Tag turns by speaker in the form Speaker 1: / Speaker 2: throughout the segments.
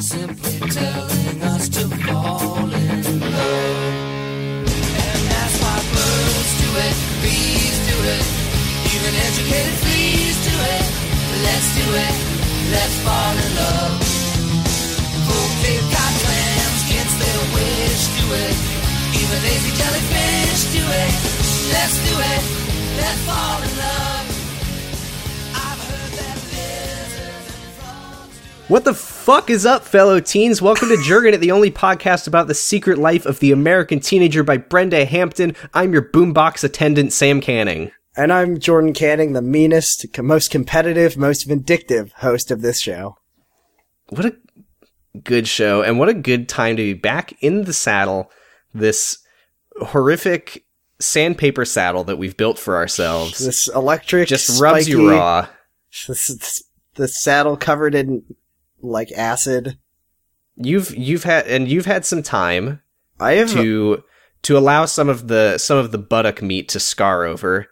Speaker 1: simply telling us to fall in love. And that's why birds do it, bees do it, even educated fleas do it. Let's do it, let's fall in love. Full-fed cod clams gets their wish, do it. Even lazy jellyfish do it. Let's do it, let's fall in love. I've heard that lizards and frogs do it.
Speaker 2: What the fuck is up, fellow teens? Welcome to Jergen It, the only podcast about the secret life of the American teenager by Brenda Hampton. I'm your boombox attendant, Sam Canning.
Speaker 3: And I'm Jordan Canning, the meanest, c- most competitive, most vindictive host of this show.
Speaker 2: What a good show, and what a good time to be back in the saddle, this horrific sandpaper saddle that we've built for ourselves.
Speaker 3: This electric
Speaker 2: Just rubs
Speaker 3: spiky,
Speaker 2: you raw.
Speaker 3: This, this, this saddle covered in like acid.
Speaker 2: You've you've had and you've had some time
Speaker 3: I have
Speaker 2: to to allow some of the some of the buttock meat to scar over.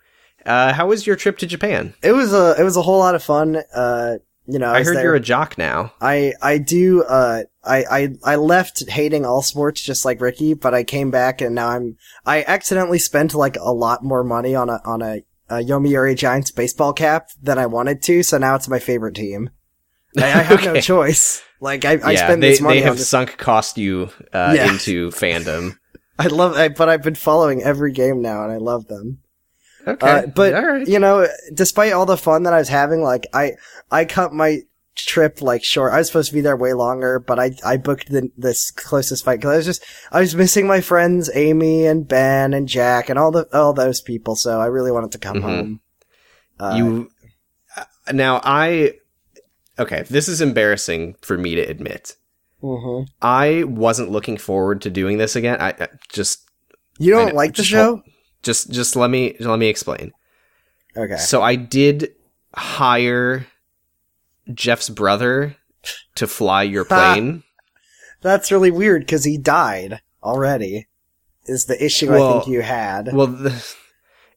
Speaker 2: Uh, how was your trip to Japan?
Speaker 3: it was a it was a whole lot of fun. Uh, you know, I,
Speaker 2: I
Speaker 3: was
Speaker 2: heard
Speaker 3: there.
Speaker 2: you're a jock now.
Speaker 3: I I do uh I, I I left hating all sports just like Ricky, but I came back and now I'm I accidentally spent like a lot more money on a on a, a Yomiuri Giants baseball cap than I wanted to, so now it's my favorite team. I, I have no
Speaker 2: Okay.
Speaker 3: choice. Like I, I
Speaker 2: yeah,
Speaker 3: spend
Speaker 2: they,
Speaker 3: this money
Speaker 2: they have
Speaker 3: on this.
Speaker 2: sunk cost you uh,
Speaker 3: Yeah.
Speaker 2: into fandom.
Speaker 3: I love, I, but I've been following every game now, and I love them.
Speaker 2: Okay,
Speaker 3: Uh, but
Speaker 2: all right.
Speaker 3: you know, despite all the fun that I was having, like I I cut my trip like short. I was supposed to be there way longer, but I I booked the this closest fight because I was just I was missing my friends Amy and Ben and Jack and all the all those people. So I really wanted to come
Speaker 2: Mhm.
Speaker 3: home. Uh,
Speaker 2: you uh, now I okay. This is embarrassing for me to admit.
Speaker 3: mhm.
Speaker 2: Mm-hmm. I wasn't looking forward to doing this again. I, I just
Speaker 3: you
Speaker 2: I
Speaker 3: don't
Speaker 2: know,
Speaker 3: like the
Speaker 2: just
Speaker 3: show?
Speaker 2: just just let me let me explain.
Speaker 3: Okay.
Speaker 2: So I did hire Jeff's brother to fly your
Speaker 3: Ha.
Speaker 2: plane.
Speaker 3: That's really weird because he died already. Is the issue I
Speaker 2: Well-
Speaker 3: think you had?
Speaker 2: Well, the,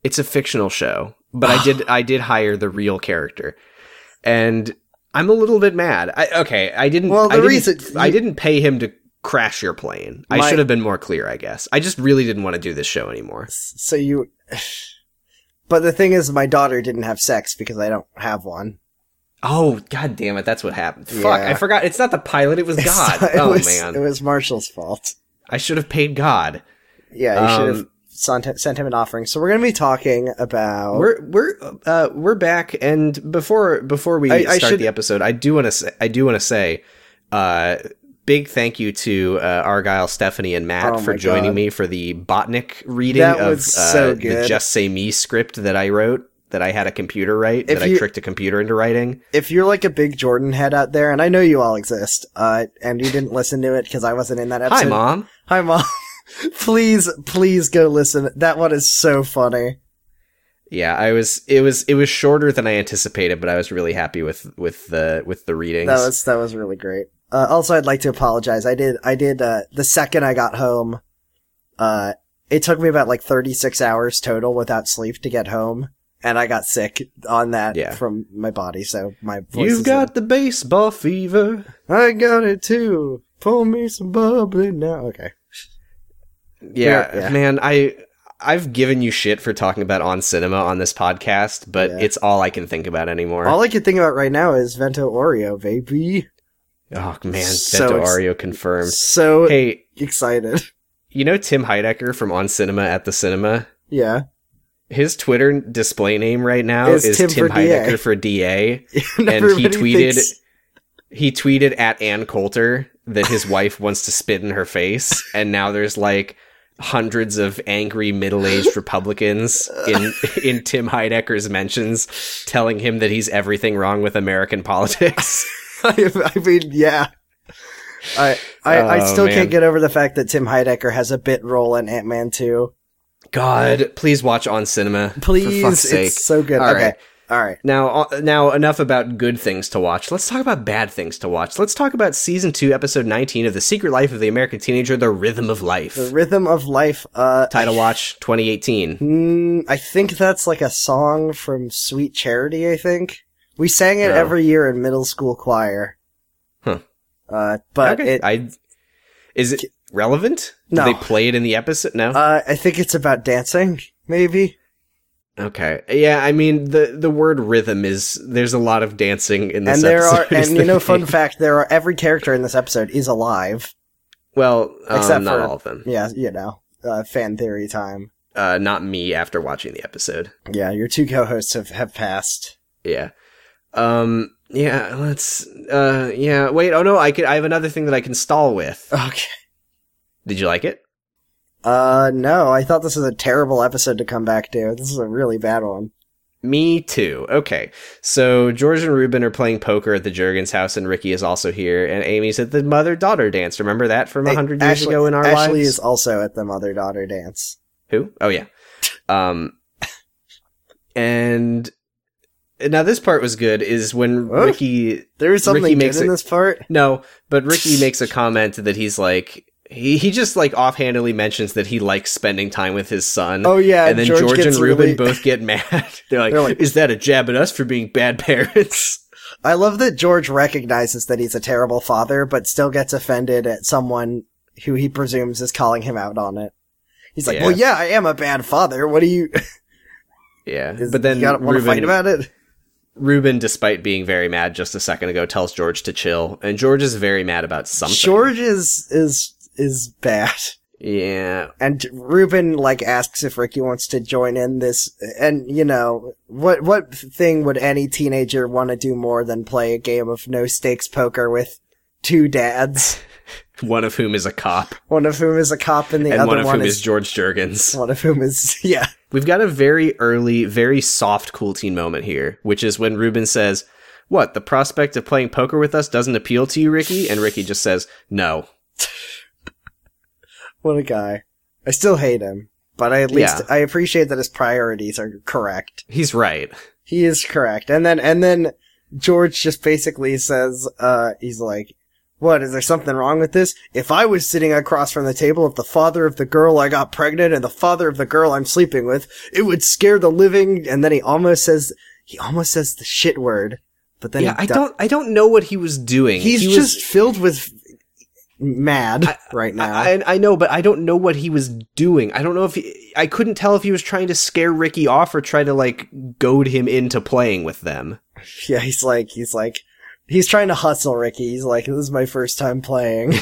Speaker 2: it's a fictional show, but I did I did hire the real character, and I'm a little bit mad. I, okay, I didn't.
Speaker 3: Well, the
Speaker 2: I didn't-
Speaker 3: reason-
Speaker 2: I didn't pay him to crash your plane. I
Speaker 3: My-
Speaker 2: should have been more clear, I guess. I just really didn't want to do this show anymore.
Speaker 3: so you. But the thing is, my daughter didn't have sex because I don't have one.
Speaker 2: Oh god damn it! That's what happened. Fuck!
Speaker 3: Yeah.
Speaker 2: I forgot. It's not the pilot. It was
Speaker 3: It's
Speaker 2: God.
Speaker 3: not- it
Speaker 2: oh
Speaker 3: was,
Speaker 2: man,
Speaker 3: it was Marshall's fault.
Speaker 2: I should have paid God.
Speaker 3: Yeah, you should have
Speaker 2: Um,
Speaker 3: sent him, sent him an offering. So we're gonna be talking about.
Speaker 2: We're we're uh, we're back, and before before we
Speaker 3: I- I
Speaker 2: start
Speaker 3: should-
Speaker 2: the episode, I do want to say, I do want to say, uh, big thank you to uh, Argyle, Stephanie, and Matt
Speaker 3: Oh
Speaker 2: for
Speaker 3: my
Speaker 2: joining
Speaker 3: God.
Speaker 2: me for the Botnik reading
Speaker 3: That
Speaker 2: of
Speaker 3: was
Speaker 2: uh,
Speaker 3: so
Speaker 2: the
Speaker 3: good.
Speaker 2: Just Say Me script that I wrote. That I had a computer write,
Speaker 3: If
Speaker 2: that I
Speaker 3: you-
Speaker 2: tricked a computer into writing.
Speaker 3: if you're like a big Jordan head out there, and I know you all exist, uh, and you didn't listen to it because I wasn't in that
Speaker 2: Hi,
Speaker 3: episode.
Speaker 2: mom.
Speaker 3: Hi, mom. please, please go listen. That one is so funny.
Speaker 2: Yeah, I was. It was. It was shorter than I anticipated, but I was really happy with with the with the readings.
Speaker 3: That was that was really great. Uh, also, I'd like to apologize. I did I did uh, the second I got home. Uh, it took me about like 36 hours total without sleep to get home, and I got sick on that
Speaker 2: Yeah.
Speaker 3: from my body. So my voice
Speaker 2: You've
Speaker 3: is
Speaker 2: got the baseball fever.
Speaker 3: in- I got it too. Pull me some bubbly now. Okay.
Speaker 2: Yeah,
Speaker 3: Yeah.
Speaker 2: man, I I've given you shit for talking about on cinema on this podcast, but
Speaker 3: Yeah.
Speaker 2: it's all I can think about anymore.
Speaker 3: All I can think about right now is Vento Oreo, baby.
Speaker 2: oh man,
Speaker 3: So
Speaker 2: Bento
Speaker 3: ex-
Speaker 2: Ario confirmed.
Speaker 3: So
Speaker 2: Hey,
Speaker 3: excited.
Speaker 2: you know Tim Heidecker from On Cinema at the Cinema?
Speaker 3: yeah.
Speaker 2: His Twitter display name right now is,
Speaker 3: Is
Speaker 2: Tim,
Speaker 3: Tim for
Speaker 2: Heidecker
Speaker 3: DA.
Speaker 2: for DA. And he
Speaker 3: Everybody
Speaker 2: tweeted
Speaker 3: thinks-
Speaker 2: he tweeted at Ann Coulter that his wife wants to spit in her face, and now there's like hundreds of angry middle-aged Republicans in in Tim Heidecker's mentions telling him that he's everything wrong with American politics.
Speaker 3: I, I mean, yeah. I I, I
Speaker 2: Oh,
Speaker 3: still
Speaker 2: man.
Speaker 3: can't get over the fact that Tim Heidecker has a bit role in Ant Man 2.
Speaker 2: God, please watch on cinema.
Speaker 3: Please,
Speaker 2: for fuck's sake.
Speaker 3: it's so good.
Speaker 2: All
Speaker 3: okay,
Speaker 2: right.
Speaker 3: all right.
Speaker 2: Now, uh, now enough about good things to watch. Let's talk about bad things to watch. Let's talk about season two, episode nineteen of The Secret Life of the American Teenager: The Rhythm of Life.
Speaker 3: The rhythm of life. Uh,
Speaker 2: Title watch 2018.
Speaker 3: mm, I think that's like a song from Sweet Charity. I think we sang it
Speaker 2: Yeah.
Speaker 3: every year in middle school choir.
Speaker 2: Oh. Huh.
Speaker 3: Uh, but
Speaker 2: okay.
Speaker 3: it,
Speaker 2: I is it relevant?
Speaker 3: No.
Speaker 2: Did they play it in the episode? No.
Speaker 3: uh, I think it's about dancing, maybe.
Speaker 2: okay. Yeah, I mean the the word rhythm is there's a lot of dancing in this
Speaker 3: and there are,
Speaker 2: episode, is
Speaker 3: and you
Speaker 2: the
Speaker 3: know, fun
Speaker 2: thing.
Speaker 3: fact: there are every character in this episode is alive.
Speaker 2: Well, um,
Speaker 3: Except
Speaker 2: not
Speaker 3: for-
Speaker 2: all of them.
Speaker 3: Yeah, you know, uh, fan theory time.
Speaker 2: Uh, not me after watching the episode.
Speaker 3: Yeah, your two co-hosts have have passed.
Speaker 2: Yeah. Um yeah, let's uh yeah, wait. Oh no, I could I have another thing that I can stall with.
Speaker 3: Okay.
Speaker 2: Did you like it?
Speaker 3: Uh, no, I thought this was a terrible episode to come back to. This is a really bad one.
Speaker 2: Me too. Okay. So George and Ruben are playing poker at the Jurgens house and Ricky is also here and Amy's at the mother-daughter dance. Remember that from a 100 years
Speaker 3: Ashley-
Speaker 2: ago in our
Speaker 3: Ashley
Speaker 2: lives?
Speaker 3: is also at the mother-daughter dance.
Speaker 2: Who? Oh yeah. Um and now this part was good is when
Speaker 3: Huh?
Speaker 2: Ricky
Speaker 3: There is something
Speaker 2: Ricky
Speaker 3: good
Speaker 2: makes
Speaker 3: in
Speaker 2: it-
Speaker 3: this part.
Speaker 2: No, but Ricky makes a comment that he's like he, he just like offhandedly mentions that he likes spending time with his son.
Speaker 3: Oh yeah,
Speaker 2: and then George, and
Speaker 3: gets
Speaker 2: Ruben
Speaker 3: really-
Speaker 2: both get mad. They're like,
Speaker 3: They're like-
Speaker 2: "Is that a jab at us for being bad parents?"
Speaker 3: I love that George recognizes that he's a terrible father, but still gets offended at someone who he presumes is calling him out on it. He's like,
Speaker 2: Yeah.
Speaker 3: "Well, yeah, I am a bad father. What do you?
Speaker 2: yeah,
Speaker 3: Is,
Speaker 2: but then
Speaker 3: you want to
Speaker 2: Ruben,
Speaker 3: fight about it?
Speaker 2: Ruben, despite being very mad just a second ago, tells George to chill, and George is very mad about something.
Speaker 3: George is is is bad."
Speaker 2: yeah,
Speaker 3: And Ruben like asks if Ricky wants to join in this, and you know what what thing would any teenager want to do more than play a game of no stakes poker with two dads,
Speaker 2: one of whom is a cop,
Speaker 3: one of whom is a cop and the
Speaker 2: and
Speaker 3: other
Speaker 2: one of whom
Speaker 3: is
Speaker 2: is, George Jurgens.
Speaker 3: one of whom is yeah
Speaker 2: We've got a very early, very soft cool teen moment here, which is when Ruben says, What, the prospect of playing poker with us doesn't appeal to you, Ricky? And Ricky just says, No.
Speaker 3: What a guy. I still hate him, but I at least
Speaker 2: Yeah.
Speaker 3: I appreciate that his priorities are correct.
Speaker 2: He's right.
Speaker 3: He is correct. And then and then George just basically says, uh, he's like, What, is there something wrong with this? If I was sitting across from the table of the father of the girl I got pregnant and the father of the girl I'm sleeping with, it would scare the living and then he almost says he almost says the shit word. But then
Speaker 2: yeah,
Speaker 3: he
Speaker 2: I
Speaker 3: do-
Speaker 2: don't I don't know what he was doing.
Speaker 3: he's
Speaker 2: He was-
Speaker 3: just filled with mad right now.
Speaker 2: I, I- I know, but I don't know what he was doing. I don't know if he, I couldn't tell if he was trying to scare Ricky off or try to like goad him into playing with them.
Speaker 3: Yeah, he's like, he's like, he's trying to hustle Ricky. He's like, this is my first time playing.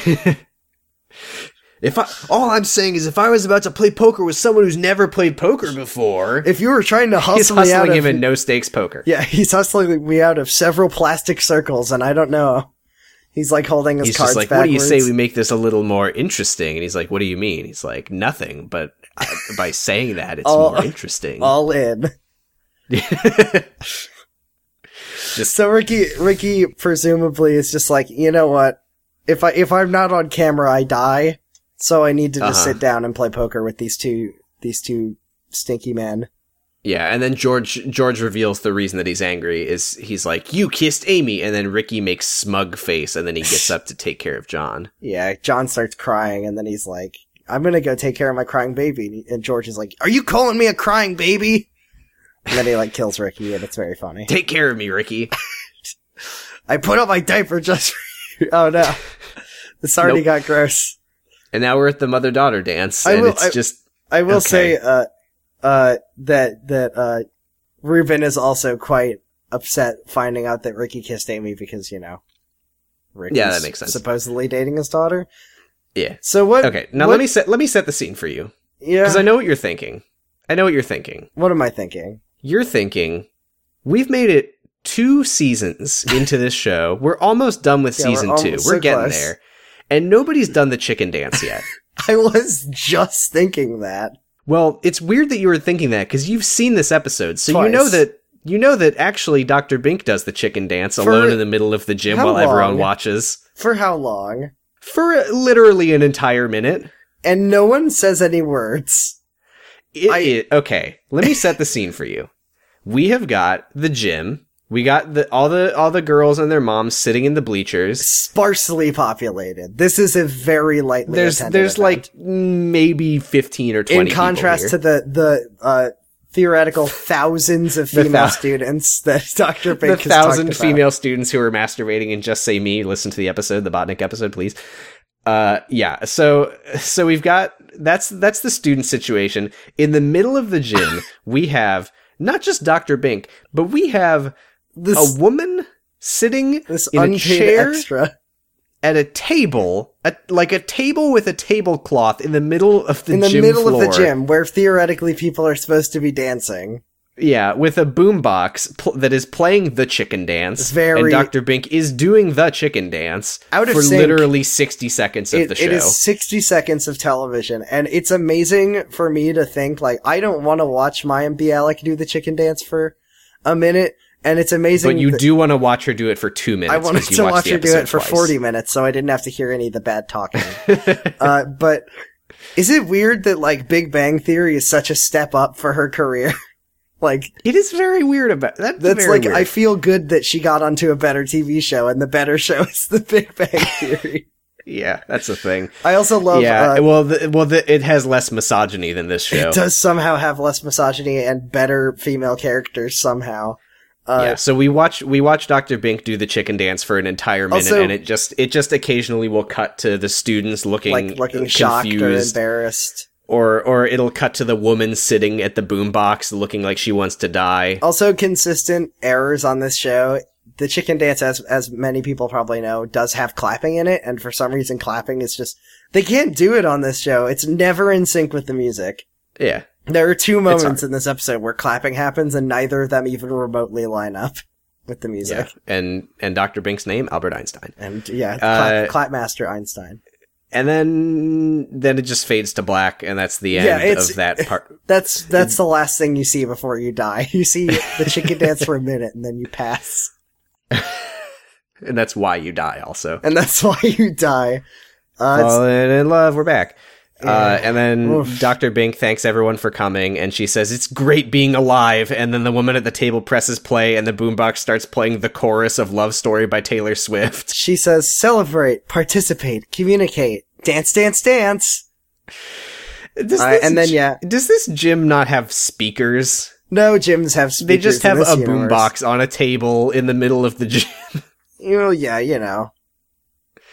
Speaker 2: If I, all I'm saying is, if I was about to play poker with someone who's never played poker before,
Speaker 3: if you were trying to hustle
Speaker 2: he's
Speaker 3: me out
Speaker 2: hustling
Speaker 3: of,
Speaker 2: him in no stakes poker.
Speaker 3: yeah, he's hustling me out of several plastic circles, and I don't know. He's like holding his
Speaker 2: he's
Speaker 3: cards
Speaker 2: just like,
Speaker 3: backwards.
Speaker 2: "What do you say we make this a little more interesting?" And he's like, "What do you mean?" He's like, "Nothing, but I, by saying that, it's
Speaker 3: All-
Speaker 2: more interesting."
Speaker 3: All in. So Ricky, Ricky presumably is just like, you know what? If I if I'm not on camera, I die. So I need to just
Speaker 2: Uh-huh.
Speaker 3: sit down and play poker with these two these two stinky men.
Speaker 2: yeah, and then George George reveals the reason that he's angry is he's like, "You kissed Amy," and then Ricky makes smug face, and then he gets up to take care of John.
Speaker 3: Yeah, John starts crying, and then he's like, "I'm gonna go take care of my crying baby." And, he- and George is like, "Are you calling me a crying baby?" And then he like kills Ricky, and it's very funny.
Speaker 2: Take care of me, Ricky.
Speaker 3: I put up my diaper just. For you. Oh no, this already
Speaker 2: Nope.
Speaker 3: got gross.
Speaker 2: And now we're at the mother daughter dance,
Speaker 3: I
Speaker 2: and
Speaker 3: will-
Speaker 2: it's
Speaker 3: I-
Speaker 2: just
Speaker 3: I will
Speaker 2: Okay.
Speaker 3: say, uh, uh, that that uh, Ruben is also quite upset finding out that Ricky kissed Amy because you know, Ricky's
Speaker 2: Yeah, that makes sense.
Speaker 3: Supposedly dating his daughter.
Speaker 2: Yeah.
Speaker 3: So what?
Speaker 2: okay. Now
Speaker 3: what-
Speaker 2: let me set let me set the scene for you
Speaker 3: Yeah.
Speaker 2: because I know what you're thinking. I know what you're thinking.
Speaker 3: what am I thinking?
Speaker 2: you're thinking, we've made it two seasons into this show. We're almost done with
Speaker 3: Yeah, we're
Speaker 2: season two. We're
Speaker 3: almost so
Speaker 2: getting
Speaker 3: close.
Speaker 2: there. And nobody's done the chicken dance yet.
Speaker 3: I was just thinking that.
Speaker 2: well, it's weird that you were thinking that because you've seen this episode. So you know
Speaker 3: Twice.
Speaker 2: that you know that actually Dr. Bink does the chicken dance
Speaker 3: For-
Speaker 2: alone in the middle of the gym
Speaker 3: How
Speaker 2: while everyone
Speaker 3: long?
Speaker 2: watches
Speaker 3: For how long?
Speaker 2: for uh, literally an entire minute.
Speaker 3: And no one says any words.
Speaker 2: It,
Speaker 3: I-
Speaker 2: it- okay, let me set the scene for you. We have got the gym. We got the all the all the girls and their moms sitting in the bleachers.
Speaker 3: Sparsely populated. This is a very lightly
Speaker 2: there's
Speaker 3: attended
Speaker 2: there's
Speaker 3: event.
Speaker 2: like maybe 15 or 20
Speaker 3: in contrast to the the uh theoretical thousands of female
Speaker 2: thou-
Speaker 3: students that Dr. Fink
Speaker 2: the
Speaker 3: has talked
Speaker 2: thousand
Speaker 3: about.
Speaker 2: female students who are masturbating and just say me listen to the episode the botnick episode please uh yeah so so we've got that's that's the student situation in the middle of the gym we have not just dr bink but we have
Speaker 3: This,
Speaker 2: a woman sitting
Speaker 3: this
Speaker 2: Oh, in a
Speaker 3: unpaid
Speaker 2: chair
Speaker 3: extra.
Speaker 2: at a table a, like a table with a tablecloth in the middle of the
Speaker 3: in the
Speaker 2: gym
Speaker 3: middle of the
Speaker 2: floor.
Speaker 3: gym where theoretically people are supposed to be dancing.
Speaker 2: Yeah, with a boombox pl- that is playing the chicken dance.
Speaker 3: Very-
Speaker 2: and Dr. Bink is doing the chicken dance
Speaker 3: Out of
Speaker 2: for
Speaker 3: sync.
Speaker 2: literally 60 seconds of
Speaker 3: It-
Speaker 2: the show.
Speaker 3: it is 60 seconds of television and it's amazing for me to think like I don't want to watch Mayim Bialik do the chicken dance for a minute and it's amazing
Speaker 2: but you
Speaker 3: that
Speaker 2: do want to watch her do it for two minutes.
Speaker 3: I wanted
Speaker 2: 'cause you
Speaker 3: to
Speaker 2: watched
Speaker 3: watch
Speaker 2: the
Speaker 3: her do
Speaker 2: episode
Speaker 3: it for
Speaker 2: twice.
Speaker 3: 40 minutes so I didn't have to hear any of the bad talking. uh, but is it weird that like Big Bang Theory is such a step up for her career? like
Speaker 2: It is very weird about that.
Speaker 3: That's like I
Speaker 2: I.
Speaker 3: feel good that she got onto a better TV show, and the better show is The Big Bang Theory.
Speaker 2: yeah, that's a thing.
Speaker 3: I also love.
Speaker 2: yeah,
Speaker 3: uh,
Speaker 2: well, the, well, the, it has less misogyny than this show.
Speaker 3: it does somehow have less misogyny and better female characters somehow.
Speaker 2: yeah,
Speaker 3: Uh,
Speaker 2: so we watch we watch Dr. Bink do the chicken dance for an entire minute,
Speaker 3: Also-
Speaker 2: and it just it just occasionally will cut to the students looking
Speaker 3: like
Speaker 2: uh,
Speaker 3: looking
Speaker 2: confused
Speaker 3: shocked or embarrassed.
Speaker 2: or or it'll cut to the woman sitting at the boombox looking like she wants to die.
Speaker 3: Also, consistent errors on this show. The chicken dance, as as many people probably know, does have clapping in it, and for some reason, clapping is just they can't do it on this show. It's never in sync with the music.
Speaker 2: Yeah.
Speaker 3: There are two
Speaker 2: hard.
Speaker 3: moments in this episode where clapping happens and neither of them even remotely line up with the
Speaker 2: Yeah.
Speaker 3: music.
Speaker 2: And and Dr. Bink's name Albert Einstein.
Speaker 3: And yeah,
Speaker 2: Uh,
Speaker 3: clap, Clapmaster Einstein.
Speaker 2: And then then it just fades to black and that's the end
Speaker 3: Yeah, it's-
Speaker 2: of that part.
Speaker 3: That's that's the last thing you see before you die. You see the chicken dance for a minute and then you pass.
Speaker 2: And that's why you die also.
Speaker 3: And that's why you die. Uh,
Speaker 2: Falling in love, we're back. Uh,
Speaker 3: Yeah.
Speaker 2: and then
Speaker 3: Oof.
Speaker 2: Dr. Bink thanks everyone for coming, and she says, It's great being alive. And then the woman at the table presses play, and the boombox starts playing the chorus of Love Story by Taylor Swift.
Speaker 3: it's, she says, celebrate, participate, communicate, dance, dance, dance.
Speaker 2: Does
Speaker 3: Uh,
Speaker 2: this
Speaker 3: and then,
Speaker 2: gy-
Speaker 3: yeah.
Speaker 2: does this gym not have speakers?
Speaker 3: No gyms have
Speaker 2: They
Speaker 3: speakers
Speaker 2: just
Speaker 3: in
Speaker 2: have
Speaker 3: this
Speaker 2: a
Speaker 3: universe.
Speaker 2: boombox on a table in the middle of the gym.
Speaker 3: Well, yeah, you know.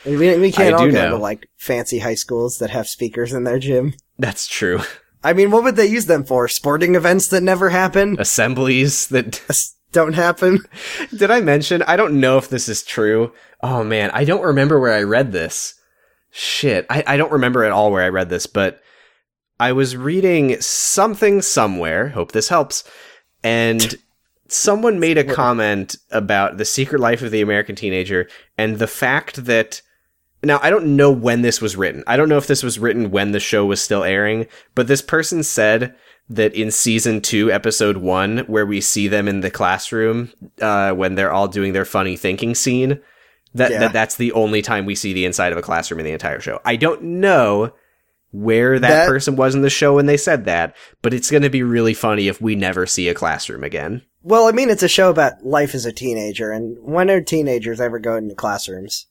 Speaker 3: We, we can't
Speaker 2: I
Speaker 3: all
Speaker 2: do
Speaker 3: go
Speaker 2: know.
Speaker 3: to like fancy high schools that have speakers in their gym.
Speaker 2: That's true.
Speaker 3: I mean, what would they use them for? Sporting events that never happen?
Speaker 2: Assemblies that
Speaker 3: Don't happen?
Speaker 2: did I mention? I don't know if this is true. Oh man, I don't remember where I read this. Shit, I, I don't remember at all where I read this, but I was reading something somewhere. Hope this helps. And someone made a comment about the secret life of the American teenager and the fact that. Now, I don't know when this was written. I don't know if this was written when the show was still airing, but this person said that in season two, episode one, where we see them in the classroom uh, when they're all doing their funny thinking scene, that,
Speaker 3: Yeah.
Speaker 2: that that's the only time we see the inside of a classroom in the entire show. I don't know where that,
Speaker 3: That-
Speaker 2: person was in the show when they said that, but it's going to be really funny if we never see a classroom again.
Speaker 3: Well, I mean, it's a show about life as a teenager, and when are teenagers ever going into classrooms?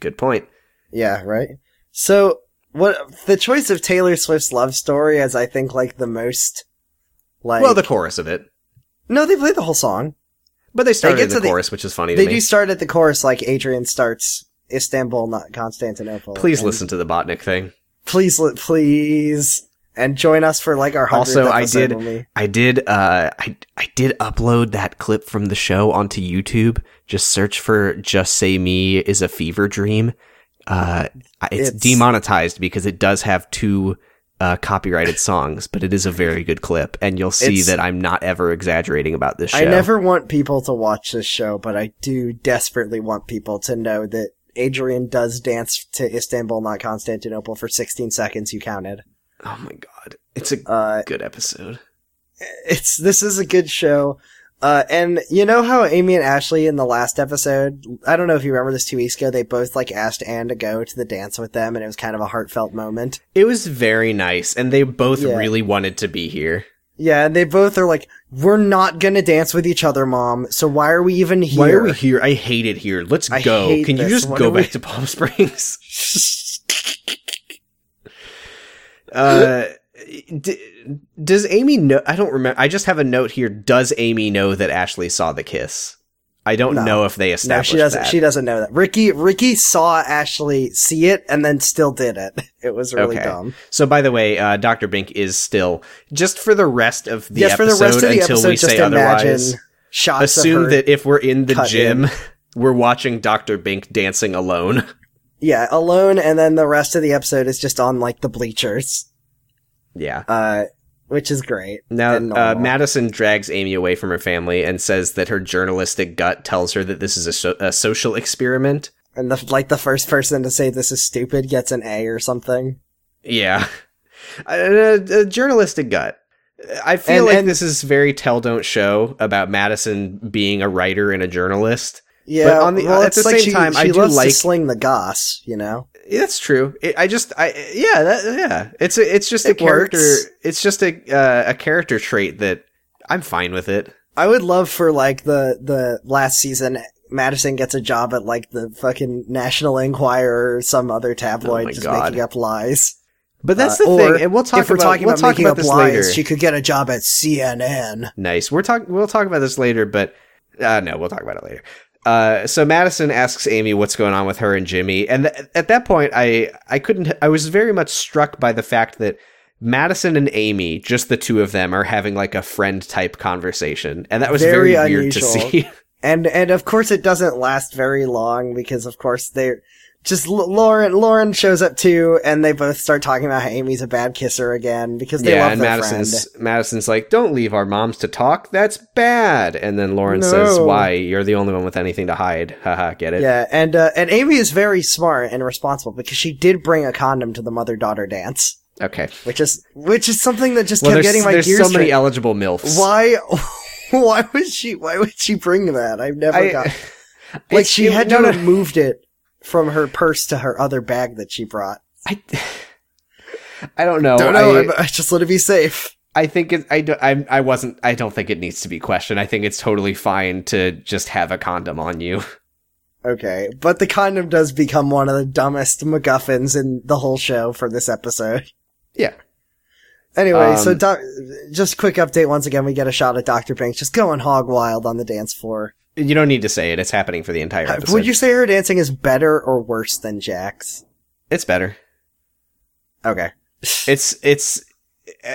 Speaker 2: Good point.
Speaker 3: Yeah, right? So, what, the choice of Taylor Swift's love story as I think like the most, like,
Speaker 2: well, the chorus of it,
Speaker 3: no, they play the whole song.
Speaker 2: but they started
Speaker 3: get
Speaker 2: in
Speaker 3: to
Speaker 2: the
Speaker 3: the-
Speaker 2: chorus, which is funny.
Speaker 3: They
Speaker 2: to me.
Speaker 3: do start at the chorus like Adrian starts Istanbul, not Constantinople.
Speaker 2: Please
Speaker 3: And-
Speaker 2: listen to the Botnick thing.
Speaker 3: Please, li- please. And join us for like our 100th
Speaker 2: Also, I
Speaker 3: episode
Speaker 2: did-
Speaker 3: when we-
Speaker 2: I did. Uh, I I did upload that clip from the show onto YouTube. Just search for "Just Say Me is a Fever Dream." Uh, I- it's,
Speaker 3: It's-
Speaker 2: demonetized because it does have two uh, copyrighted songs, but it is a very good clip, and you'll see
Speaker 3: It's-
Speaker 2: that I'm not ever exaggerating about this show.
Speaker 3: I never want people to watch this show, but I do desperately want people to know that Adrian does dance to Istanbul, not Constantinople, for 16 seconds. You counted.
Speaker 2: Oh my god, it's a
Speaker 3: Uh,
Speaker 2: good episode.
Speaker 3: it's this is a good show. Uh, and you know how Amy and Ashley in the last episode, I don't know if you remember this two weeks ago, they both like asked Anne to go to the dance with them, and it was kind of a heartfelt moment.
Speaker 2: It was very nice, and they both
Speaker 3: Yeah.
Speaker 2: really wanted to be here.
Speaker 3: Yeah, and they both are like, "We're not gonna dance with each other, mom. So why are we even here?"
Speaker 2: Why are we here? I hate it here. Let's
Speaker 3: I
Speaker 2: go.
Speaker 3: hate
Speaker 2: Can you
Speaker 3: this.
Speaker 2: just
Speaker 3: What
Speaker 2: go
Speaker 3: are we-
Speaker 2: back to Palm Springs? uh, d- does Amy know? I don't remember. I just have a note here. Does Amy know that Ashley saw the kiss? I don't
Speaker 3: No.
Speaker 2: know if they
Speaker 3: No,
Speaker 2: established
Speaker 3: she doesn't.
Speaker 2: that.
Speaker 3: She doesn't know that. Ricky, Ricky saw Ashley see it and then still did it. It was really
Speaker 2: Okay.
Speaker 3: dumb.
Speaker 2: So, by the way, uh, Doctor Bink is still just for the rest of the
Speaker 3: yes, for
Speaker 2: episode
Speaker 3: the rest of the
Speaker 2: until
Speaker 3: episode,
Speaker 2: we
Speaker 3: just
Speaker 2: say
Speaker 3: imagine
Speaker 2: otherwise.
Speaker 3: shots. of
Speaker 2: Assume
Speaker 3: her-
Speaker 2: that if we're in the
Speaker 3: cut
Speaker 2: gym, we're watching Doctor Bink dancing alone.
Speaker 3: yeah, alone, and then the rest of the episode is just on like the bleachers,
Speaker 2: yeah.
Speaker 3: uh, which is great.
Speaker 2: Now,
Speaker 3: and
Speaker 2: uh,
Speaker 3: normal.
Speaker 2: Madison drags Amy away from her family and says that her journalistic gut tells her that this is a, so- a social experiment.
Speaker 3: and the like the first person to say this is stupid gets an A or something.
Speaker 2: Yeah. A, a- a journalistic gut. I feel
Speaker 3: And-
Speaker 2: like
Speaker 3: and-
Speaker 2: this is very tell don't show about Madison being a writer and a journalist.
Speaker 3: Yeah,
Speaker 2: on the-
Speaker 3: well,
Speaker 2: at the
Speaker 3: it's like
Speaker 2: same
Speaker 3: she,
Speaker 2: time,
Speaker 3: she
Speaker 2: I do
Speaker 3: loves
Speaker 2: like-
Speaker 3: to sling the goss, you know.
Speaker 2: That's true. It, I just, I yeah, that, yeah. It's a, it's just a
Speaker 3: It works.
Speaker 2: character. It's just a uh, a character trait that I'm fine with it.
Speaker 3: I would love for like the the last season. Madison gets a job at like the fucking National Enquirer or some other tabloid
Speaker 2: my
Speaker 3: just
Speaker 2: God.
Speaker 3: making up lies.
Speaker 2: But that's
Speaker 3: Uh,
Speaker 2: the
Speaker 3: or
Speaker 2: thing, and we'll talk
Speaker 3: if we're
Speaker 2: about
Speaker 3: talking
Speaker 2: we'll
Speaker 3: about
Speaker 2: talk
Speaker 3: making
Speaker 2: about
Speaker 3: up
Speaker 2: this
Speaker 3: lies,
Speaker 2: later.
Speaker 3: she could get a job at CNN.
Speaker 2: Nice. We're talking. We'll talk about this later, but uh, no, we'll talk about it later. Uh, so Madison asks Amy what's going on with her and Jimmy, and th- at that point, I I couldn't. I was very much struck by the fact that Madison and Amy, just the two of them, are having like a friend type conversation, and that was very,
Speaker 3: Very
Speaker 2: weird to
Speaker 3: unusual.
Speaker 2: see.
Speaker 3: And and of course it doesn't last very long because of course they're just L- Lauren Lauren shows up too and they both start talking about how Amy's a bad kisser again because they
Speaker 2: yeah,
Speaker 3: love
Speaker 2: and
Speaker 3: their
Speaker 2: Madison's
Speaker 3: friend.
Speaker 2: Madison's like, "Don't leave our moms to talk. That's bad." And then Lauren says,
Speaker 3: No.
Speaker 2: "Why? You're the only one with anything to hide." Haha, get it?
Speaker 3: Yeah, and uh, and Amy is very smart and responsible because she did bring a condom to the mother daughter dance,
Speaker 2: Okay.
Speaker 3: which is which is something that just
Speaker 2: Well,
Speaker 3: kept
Speaker 2: there's,
Speaker 3: getting my
Speaker 2: there's
Speaker 3: gears.
Speaker 2: so many
Speaker 3: straight.
Speaker 2: eligible milfs.
Speaker 3: why why would she why would she bring that? I've never
Speaker 2: I-
Speaker 3: got like
Speaker 2: It's-
Speaker 3: she
Speaker 2: it-
Speaker 3: had
Speaker 2: no,
Speaker 3: to
Speaker 2: no.
Speaker 3: have moved it from her purse to her other bag that she brought.
Speaker 2: I, I don't know.
Speaker 3: Don't know.
Speaker 2: Oh, I,
Speaker 3: I'm- I, just want to be safe.
Speaker 2: I think it, I, do- I'm- I wasn't. I don't think it needs to be questioned. I think it's totally fine to just have a condom on you.
Speaker 3: Okay, but the condom does become one of the dumbest MacGuffins in the whole show for this episode.
Speaker 2: Yeah.
Speaker 3: Anyway,
Speaker 2: Um,
Speaker 3: so doc- just quick update once again, we get a shot at Dr. Banks just going hog wild on the dance floor.
Speaker 2: You don't need to say it. It's happening for the entire episode.
Speaker 3: Uh, Would you say her dancing is better or worse than Jack's?
Speaker 2: it's better.
Speaker 3: Okay.
Speaker 2: It's it's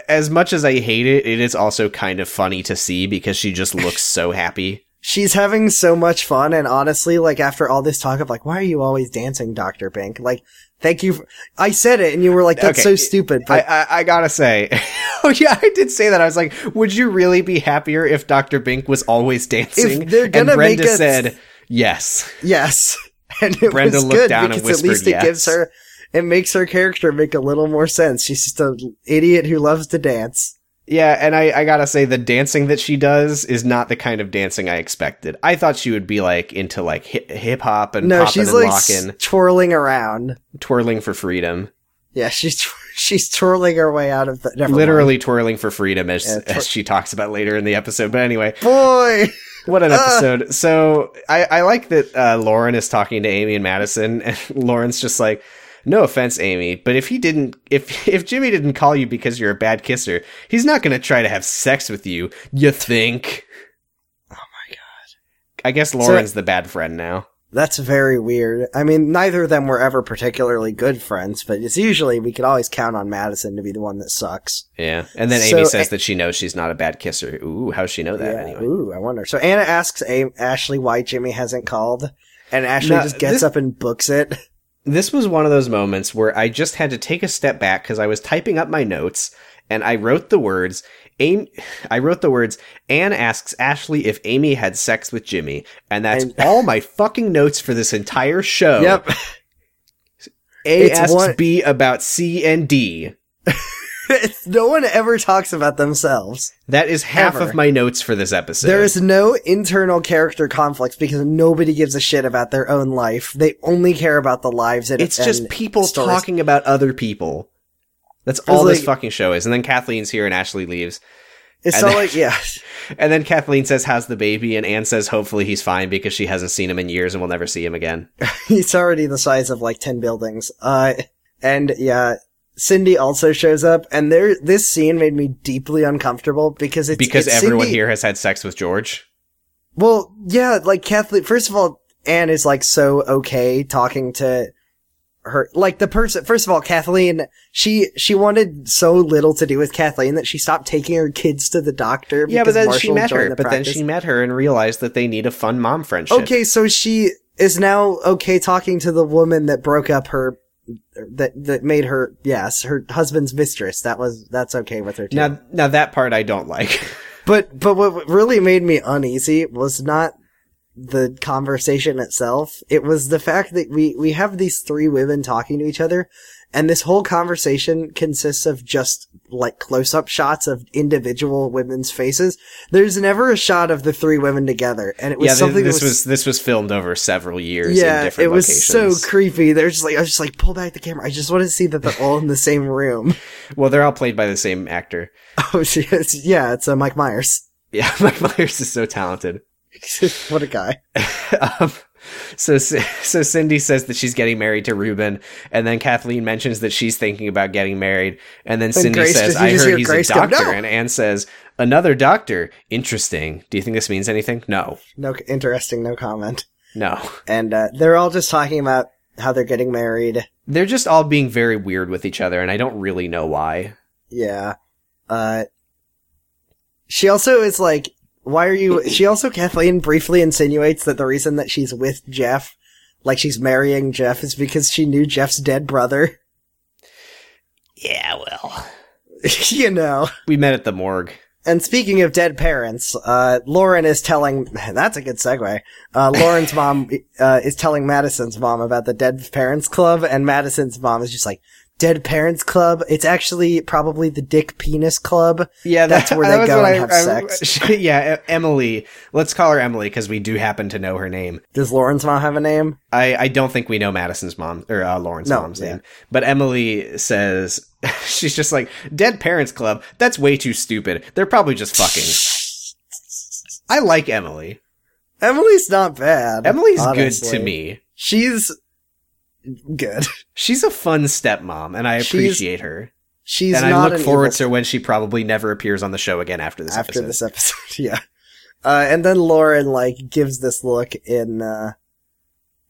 Speaker 2: as much as I hate it. It is also kind of funny to see because she just looks so happy.
Speaker 3: She's having so much fun, and honestly, like, after all this talk of, like, why are you always dancing, Dr. Bank? Like, thank you. For- I said it, and you were like, that's
Speaker 2: Okay.
Speaker 3: so stupid,
Speaker 2: I,
Speaker 3: but
Speaker 2: I, I gotta say, oh yeah, I did say that. I was like, would you really be happier if Doctor Bink was always dancing?
Speaker 3: they're gonna
Speaker 2: and
Speaker 3: make
Speaker 2: Brenda
Speaker 3: us-
Speaker 2: said yes.
Speaker 3: Yes. And it
Speaker 2: Brenda
Speaker 3: was
Speaker 2: looked
Speaker 3: good
Speaker 2: down and
Speaker 3: because at
Speaker 2: whispered
Speaker 3: least it gives
Speaker 2: yes.
Speaker 3: her it makes her character make a little more sense. She's just an idiot who loves to dance.
Speaker 2: Yeah, and I, I gotta say the dancing that she does is not the kind of dancing I expected. I thought she would be like into like hip hop and
Speaker 3: No,
Speaker 2: popping
Speaker 3: she's
Speaker 2: and
Speaker 3: like s-
Speaker 2: locking,
Speaker 3: twirling around.
Speaker 2: twirling for freedom,
Speaker 3: Yeah, she's she's twirling her way out of the never mind.
Speaker 2: literally twirling for freedom, as
Speaker 3: Yeah, twir-
Speaker 2: as she talks about later in the episode. But anyway,
Speaker 3: Boy,
Speaker 2: what an
Speaker 3: Ah.
Speaker 2: episode! so Uh, I, I like that uh, Lauren is talking to Amy and Madison, and Lauren's just like. No offense, Amy, but if he didn't, if if Jimmy didn't call you because you're a bad kisser, he's not gonna try to have sex with you. You think?
Speaker 3: Oh my
Speaker 2: god! I guess Lauren's the bad friend now.
Speaker 3: that's very weird. I mean, neither of them were ever particularly good friends, but it's usually we could always count on Madison to be the one that sucks.
Speaker 2: Yeah, and then Amy
Speaker 3: So,
Speaker 2: says that she knows she's not a bad kisser. Ooh, how does she know that anyway?
Speaker 3: Ooh, I wonder. So Anna asks a- Ashley why Jimmy hasn't called, and Ashley
Speaker 2: Now,
Speaker 3: just gets
Speaker 2: this-
Speaker 3: up and books it.
Speaker 2: this was one of those moments where I just had to take a step back because I was typing up my notes and I wrote the words. Aim, I wrote the words. Anne asks Ashley if Amy had sex with Jimmy, and that's
Speaker 3: And-
Speaker 2: all my fucking notes for this entire show.
Speaker 3: Yep.
Speaker 2: A
Speaker 3: It's
Speaker 2: asks
Speaker 3: one-
Speaker 2: B about C and D.
Speaker 3: It's- no one ever talks about themselves.
Speaker 2: That is half
Speaker 3: Ever.
Speaker 2: of my notes for this episode.
Speaker 3: There is no internal character conflicts because nobody gives a shit about their own life. They only care about the lives. And,
Speaker 2: It's just
Speaker 3: and
Speaker 2: people
Speaker 3: stories.
Speaker 2: talking about other people. That's all this
Speaker 3: like-
Speaker 2: fucking show is. And then Kathleen's here and Ashley leaves.
Speaker 3: It's
Speaker 2: and
Speaker 3: not
Speaker 2: then-
Speaker 3: like yeah,
Speaker 2: And then Kathleen says, How's the baby? And Anne says, Hopefully he's fine because she hasn't seen him in years and will never see him again.
Speaker 3: it's already the size of like ten buildings. Uh, and yeah, Cindy also shows up, and there this scene made me deeply uncomfortable because it's
Speaker 2: because
Speaker 3: it's
Speaker 2: everyone
Speaker 3: Cindy-
Speaker 2: here has had sex with George.
Speaker 3: Well, yeah, like Kathleen. First of all, Anne is like so okay talking to her. Like the person. First of all, Kathleen. She she wanted so little to do with Kathleen that she stopped taking her kids to the doctor.
Speaker 2: Yeah, but
Speaker 3: because
Speaker 2: then she
Speaker 3: Marshall
Speaker 2: met
Speaker 3: joined
Speaker 2: her.
Speaker 3: the
Speaker 2: but
Speaker 3: practice.
Speaker 2: then she met her and realized that they need a fun mom friendship.
Speaker 3: Okay, so she is now okay talking to the woman that broke up her. That that made her yes her husband's mistress. That was that's okay with her. Too.
Speaker 2: Now, now that part I don't like.
Speaker 3: But but what really made me uneasy was not the conversation itself. It was the fact that we we have these three women talking to each other, and this whole conversation consists of just like close up shots of individual women's faces. There's never a shot of the three women together, and it was
Speaker 2: yeah, thi-
Speaker 3: something
Speaker 2: this
Speaker 3: that was
Speaker 2: was this was filmed over several years. in
Speaker 3: yeah,
Speaker 2: different
Speaker 3: it was
Speaker 2: locations.
Speaker 3: so creepy. They're just like, I was just like, pull back the camera. I just want to see that they're all in the same room.
Speaker 2: Well, they're all played by the same actor.
Speaker 3: Oh, she is- yeah, it's uh, Mike Myers.
Speaker 2: Yeah, Mike Myers is so talented.
Speaker 3: what a guy.
Speaker 2: um, so, C- so Cindy says that she's getting married to Ruben, and then Kathleen mentions that she's thinking about getting married, and then Cindy
Speaker 3: Grace-
Speaker 2: says,
Speaker 3: did you
Speaker 2: "I
Speaker 3: just
Speaker 2: heard
Speaker 3: hear
Speaker 2: he's
Speaker 3: Grace
Speaker 2: a
Speaker 3: go,
Speaker 2: doctor,"
Speaker 3: "No!"
Speaker 2: and Anne says, "Another doctor? Interesting. Do you think this means anything? No,
Speaker 3: No, interesting. No comment.
Speaker 2: no.
Speaker 3: and uh, they're all just talking about how they're getting married.
Speaker 2: They're just all being very weird with each other, and I don't really know why.
Speaker 3: Yeah. Uh, she also is like, why are you? She also Kathleen briefly insinuates that the reason that she's with Jeff, like she's marrying Jeff, is because she knew Jeff's dead brother.
Speaker 2: Yeah, well,
Speaker 3: you know.
Speaker 2: we met at the morgue.
Speaker 3: And speaking of dead parents, uh, Lauren is telling, that's a good segue. Uh, Lauren's mom, uh, is telling Madison's mom about the Dead Parents Club, and Madison's mom is just like, Dead Parents Club? It's actually probably the Dick Penis Club.
Speaker 2: Yeah,
Speaker 3: That's where they
Speaker 2: was
Speaker 3: go
Speaker 2: what
Speaker 3: and have sex.
Speaker 2: yeah, E- Emily. Let's call her Emily because we do happen to know her name.
Speaker 3: Does Lauren's mom have a name?
Speaker 2: I, I don't think we know Madison's mom or uh, Lauren's
Speaker 3: No,
Speaker 2: mom's
Speaker 3: yeah.
Speaker 2: name, but Emily says she's just like Dead Parents Club. That's way too stupid. They're probably just fucking. I like Emily.
Speaker 3: Emily's not bad.
Speaker 2: Emily's
Speaker 3: honestly.
Speaker 2: good to me.
Speaker 3: She's good.
Speaker 2: She's a fun stepmom, and I
Speaker 3: She's-
Speaker 2: appreciate her.
Speaker 3: She's
Speaker 2: And I
Speaker 3: not
Speaker 2: look
Speaker 3: an
Speaker 2: forward
Speaker 3: evil
Speaker 2: to when she probably never appears on the show again after this
Speaker 3: after
Speaker 2: episode.
Speaker 3: this episode. yeah. Uh, and then Lauren like gives this look in uh,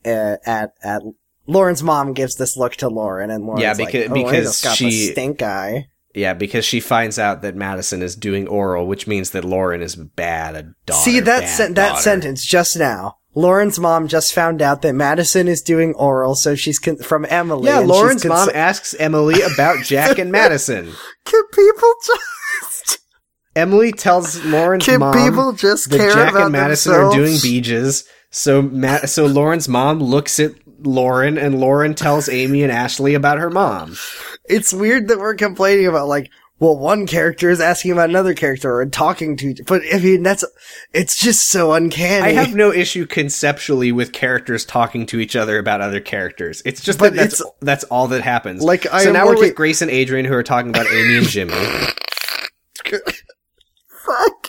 Speaker 3: uh, at at Lauren's mom gives this look to Lauren, and Lauren's
Speaker 2: Yeah,
Speaker 3: like,
Speaker 2: becau-
Speaker 3: "Oh, I
Speaker 2: because
Speaker 3: just got
Speaker 2: she-
Speaker 3: the stink eye.
Speaker 2: Yeah, because she finds out that Madison is doing oral, which means that Lauren is bad a daughter.
Speaker 3: See that
Speaker 2: bad
Speaker 3: sen- that
Speaker 2: daughter.
Speaker 3: sentence just now. Lauren's mom just found out that Madison is doing oral, so she's con- from Emily.
Speaker 2: Yeah,
Speaker 3: and she's
Speaker 2: Lauren's
Speaker 3: cons-
Speaker 2: mom asks Emily about Jack and Madison.
Speaker 3: Can people just
Speaker 2: Emily tells Lauren's
Speaker 3: can
Speaker 2: mom
Speaker 3: people just
Speaker 2: that
Speaker 3: care
Speaker 2: Jack
Speaker 3: about
Speaker 2: and Madison
Speaker 3: themselves?
Speaker 2: are doing beaches. So Ma- so Lauren's mom looks at Lauren, and Lauren tells Amy and Ashley about her mom.
Speaker 3: it's weird that we're complaining about like well one character is asking about another character and talking to but i mean that's it's just so uncanny
Speaker 2: I have no issue conceptually with characters talking to each other about other characters. It's just
Speaker 3: But
Speaker 2: that that's,
Speaker 3: it's-
Speaker 2: that's all that happens.
Speaker 3: Like, I
Speaker 2: so
Speaker 3: am
Speaker 2: now we're
Speaker 3: looking-
Speaker 2: with Grace and Adrian, who are talking about Amy and Jimmy.
Speaker 3: fuck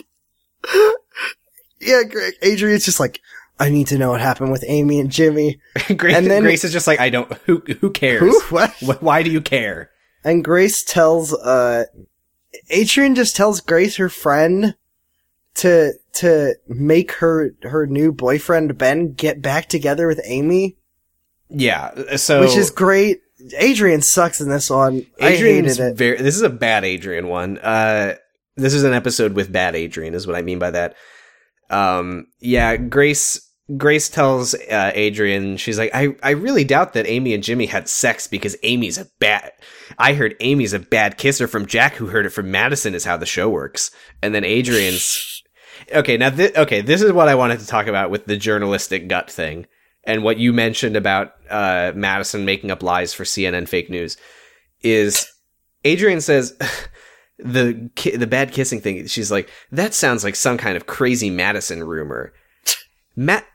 Speaker 3: yeah Greg, adrian's just like i need to know what happened with amy and jimmy
Speaker 2: Grace,
Speaker 3: And then-
Speaker 2: Grace is just like, I don't. Who who cares?
Speaker 3: who what
Speaker 2: Wh- Why do you care?
Speaker 3: and grace tells uh adrian just tells grace her friend to to make her her new boyfriend ben get back together with amy
Speaker 2: Yeah. So
Speaker 3: which is great adrian sucks in this one
Speaker 2: Adrian's
Speaker 3: i hated it
Speaker 2: very. This is a bad Adrian one. Uh, this is an episode with bad Adrian, is what I mean by that. Um, yeah, Grace. Grace tells uh, Adrian, she's like, I, I really doubt that Amy and Jimmy had sex because Amy's a bad. I heard Amy's a bad kisser from Jack, who heard it from Madison, is how the show works. And then Adrian's. okay, now this. Okay, this is what I wanted to talk about with the journalistic gut thing, and what you mentioned about uh, Madison making up lies for CNN fake news is Adrian says the ki- the bad kissing thing. She's like, that sounds like some kind of crazy Madison rumor. Matt,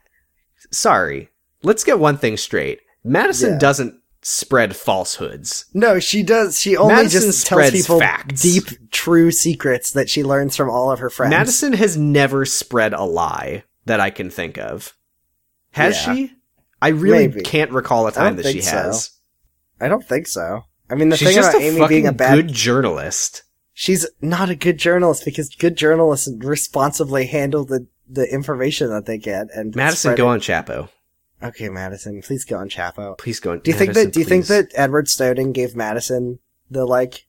Speaker 2: sorry, let's get one thing straight. Madison
Speaker 3: Yeah.
Speaker 2: doesn't spread falsehoods.
Speaker 3: No, she does. She only
Speaker 2: Madison
Speaker 3: just tells
Speaker 2: spreads
Speaker 3: people
Speaker 2: facts.
Speaker 3: deep, true secrets that she learns from all of her friends.
Speaker 2: Madison has never spread a lie that I can think of. Has
Speaker 3: Yeah.
Speaker 2: she? I really
Speaker 3: Maybe.
Speaker 2: can't recall a time that she
Speaker 3: think so.
Speaker 2: has.
Speaker 3: I don't think so. I mean, the
Speaker 2: She's
Speaker 3: thing
Speaker 2: just
Speaker 3: about
Speaker 2: a
Speaker 3: Amy
Speaker 2: fucking
Speaker 3: being a bad
Speaker 2: good journalist.
Speaker 3: she's not a good journalist because good journalists responsibly handle the, the information that they get and
Speaker 2: Madison,
Speaker 3: spread
Speaker 2: go
Speaker 3: it.
Speaker 2: on Chapo.
Speaker 3: Okay, Madison, please go on Chapo.
Speaker 2: Please go on.
Speaker 3: Do you think
Speaker 2: Madison,
Speaker 3: that do you think
Speaker 2: please.
Speaker 3: that Edward Snowden gave Madison the like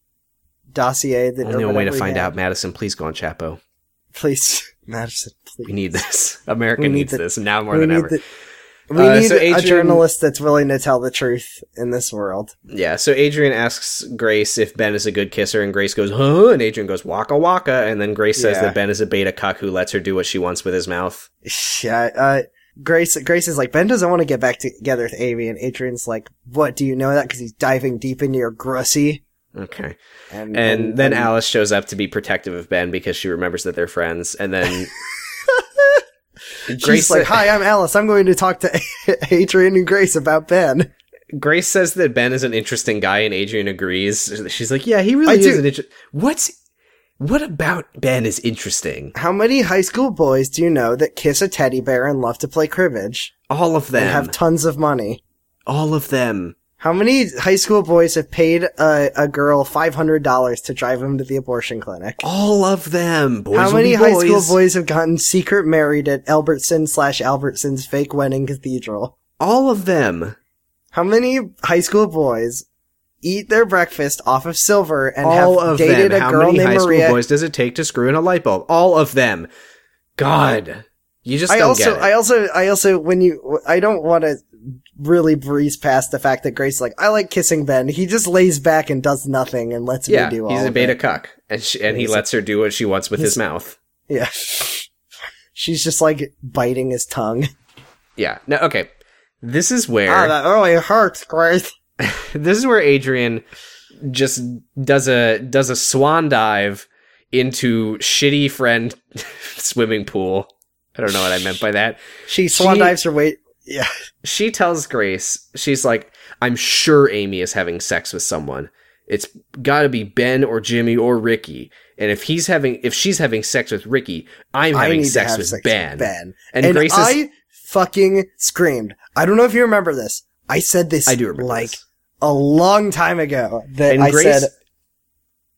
Speaker 3: dossier that
Speaker 2: Only
Speaker 3: or
Speaker 2: one way to
Speaker 3: whatever he
Speaker 2: find
Speaker 3: had?
Speaker 2: out, Madison. Please go on Chapo.
Speaker 3: Please Madison, please.
Speaker 2: We need this. America
Speaker 3: We need
Speaker 2: needs
Speaker 3: the-
Speaker 2: this now more
Speaker 3: we
Speaker 2: than
Speaker 3: need
Speaker 2: ever.
Speaker 3: the- we
Speaker 2: Uh,
Speaker 3: need
Speaker 2: so Adrian-
Speaker 3: a journalist that's willing to tell the truth in this world.
Speaker 2: Yeah, so Adrian asks Grace if Ben is a good kisser, and Grace goes, huh? And Adrian goes, waka waka. And then Grace says
Speaker 3: Yeah.
Speaker 2: that Ben is a beta cuck who lets her do what she wants with his mouth.
Speaker 3: Yeah, uh, Grace. Grace is like Ben doesn't want to get back together with Amy, and Adrian's like, "What do you know that?" Because he's diving deep into your grussy.
Speaker 2: Okay. And then Alice shows up to be protective of Ben because she remembers that they're friends. And then Grace,
Speaker 3: Grace like, "Hi, I'm Alice. I'm going to talk to Adrian and Grace about Ben."
Speaker 2: Grace says that Ben is an interesting guy, and Adrian agrees. She's like, yeah, he really
Speaker 3: I
Speaker 2: is
Speaker 3: do-
Speaker 2: an interesting. What's. What about Ben is interesting?
Speaker 3: How many high school boys do you know that kiss a teddy bear and love to play cribbage
Speaker 2: All of them.
Speaker 3: and have tons of money?
Speaker 2: all of them.
Speaker 3: How many high school boys have paid a, a girl five hundred dollars to drive him to the abortion clinic?
Speaker 2: All of them. Boys
Speaker 3: How
Speaker 2: will
Speaker 3: many
Speaker 2: be
Speaker 3: high school boys have gotten secret married at Albertson slash Albertson's fake wedding cathedral?
Speaker 2: All of them.
Speaker 3: How many high school boys eat their breakfast off of silver and
Speaker 2: all
Speaker 3: have
Speaker 2: of
Speaker 3: dated
Speaker 2: them.
Speaker 3: a
Speaker 2: How
Speaker 3: girl
Speaker 2: many
Speaker 3: named
Speaker 2: high school
Speaker 3: Maria?
Speaker 2: boys does it take to screw in a light bulb? All of them. God, you just
Speaker 3: I
Speaker 2: don't
Speaker 3: also,
Speaker 2: get it.
Speaker 3: I also, I also, when you, I don't want to really breeze past the fact that Grace, is like, I like kissing Ben. He just lays back and does nothing and lets
Speaker 2: yeah,
Speaker 3: me do all.
Speaker 2: he's a
Speaker 3: of
Speaker 2: beta
Speaker 3: it.
Speaker 2: cuck, and she, and he
Speaker 3: He's a-
Speaker 2: lets her do what she wants with his
Speaker 3: he's-
Speaker 2: mouth.
Speaker 3: Yeah. She's just like biting his tongue.
Speaker 2: Yeah. No. Okay. This is where
Speaker 3: Ah, that really hurts, Grace.
Speaker 2: this is where Adrian just does a does a swan dive into shitty friend swimming pool. I don't know what I meant by that.
Speaker 3: She swan
Speaker 2: She-
Speaker 3: dives her weight. Yeah.
Speaker 2: she tells Grace, she's like, I'm sure Amy is having sex with someone. It's gotta be Ben or Jimmy or Ricky. And if he's having if she's having sex with Ricky, I'm
Speaker 3: I
Speaker 2: having
Speaker 3: need to
Speaker 2: sex
Speaker 3: have
Speaker 2: with
Speaker 3: sex
Speaker 2: Ben.
Speaker 3: with Ben.
Speaker 2: And, Grace
Speaker 3: I
Speaker 2: is
Speaker 3: fucking screamed. I don't know if you remember this. I said this
Speaker 2: I do remember
Speaker 3: like
Speaker 2: this.
Speaker 3: a long time ago that
Speaker 2: And
Speaker 3: I
Speaker 2: Grace-
Speaker 3: said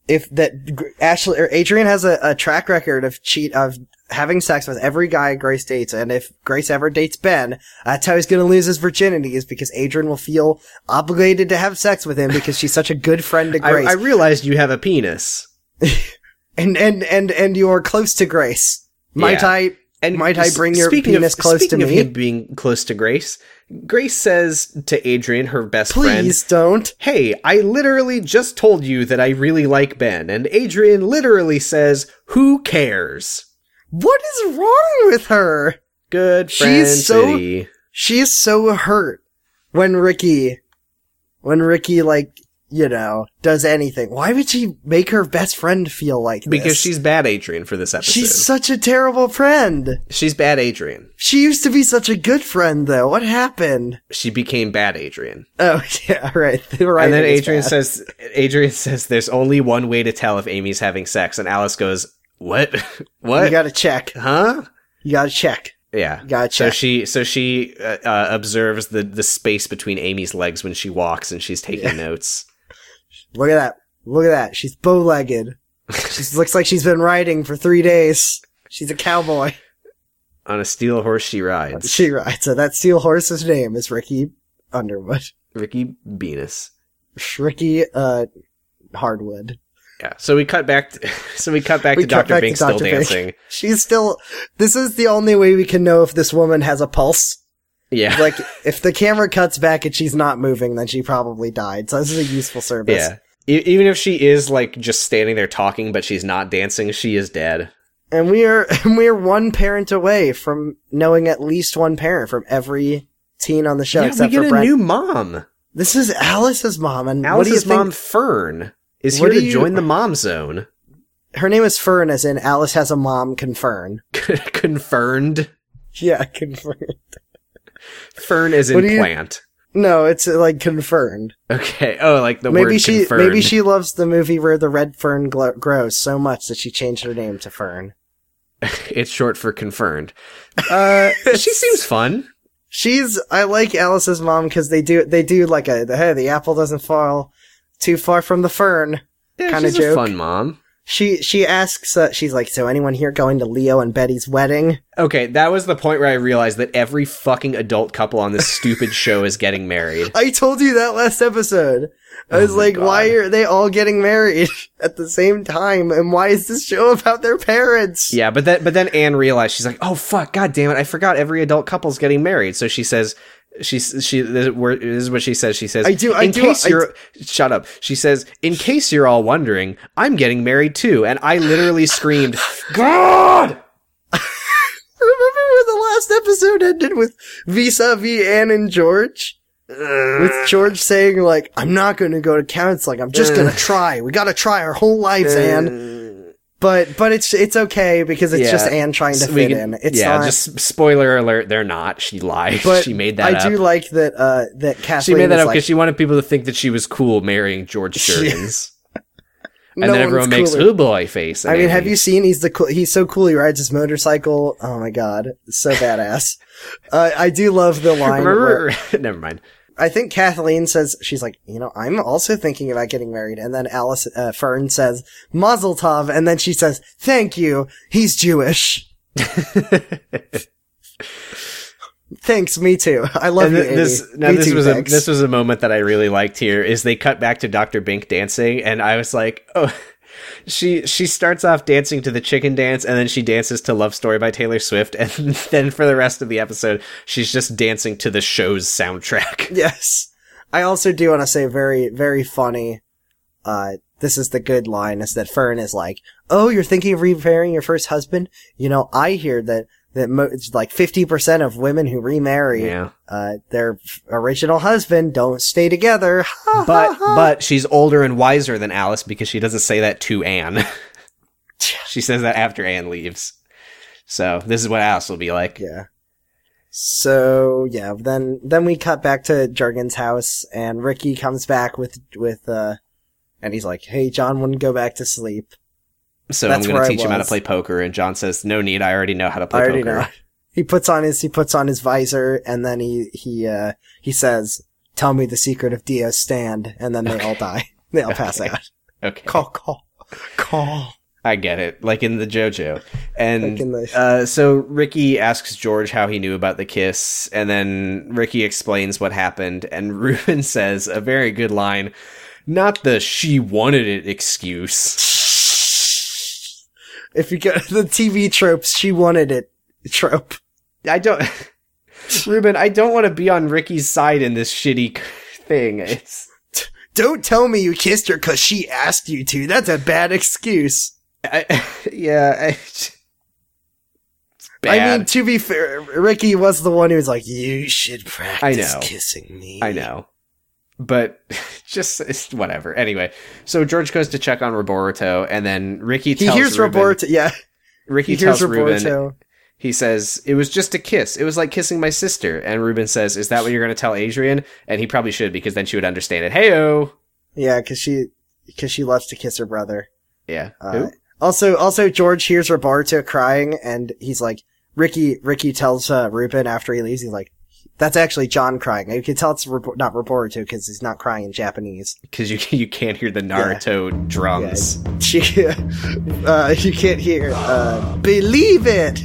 Speaker 3: if that Gr- Ashley or Adrian has a, a track record of cheat of having sex with every guy Grace dates, and if Grace ever dates Ben, that's how he's gonna lose his virginity is because Adrian will feel obligated to have sex with him because she's such a good friend to
Speaker 2: I,
Speaker 3: Grace.
Speaker 2: I realized you have a penis.
Speaker 3: and and and and you are close to Grace. Might
Speaker 2: Yeah.
Speaker 3: I
Speaker 2: And
Speaker 3: Might I
Speaker 2: s-
Speaker 3: bring your
Speaker 2: speaking
Speaker 3: penis
Speaker 2: of,
Speaker 3: close to
Speaker 2: speaking of
Speaker 3: me?
Speaker 2: him being close to Grace, Grace says to Adrian, her best friend,
Speaker 3: please don't
Speaker 2: Hey, I literally just told you that I really like Ben, and Adrian literally says, Who cares?
Speaker 3: What is wrong with her?
Speaker 2: Good friend
Speaker 3: She's so-
Speaker 2: city.
Speaker 3: She is so hurt when Ricky, when Ricky, like, you know, does anything. Why would she make her best friend feel like
Speaker 2: Because
Speaker 3: this?
Speaker 2: she's bad Adrian for this episode.
Speaker 3: She's such a terrible friend.
Speaker 2: She's bad Adrian.
Speaker 3: She used to be such a good friend, though. What happened?
Speaker 2: She became bad Adrian.
Speaker 3: Oh, yeah, right. The
Speaker 2: And
Speaker 3: writing
Speaker 2: then
Speaker 3: is
Speaker 2: Adrian
Speaker 3: bad.
Speaker 2: says Adrian says there's only one way to tell if Amy's having sex and Alice goes, "What?
Speaker 3: You
Speaker 2: what?
Speaker 3: gotta check.
Speaker 2: huh?"
Speaker 3: You gotta check.
Speaker 2: Yeah.
Speaker 3: You gotta
Speaker 2: So
Speaker 3: check.
Speaker 2: she so she uh, uh, observes the the space between Amy's legs when she walks and she's taking notes.
Speaker 3: Look at that. Look at that. She's bow legged. She looks like she's been riding for three days. She's a cowboy.
Speaker 2: On a steel horse she rides.
Speaker 3: She rides. So that steel horse's name is Ricky Underwood.
Speaker 2: Ricky Venus.
Speaker 3: Ricky uh, Hardwood.
Speaker 2: Yeah. So we cut back t- so we cut back
Speaker 3: We
Speaker 2: to
Speaker 3: cut
Speaker 2: Dr.
Speaker 3: back to
Speaker 2: Bing still
Speaker 3: Dr. Bing.
Speaker 2: dancing.
Speaker 3: She's still. This is the only way we can know if this woman has a pulse.
Speaker 2: Yeah.
Speaker 3: Like, if the camera cuts back and she's not moving, then she probably died. So this is a useful service.
Speaker 2: Yeah. E- even if she is like just standing there talking, but she's not dancing, she is dead.
Speaker 3: And we are and we are one parent away from knowing at least one parent from every teen on the show
Speaker 2: yeah, we
Speaker 3: except
Speaker 2: get
Speaker 3: for
Speaker 2: a
Speaker 3: Brent.
Speaker 2: new mom.
Speaker 3: this is Alice's mom, and what do you
Speaker 2: Alice's
Speaker 3: think?
Speaker 2: mom, Fern, is
Speaker 3: What
Speaker 2: here
Speaker 3: do
Speaker 2: to
Speaker 3: you-
Speaker 2: join the mom zone.
Speaker 3: Her name is Fern, as in Alice has a mom. Confirm.
Speaker 2: Confirmed.
Speaker 3: Yeah, confirmed.
Speaker 2: Fern is
Speaker 3: What do
Speaker 2: in
Speaker 3: you-
Speaker 2: plant.
Speaker 3: No, it's uh, like confirmed.
Speaker 2: Okay. Oh, like the
Speaker 3: maybe
Speaker 2: word
Speaker 3: she
Speaker 2: confirmed.
Speaker 3: maybe she loves the movie where the red fern gl- grows so much that she changed her name to Fern.
Speaker 2: it's short for confirmed. Uh, she seems fun.
Speaker 3: She's I like Alice's mom because they do they do like a the hey the apple doesn't fall too far from the fern.
Speaker 2: Yeah,
Speaker 3: Kinda
Speaker 2: she's
Speaker 3: joke.
Speaker 2: a fun mom.
Speaker 3: She she asks, uh, she's like, so anyone here going to Leo and Betty's wedding?
Speaker 2: Okay, that was the point where I realized that every fucking adult couple on this stupid show is getting married.
Speaker 3: I told you that last episode. I was
Speaker 2: Oh my
Speaker 3: like,
Speaker 2: God.
Speaker 3: why are they all getting married at the same time? And why is this show about their parents?
Speaker 2: Yeah, but then but then Anne realized she's like, "Oh fuck, god damn it! I forgot every adult couple's getting married." So she says, "She she this is where- this is what she says." She says,
Speaker 3: I do- I
Speaker 2: in
Speaker 3: do-
Speaker 2: case
Speaker 3: I
Speaker 2: you're shut up." She says, "In case you're all wondering, I'm getting married too," and I literally screamed, "God!"
Speaker 3: Remember where the last episode ended with vis-a-vis Anne and George? With George saying like, I'm not gonna go to counseling, I'm just gonna try. We gotta try our whole lives, Anne. But, but it's, it's okay because it's
Speaker 2: Yeah.
Speaker 3: just Anne trying to
Speaker 2: So we
Speaker 3: fit
Speaker 2: can-
Speaker 3: in. It's
Speaker 2: yeah,
Speaker 3: not.
Speaker 2: just spoiler alert, they're not. She lied.
Speaker 3: but
Speaker 2: she made that
Speaker 3: I
Speaker 2: up.
Speaker 3: do like that, uh, that
Speaker 2: she
Speaker 3: Kathleen
Speaker 2: made that
Speaker 3: is
Speaker 2: up
Speaker 3: like,
Speaker 2: because she wanted people to think that she was cool marrying George
Speaker 3: She-
Speaker 2: Jurgens.
Speaker 3: no
Speaker 2: and then
Speaker 3: one's
Speaker 2: everyone makes
Speaker 3: cooler.
Speaker 2: "Ooh boy" face.
Speaker 3: I mean, have
Speaker 2: And
Speaker 3: you seen? He's the cool, he's so cool. He rides his motorcycle. Oh my god, so badass. Uh, I do love the line. where-
Speaker 2: remember? Never mind.
Speaker 3: I think Kathleen says she's like, you know, I'm also thinking about getting married, and then Alice uh, Fern says Mazel Tov, and then she says, "Thank you. He's Jewish. Thanks, me too. I love
Speaker 2: And
Speaker 3: you."
Speaker 2: th- this
Speaker 3: Amy.
Speaker 2: now
Speaker 3: Me
Speaker 2: this
Speaker 3: too,
Speaker 2: was a,
Speaker 3: thanks."
Speaker 2: this was a moment that I really liked here is they cut back to Dr. Bink dancing and I was like, "Oh, she she starts off dancing to the chicken dance and then she dances to Love Story by Taylor Swift and then for the rest of the episode she's just dancing to the show's soundtrack."
Speaker 3: Yes. I also do want to say very, very funny. Uh, this is the good line is that Fern is like, Oh, you're thinking of remarrying your first husband? You know, I hear that, that mo- it's like 50% of women who remarry,
Speaker 2: Yeah.
Speaker 3: uh, their f- original husband don't stay together. Ha,
Speaker 2: But
Speaker 3: ha, ha.
Speaker 2: but she's older and wiser than Alice because she doesn't say that to Anne. she says that after Anne leaves. So this is what Alice will be like.
Speaker 3: yeah. So yeah, then, then we cut back to Jurgen's house and Ricky comes back with, with, uh, and he's like, Hey, John wouldn't go back to sleep.
Speaker 2: So
Speaker 3: That's
Speaker 2: I'm going
Speaker 3: where I
Speaker 2: to teach him how to
Speaker 3: was.
Speaker 2: play poker. And John says, "No need. I already know how to play
Speaker 3: I already
Speaker 2: poker."
Speaker 3: know. He puts on his he puts on his visor and then he he uh he says, "Tell me the secret of Dio's stand," and then they all die. They all pass
Speaker 2: Okay.
Speaker 3: out.
Speaker 2: Okay,
Speaker 3: Call call call.
Speaker 2: I get it. Like in the JoJo, and
Speaker 3: Like in the-
Speaker 2: uh, so Ricky asks George how he knew about the kiss, and then Ricky explains what happened, and Ruben says a very good line, not the "she wanted it" excuse.
Speaker 3: If you go the TV tropes, she wanted it trope.
Speaker 2: I don't, Ruben. I don't want to be on Ricky's side in this shitty thing. It's
Speaker 3: Don't tell me you kissed her because she asked you to. That's a bad excuse.
Speaker 2: I, yeah. I, it's bad.
Speaker 3: I mean, to be fair, Ricky was the one who was like, "You should practice
Speaker 2: know.
Speaker 3: kissing me."
Speaker 2: I know. But just it's whatever. Anyway, so George goes to check on Roboruto, and then Ricky
Speaker 3: He
Speaker 2: tells
Speaker 3: hears
Speaker 2: Ruben,
Speaker 3: Roberto. Yeah,
Speaker 2: Ricky
Speaker 3: he hears
Speaker 2: tells Ruben.
Speaker 3: Roberto.
Speaker 2: He says it was just a kiss. It was like kissing my sister. And Ruben says, "Is that what you're going to tell Adrian?" And he probably should because then she would understand it. Heyo.
Speaker 3: Yeah, because she because she loves to kiss her brother.
Speaker 2: Yeah.
Speaker 3: Uh,
Speaker 2: Who?
Speaker 3: Also, also George hears Roberto crying, and he's like, Ricky. Ricky tells uh, Ruben after he leaves, he's like, "That's actually John crying." You can tell it's Rob- not Roberto because he's not crying in Japanese.
Speaker 2: Because you you can't hear the Naruto drums.
Speaker 3: She, uh, you can't hear. Uh, Believe it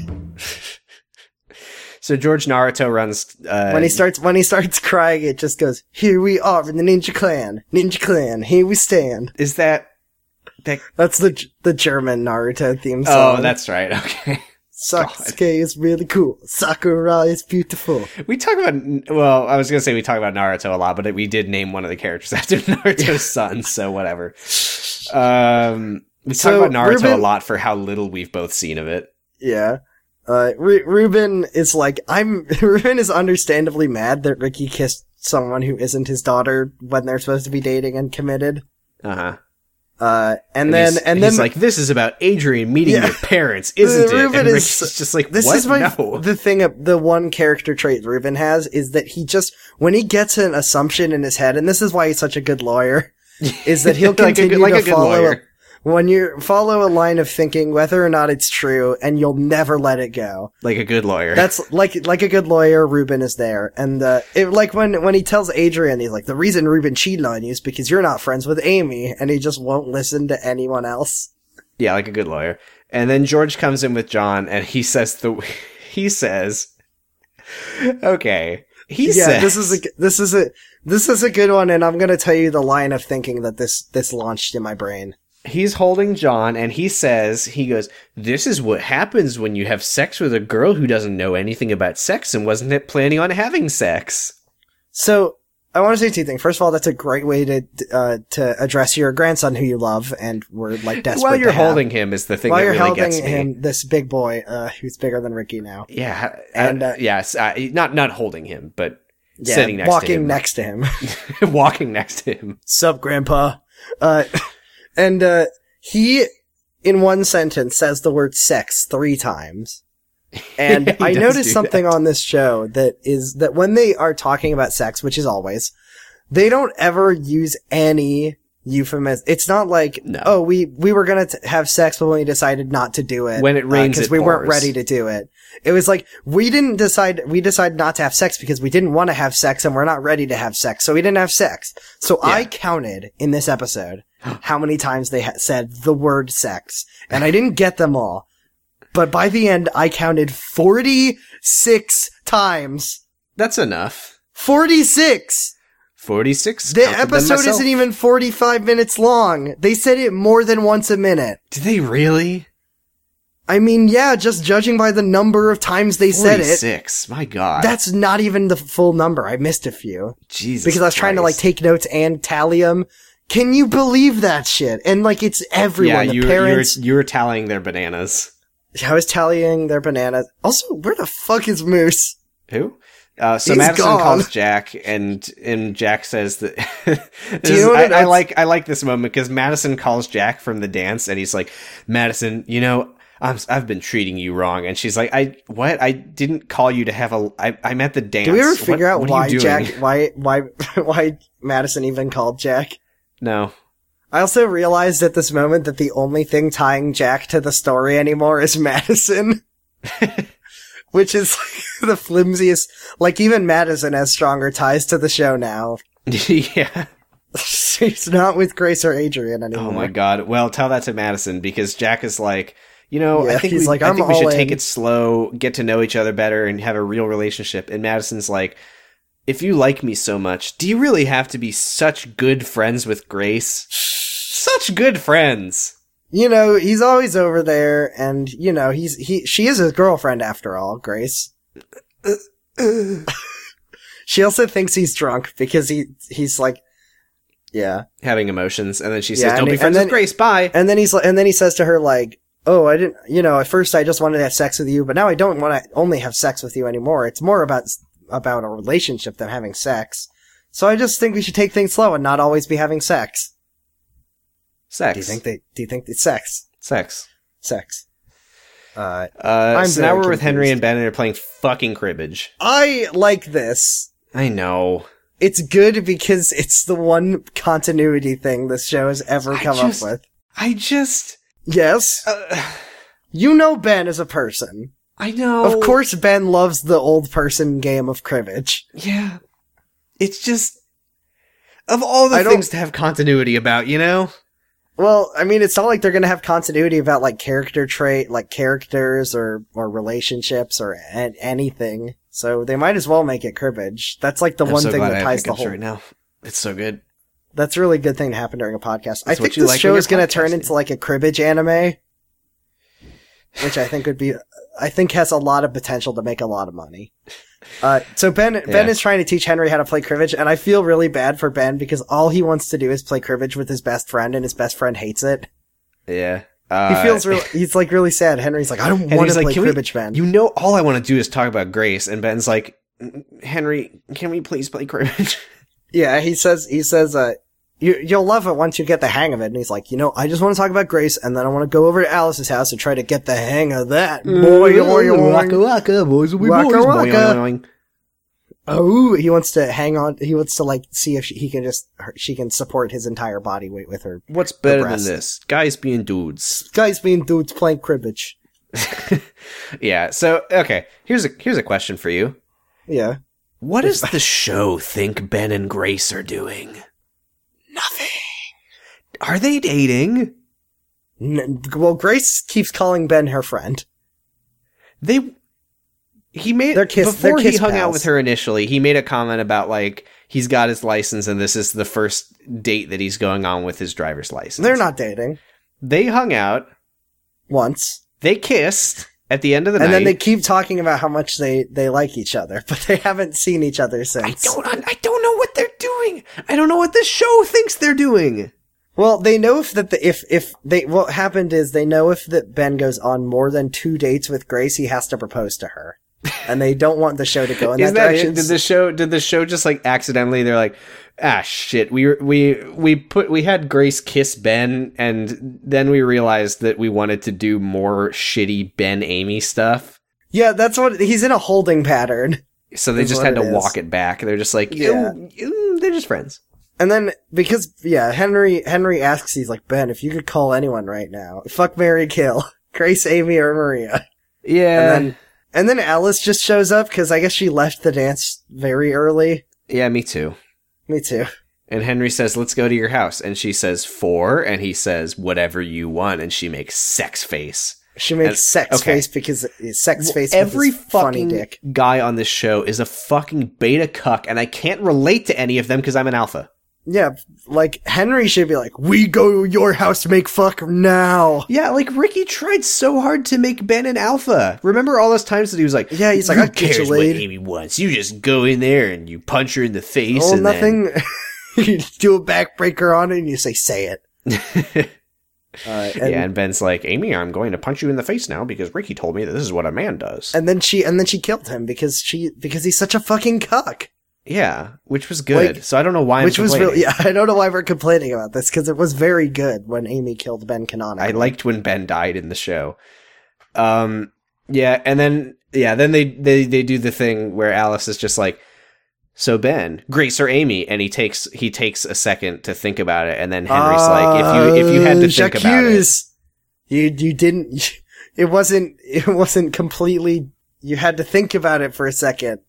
Speaker 2: So George Naruto runs. Uh,
Speaker 3: when he starts when he starts crying. It just goes, "Here we are in the Ninja Clan, Ninja Clan. Here we stand."
Speaker 2: is that that?
Speaker 3: That's the the German Naruto theme
Speaker 2: Oh,
Speaker 3: song.
Speaker 2: that's right. Okay.
Speaker 3: Sasuke is really cool. Sakura is beautiful.
Speaker 2: We talk about well, I was gonna say we talk about Naruto a lot, but we did name one of the characters after Naruto's son, so whatever. Um, we talk
Speaker 3: So,
Speaker 2: about Naruto a
Speaker 3: Ruben-
Speaker 2: lot for how little we've both seen of it.
Speaker 3: Yeah. Uh, Ru- Ruben is like, I'm, Ruben is understandably mad that Ricky kissed someone who isn't his daughter when they're supposed to be dating and committed.
Speaker 2: Uh huh.
Speaker 3: Uh, and, then, and then,
Speaker 2: he's like, "This is about Adrian meeting
Speaker 3: Yeah.
Speaker 2: your parents, isn't it?"
Speaker 3: Ruben
Speaker 2: And
Speaker 3: is-
Speaker 2: Ricky's just like,
Speaker 3: this
Speaker 2: "What?
Speaker 3: is my,
Speaker 2: no."
Speaker 3: the thing, of- the one character trait Ruben has is that he just, when he gets an assumption in his head, and this is why he's such a good lawyer, is that he'll
Speaker 2: Like a good-
Speaker 3: continue
Speaker 2: like a
Speaker 3: to
Speaker 2: good
Speaker 3: follow
Speaker 2: lawyer.
Speaker 3: up. when you follow a line of thinking, whether or not it's true, and you'll never let it go.
Speaker 2: like a good lawyer.
Speaker 3: That's like like a good lawyer. Ruben is there, and the it, like when when he tells Adrian, he's like, the reason Ruben cheated on you is because you're not friends with Amy, and he just won't listen to anyone else.
Speaker 2: yeah, like a good lawyer. And then George comes in with John, and he says the he says, okay, he
Speaker 3: yeah,
Speaker 2: says
Speaker 3: this is a g- this is a this is a good one, and I'm gonna tell you the line of thinking that this this launched in my brain.
Speaker 2: he's holding John and he says, he goes, This is what happens when you have sex with a girl who doesn't know anything about sex and wasn't planning on having sex.
Speaker 3: So I want to say two things. First of all, that's a great way to uh, to address your grandson who you love and we're like desperate.
Speaker 2: While you're
Speaker 3: to have.
Speaker 2: holding him is the thing
Speaker 3: while
Speaker 2: that
Speaker 3: you're
Speaker 2: really
Speaker 3: holding
Speaker 2: gets me.
Speaker 3: him, this big boy uh, who's bigger than Ricky now,
Speaker 2: Yeah,
Speaker 3: And,
Speaker 2: and
Speaker 3: uh,
Speaker 2: yes, uh, not not holding him, but
Speaker 3: yeah,
Speaker 2: sitting next
Speaker 3: walking
Speaker 2: to him,
Speaker 3: next to him.
Speaker 2: walking next to him.
Speaker 3: Sup, Grandpa? Uh, and uh, he, in one sentence, says the word sex three times. And
Speaker 2: He
Speaker 3: I
Speaker 2: does
Speaker 3: noticed
Speaker 2: do
Speaker 3: something on this show that is that when they are talking about sex, which is always, they don't ever use any euphemism. It's not like,
Speaker 2: No.
Speaker 3: oh, we we were gonna t- have sex, but when we decided not to do it,
Speaker 2: When it rains,
Speaker 3: because
Speaker 2: it
Speaker 3: we weren't
Speaker 2: pours.
Speaker 3: ready to do it. It was like we didn't decide we decided not to have sex because we didn't want to have sex and we're not ready to have sex, so we didn't have sex. So I counted in this episode how many times they ha- said the word sex, and I didn't get them all. But by the end, I counted 46 times.
Speaker 2: That's enough.
Speaker 3: 46!
Speaker 2: Forty six.
Speaker 3: The episode isn't even 45 minutes long. They said it more than once a minute.
Speaker 2: Did they really?
Speaker 3: I mean, yeah, just judging by the number of times they said it,
Speaker 2: Six. My God.
Speaker 3: That's not even the full number. I missed a few
Speaker 2: Jesus.
Speaker 3: because I was trying to like
Speaker 2: Christ.
Speaker 3: take notes and tally them. Can you believe that shit? And like it's everyone.
Speaker 2: Yeah,
Speaker 3: the
Speaker 2: you
Speaker 3: parents.
Speaker 2: you you were tallying their bananas.
Speaker 3: I was tallying their bananas. Also, where the fuck is Moose?
Speaker 2: Who? Uh, so
Speaker 3: He's
Speaker 2: Madison
Speaker 3: gone.
Speaker 2: calls Jack, and and Jack says that. this
Speaker 3: you
Speaker 2: is-
Speaker 3: know what
Speaker 2: I, I
Speaker 3: else-
Speaker 2: like I like this moment because Madison calls Jack from the dance, and he's like, "Madison, you know, I'm I've been treating you wrong," and she's like, "I what? I didn't call you to have a. I, I'm at the dance.
Speaker 3: Do we ever
Speaker 2: What-
Speaker 3: figure out
Speaker 2: what are
Speaker 3: why
Speaker 2: you doing?"
Speaker 3: Jack? Why why why Madison even called Jack?
Speaker 2: No,
Speaker 3: I also realized at this moment that the only thing tying Jack to the story anymore is Madison. Which is the flimsiest, like even Madison has stronger ties to the show now.
Speaker 2: yeah.
Speaker 3: She's not with Grace or Adrian anymore.
Speaker 2: Oh my god. Well, tell that to Madison because Jack is like, you know,
Speaker 3: Yeah,
Speaker 2: I think
Speaker 3: he's
Speaker 2: we,
Speaker 3: like,
Speaker 2: I
Speaker 3: "I'm
Speaker 2: think we should
Speaker 3: all
Speaker 2: take
Speaker 3: in."
Speaker 2: it slow, get to know each other better, and have a real relationship. And Madison's like, if you like me so much, do you really have to be such good friends with Grace? Such good friends.
Speaker 3: You know, he's always over there and you know, he's he she is his girlfriend after all, Grace. she also thinks he's drunk because he he's like Yeah.
Speaker 2: Having emotions, and then she
Speaker 3: Yeah,
Speaker 2: says,
Speaker 3: and
Speaker 2: "Don't
Speaker 3: he-
Speaker 2: be
Speaker 3: and
Speaker 2: friends
Speaker 3: then-
Speaker 2: with Grace." Bye.
Speaker 3: And then he's li- and then he says to her like, "Oh, I didn't, you know, at first I just wanted to have sex with you, but now I don't want to only have sex with you anymore. It's more about s- about a relationship than having sex. So I just think we should take things slow and not always be having sex.
Speaker 2: Sex.
Speaker 3: Do you think they do you think it's sex?
Speaker 2: Sex.
Speaker 3: Sex. Uh,
Speaker 2: Uh,
Speaker 3: I'm
Speaker 2: so now we're
Speaker 3: very
Speaker 2: with Henry
Speaker 3: confused.
Speaker 2: and Ben, and they're playing fucking cribbage.
Speaker 3: I like this.
Speaker 2: I know.
Speaker 3: It's good because it's the one continuity thing this show has ever
Speaker 2: I
Speaker 3: come
Speaker 2: just-
Speaker 3: up with.
Speaker 2: I just.
Speaker 3: Yes,
Speaker 2: Uh,
Speaker 3: you know Ben as a person.
Speaker 2: I know.
Speaker 3: Of course, Ben loves the old person game of cribbage.
Speaker 2: Yeah. It's just of all the
Speaker 3: I don't-
Speaker 2: things to have continuity about, you know?
Speaker 3: Well, I mean, it's not like they're going to have continuity about like character trait, like characters or or relationships or an anything. So they might as well make it cribbage. That's like the
Speaker 2: I'm
Speaker 3: one
Speaker 2: so
Speaker 3: thing
Speaker 2: glad I
Speaker 3: that
Speaker 2: have
Speaker 3: ties the
Speaker 2: crickets
Speaker 3: whole.
Speaker 2: right now. It's so good.
Speaker 3: That's a really good thing to happen during a podcast.
Speaker 2: That's
Speaker 3: I think
Speaker 2: what you
Speaker 3: this
Speaker 2: like
Speaker 3: show
Speaker 2: when
Speaker 3: is
Speaker 2: you're
Speaker 3: going to turn
Speaker 2: podcasting.
Speaker 3: into like a cribbage anime, which I think would be, I think has a lot of potential to make a lot of money. Uh, so Ben, Ben
Speaker 2: Yeah.
Speaker 3: is trying to teach Henry how to play cribbage, and I feel really bad for Ben because all he wants to do is play cribbage with his best friend, and his best friend hates it.
Speaker 2: Yeah. Uh,
Speaker 3: He feels real. He's like really sad. Henry's like, I don't want
Speaker 2: Henry's
Speaker 3: to
Speaker 2: like,
Speaker 3: play
Speaker 2: "Can we-
Speaker 3: cribbage, man.
Speaker 2: You know all I want to do is talk about Grace and Ben's like Henry, can we please play cribbage?
Speaker 3: yeah, he says. He says, uh, you you'll love it once you get the hang of it. And he's like, you know, I just want to talk about Grace, and then I want to go over to Alice's house and try to get the
Speaker 2: Mm-hmm.
Speaker 3: hang of that. Boy, boy, boy.
Speaker 2: waka, boys will
Speaker 3: Waka, waka.
Speaker 2: Boing, boing, boing.
Speaker 3: Oh, he wants to hang on. He wants to like see if she, he can just her, she can support his entire body weight with her.
Speaker 2: What's better than
Speaker 3: breast.
Speaker 2: this? Guys being dudes.
Speaker 3: Guys being dudes playing cribbage.
Speaker 2: Yeah. So okay, here's a here's a question for you.
Speaker 3: Yeah.
Speaker 2: What does the show think Ben and Grace are doing? Nothing. Are they dating?
Speaker 3: N- well, Grace keeps calling Ben her friend.
Speaker 2: They he made
Speaker 3: They're kiss-
Speaker 2: before
Speaker 3: they're
Speaker 2: he
Speaker 3: kiss
Speaker 2: hung out
Speaker 3: pals.
Speaker 2: with her initially. He made a comment about like he's got his license and this is the first date that he's going on with his driver's license.
Speaker 3: They're not dating
Speaker 2: They hung out.
Speaker 3: once,
Speaker 2: They kissed at the end of the
Speaker 3: and
Speaker 2: night.
Speaker 3: then they keep talking about how much they they like each other, but they haven't seen each other
Speaker 2: I
Speaker 3: since.
Speaker 2: don't. I don't know what they're doing. I don't know what this show thinks they're doing.
Speaker 3: Well, they know if that the, if if they what happened is they know if that Ben goes on more than two dates with Grace, he has to propose to her, and they don't want the show to go in
Speaker 2: Is
Speaker 3: that,
Speaker 2: that
Speaker 3: direction.
Speaker 2: it? Did the show? Did the show just like accidentally? They're like, ah, shit. We were- we we put we had Grace kiss Ben, and then we realized that we wanted to do more shitty Ben Amy stuff.
Speaker 3: Yeah, that's what he's in a holding pattern.
Speaker 2: So they
Speaker 3: Is
Speaker 2: just
Speaker 3: what
Speaker 2: had to
Speaker 3: it is.
Speaker 2: walk it back. They're just like,
Speaker 3: Yeah.
Speaker 2: "Ew, ew, they're just friends.
Speaker 3: And then because yeah, Henry Henry asks, he's like, Ben, if you could call anyone right now, fuck Mary Kill, Grace, Amy, or Maria.
Speaker 2: Yeah,
Speaker 3: And And then Alice just shows up because I guess she left the dance very early.
Speaker 2: yeah, me too.
Speaker 3: Me too.
Speaker 2: And Henry says, "Let's go to your house," and she says, four, and he says, "Whatever you want," and she makes sex face.
Speaker 3: She makes
Speaker 2: And-
Speaker 3: sex
Speaker 2: okay.
Speaker 3: face because sex
Speaker 2: Well,
Speaker 3: face
Speaker 2: every
Speaker 3: with his funny
Speaker 2: fucking
Speaker 3: dick.
Speaker 2: guy on this show is a fucking beta cuck, and I can't relate to any of them because I'm an alpha.
Speaker 3: Yeah, like Henry should be like, "We go to your house, make fuck now."
Speaker 2: Yeah, like Ricky tried so hard to make Ben an alpha. Remember all those times that he was like,
Speaker 3: Yeah, he's like,
Speaker 2: "Who
Speaker 3: "I'll get you
Speaker 2: cares what
Speaker 3: laid."
Speaker 2: Amy wants? You just go in there and you punch her in the face,
Speaker 3: Oh,
Speaker 2: and then-
Speaker 3: nothing. you do a backbreaker on it, and you say, "Say it." Uh, and,
Speaker 2: yeah, and Ben's like, Amy, I'm going to punch you in the face now because Ricky told me that this is what a man does.
Speaker 3: and then she and then she killed him because she because he's such a fucking cuck.
Speaker 2: yeah, which was good.
Speaker 3: Like-
Speaker 2: so I don't know why, I'm
Speaker 3: which was really
Speaker 2: complaining.
Speaker 3: yeah. I don't know why we're complaining about this because it was very good when Amy killed Ben
Speaker 2: I
Speaker 3: Canonic.
Speaker 2: liked when Ben died in the show. Um, yeah, and then yeah, then they they they do the thing where Alice is just like, so Ben, Grace or Amy, and he takes he takes a second to think about it, and then Henry's like, if you if you had to think about it,
Speaker 3: about it, Uh, you you didn't. It wasn't it wasn't completely. You had to think about it for a second.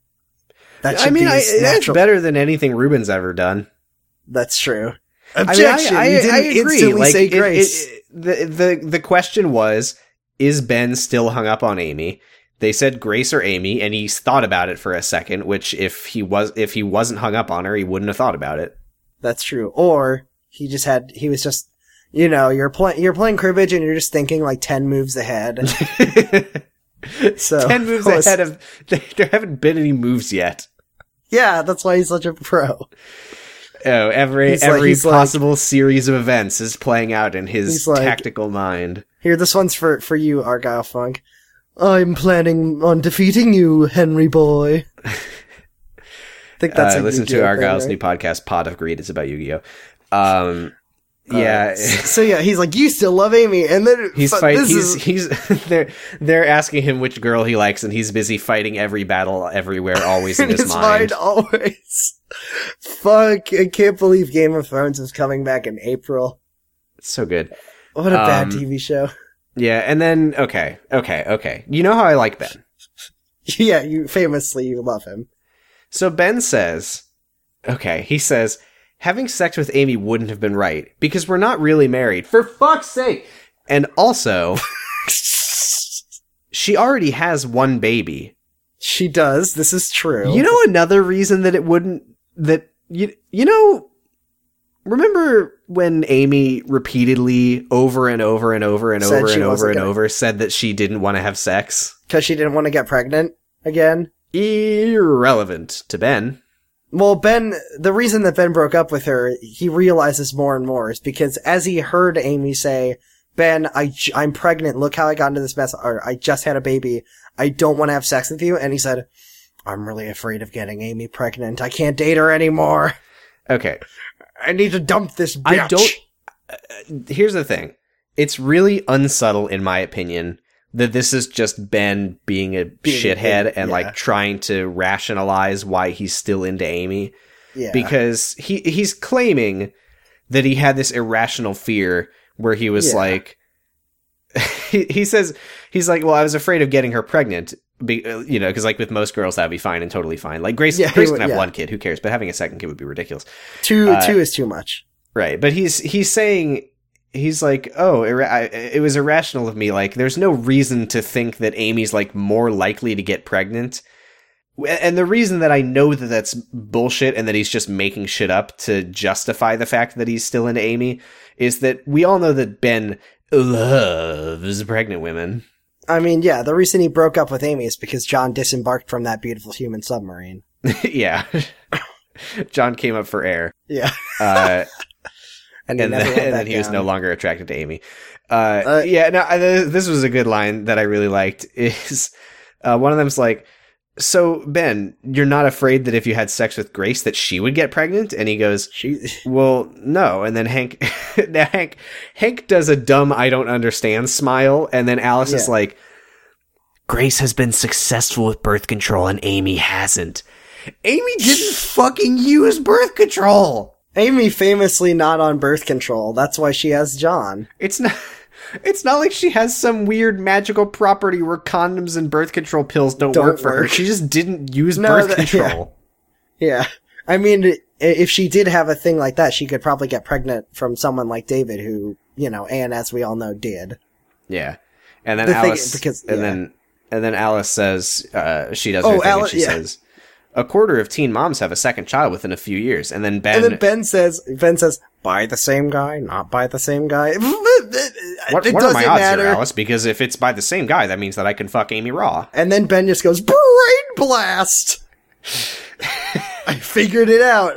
Speaker 3: That should
Speaker 2: I mean,
Speaker 3: be
Speaker 2: I,
Speaker 3: his
Speaker 2: that's
Speaker 3: natural
Speaker 2: better than anything Ruben's ever done.
Speaker 3: That's true.
Speaker 2: I mean, I-
Speaker 3: Objection.
Speaker 2: I,
Speaker 3: I, you didn't
Speaker 2: I agree.
Speaker 3: instantly
Speaker 2: Like,
Speaker 3: say
Speaker 2: it- it-
Speaker 3: grace.
Speaker 2: it- the, the, the question was, is Ben still hung up on Amy? They said Grace or Amy, and he thought about it for a second. Which, if he was, if he wasn't hung up on her, he wouldn't have thought about it.
Speaker 3: That's true. Or he just had he was just you know, you're playing you're playing cribbage and you're just thinking like 10 moves ahead. So
Speaker 2: Ten moves
Speaker 3: that was-
Speaker 2: ahead of there haven't been any moves yet.
Speaker 3: Yeah, that's why he's such a pro.
Speaker 2: Oh, every
Speaker 3: He's like-
Speaker 2: every
Speaker 3: he's like-
Speaker 2: possible series of events is playing out in his
Speaker 3: He's like-
Speaker 2: tactical mind.
Speaker 3: Here this one's for for you Argyle Funk. I'm planning on defeating you, Henry boy. I think that's
Speaker 2: uh,
Speaker 3: a
Speaker 2: listen
Speaker 3: Yu-Gi-Oh
Speaker 2: to Argyle's
Speaker 3: thing,
Speaker 2: new podcast, Pod of Greed. It's about Yu-Gi-Oh. Um,
Speaker 3: right?
Speaker 2: yeah.
Speaker 3: Uh, so yeah, he's like, you still love Amy, and then
Speaker 2: He's
Speaker 3: fu-
Speaker 2: fight,
Speaker 3: This
Speaker 2: he's,
Speaker 3: is
Speaker 2: he's they're they're asking him which girl he likes and he's busy fighting every battle everywhere always in his, mind.
Speaker 3: always. Fuck! I can't believe Game of Thrones is coming back in April.
Speaker 2: It's so good.
Speaker 3: What a bad
Speaker 2: Um,
Speaker 3: TV show.
Speaker 2: Yeah, and then okay, okay, okay. You know how I like Ben.
Speaker 3: yeah, you famously you love him.
Speaker 2: So Ben says, okay, he says having sex with Amy wouldn't have been right because we're not really married. For fuck's sake. And also, she already has one baby.
Speaker 3: She does. This is true.
Speaker 2: You know another reason that it wouldn't that you you know remember when Amy repeatedly over and over and over and
Speaker 3: Said
Speaker 2: over
Speaker 3: she
Speaker 2: and over
Speaker 3: wasn't
Speaker 2: and
Speaker 3: gonna-
Speaker 2: over said that she didn't want to have sex?
Speaker 3: because she didn't want to get pregnant again.
Speaker 2: Irrelevant to Ben.
Speaker 3: Well, Ben, the reason that Ben broke up with her, he realizes more and more is because as he heard Amy say, Ben, I, j- I'm pregnant. Look how I got into this mess. Or I just had a baby. I don't want to have sex with you. And he said, I'm really afraid of getting Amy pregnant. I can't date her anymore.
Speaker 2: Okay.
Speaker 3: I need to dump this bitch.
Speaker 2: I don't. Uh, here's the thing. It's really unsubtle, in my opinion, that this is just Ben being a
Speaker 3: Being a
Speaker 2: shithead
Speaker 3: dick,
Speaker 2: and
Speaker 3: yeah.
Speaker 2: like trying to rationalize why he's still into Amy
Speaker 3: Yeah.
Speaker 2: because he he's claiming that he had this irrational fear where he was
Speaker 3: Yeah.
Speaker 2: like he, he says he's like well I was afraid of getting her pregnant be, uh, you know because like with most girls that'd be fine and totally fine like Grace
Speaker 3: Yeah, he
Speaker 2: Grace
Speaker 3: would-
Speaker 2: can have
Speaker 3: yeah.
Speaker 2: one kid who cares but having a second kid would be ridiculous
Speaker 3: two
Speaker 2: uh,
Speaker 3: two is too much.
Speaker 2: Right, but he's he's saying he's like, oh, ira- I, it was irrational of me. Like, there's no reason to think that Amy's like more likely to get pregnant. W- And the reason that I know that that's bullshit and that he's just making shit up to justify the fact that he's still into Amy is that we all know that Ben loves pregnant women.
Speaker 3: I mean, yeah, the reason he broke up with Amy is because John disembarked from that beautiful human submarine.
Speaker 2: yeah, John came up for air.
Speaker 3: Yeah.
Speaker 2: Uh,
Speaker 3: And, he
Speaker 2: and
Speaker 3: never
Speaker 2: then,
Speaker 3: went
Speaker 2: and then
Speaker 3: back
Speaker 2: he was
Speaker 3: down.
Speaker 2: no longer attracted to Amy. Uh,
Speaker 3: Uh,
Speaker 2: yeah, no, I, th- this was a good line that I really liked. Is uh, one of them's like, "So Ben, you're not afraid that if you had sex with Grace that she would get pregnant?" And he goes,
Speaker 3: She,
Speaker 2: "Well, no." And then Hank, now Hank, Hank does a dumb "I don't understand" smile, and then Alice is
Speaker 3: Yeah.
Speaker 2: like, "Grace has been successful with birth control, and Amy hasn't." Amy didn't fucking use birth control.
Speaker 3: Amy famously not on birth control. That's why she has John.
Speaker 2: It's not. It's not like she has some weird magical property where condoms and birth control pills don't,
Speaker 3: Don't
Speaker 2: work for her.
Speaker 3: work.
Speaker 2: She just didn't use
Speaker 3: No,
Speaker 2: birth
Speaker 3: that- yeah.
Speaker 2: control.
Speaker 3: Yeah. I mean, i- if she did have a thing like that, she could probably get pregnant from someone like David, who, you know, and as we all know, did.
Speaker 2: Yeah. And then
Speaker 3: The thing
Speaker 2: Alice,
Speaker 3: is- because-
Speaker 2: and
Speaker 3: yeah.
Speaker 2: then and then Alice says uh, she does
Speaker 3: Oh,
Speaker 2: her thing, and
Speaker 3: Ali-
Speaker 2: she
Speaker 3: yeah.
Speaker 2: says a quarter of teen moms have a second child within a few years, and then Ben.
Speaker 3: And then Ben says, Ben says, by the same guy, not by the same guy. It
Speaker 2: what what are
Speaker 3: doesn't
Speaker 2: my odds
Speaker 3: matter.
Speaker 2: here, Alice? Because if it's by the same guy, that means that I can fuck Amy Raw.
Speaker 3: And then Ben just goes, brain blast! I figured it out.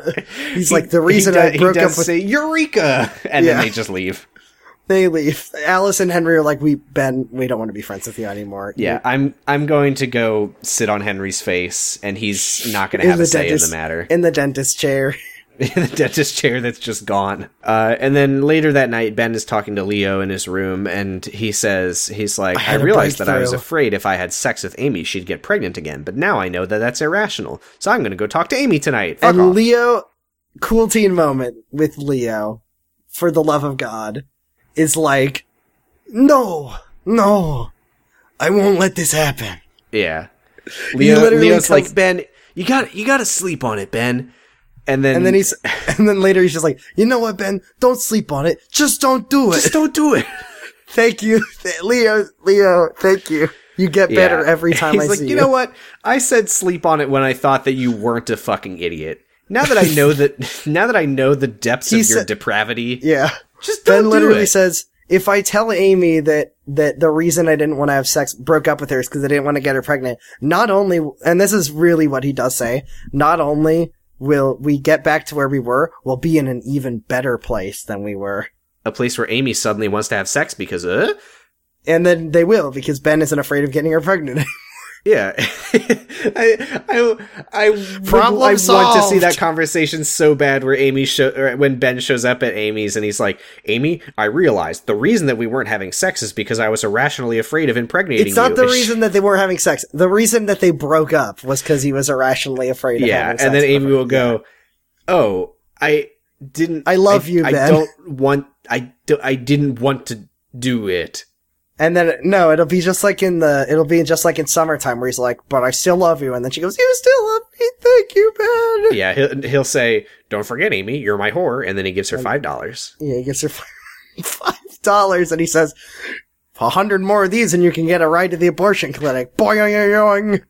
Speaker 3: He's like, the reason
Speaker 2: he do-
Speaker 3: I broke
Speaker 2: he does
Speaker 3: up with
Speaker 2: say Eureka, and
Speaker 3: Yeah.
Speaker 2: then they just leave.
Speaker 3: They leave. Alice and Henry are like, we, Ben, we don't want to be friends with you anymore.
Speaker 2: Yeah, I'm I'm going to go sit on Henry's face, and he's not going to
Speaker 3: In
Speaker 2: have
Speaker 3: the
Speaker 2: a say in
Speaker 3: dentist-
Speaker 2: the matter.
Speaker 3: In the dentist chair.
Speaker 2: In the dentist chair that's just gone. Uh, and then later that night, Ben is talking to Leo in his room, and he says he's like, I,
Speaker 3: had a
Speaker 2: realized that I was
Speaker 3: breakthrough."
Speaker 2: afraid if I had sex with Amy, she'd get pregnant again. But now I know that that's irrational, so I'm going to go talk to Amy tonight. Fuck
Speaker 3: and
Speaker 2: off.
Speaker 3: Leo, cool teen moment with Leo, for the love of God, is like, no, no, I won't let this happen.
Speaker 2: yeah, Leo,
Speaker 3: literally
Speaker 2: Leo's
Speaker 3: comes-
Speaker 2: like Ben, you got you got to sleep on it, Ben. And then
Speaker 3: And then he's, and then later he's just like, you know what, Ben? Don't sleep on it. Just don't do it.
Speaker 2: just don't do it.
Speaker 3: thank you, Th- Leo. Leo, thank you. You get better
Speaker 2: Yeah.
Speaker 3: every time
Speaker 2: He's
Speaker 3: I
Speaker 2: like,
Speaker 3: see
Speaker 2: you know what? I said sleep on it when I thought that you weren't a fucking idiot. Now that I know that, now that I know the depths
Speaker 3: He
Speaker 2: of your
Speaker 3: said-
Speaker 2: depravity,
Speaker 3: Yeah.
Speaker 2: just don't
Speaker 3: Ben
Speaker 2: do
Speaker 3: literally
Speaker 2: it.
Speaker 3: says, if I tell Amy that, that the reason I didn't want to have sex, broke up with her is because I didn't want to get her pregnant, not only, and this is really what he does say, not only will we get back to where we were, we'll be in an even better place than we were.
Speaker 2: a place where Amy suddenly wants to have sex because, uh,
Speaker 3: And then they will, because Ben isn't afraid of getting her pregnant.
Speaker 2: yeah. I, I, I, would-
Speaker 3: Problem
Speaker 2: I want to see
Speaker 3: solved.
Speaker 2: that conversation so bad where Amy show, or when Ben shows up at Amy's and he's like, Amy, I realized the reason that we weren't having sex is because I was irrationally afraid of impregnating
Speaker 3: it's not
Speaker 2: you."
Speaker 3: the
Speaker 2: And she-
Speaker 3: reason that they weren't having sex. The reason that they broke up was because he was irrationally afraid of
Speaker 2: yeah
Speaker 3: having sex.
Speaker 2: and then
Speaker 3: with
Speaker 2: amy
Speaker 3: her.
Speaker 2: will go oh i didn't
Speaker 3: I love you,
Speaker 2: i
Speaker 3: Ben."
Speaker 2: don't want i do, i didn't want to do it
Speaker 3: And then no, it'll be just like in the it'll be just like in summertime where he's like, "But I still love you," and then she goes, "You still love me? Thank you, Ben."
Speaker 2: yeah he'll, he'll say don't forget amy you're my whore and then he gives her five dollars
Speaker 3: Yeah, he gets her five dollars, and he says, "A hundred more of these, and you can get a ride to the abortion clinic." Boing,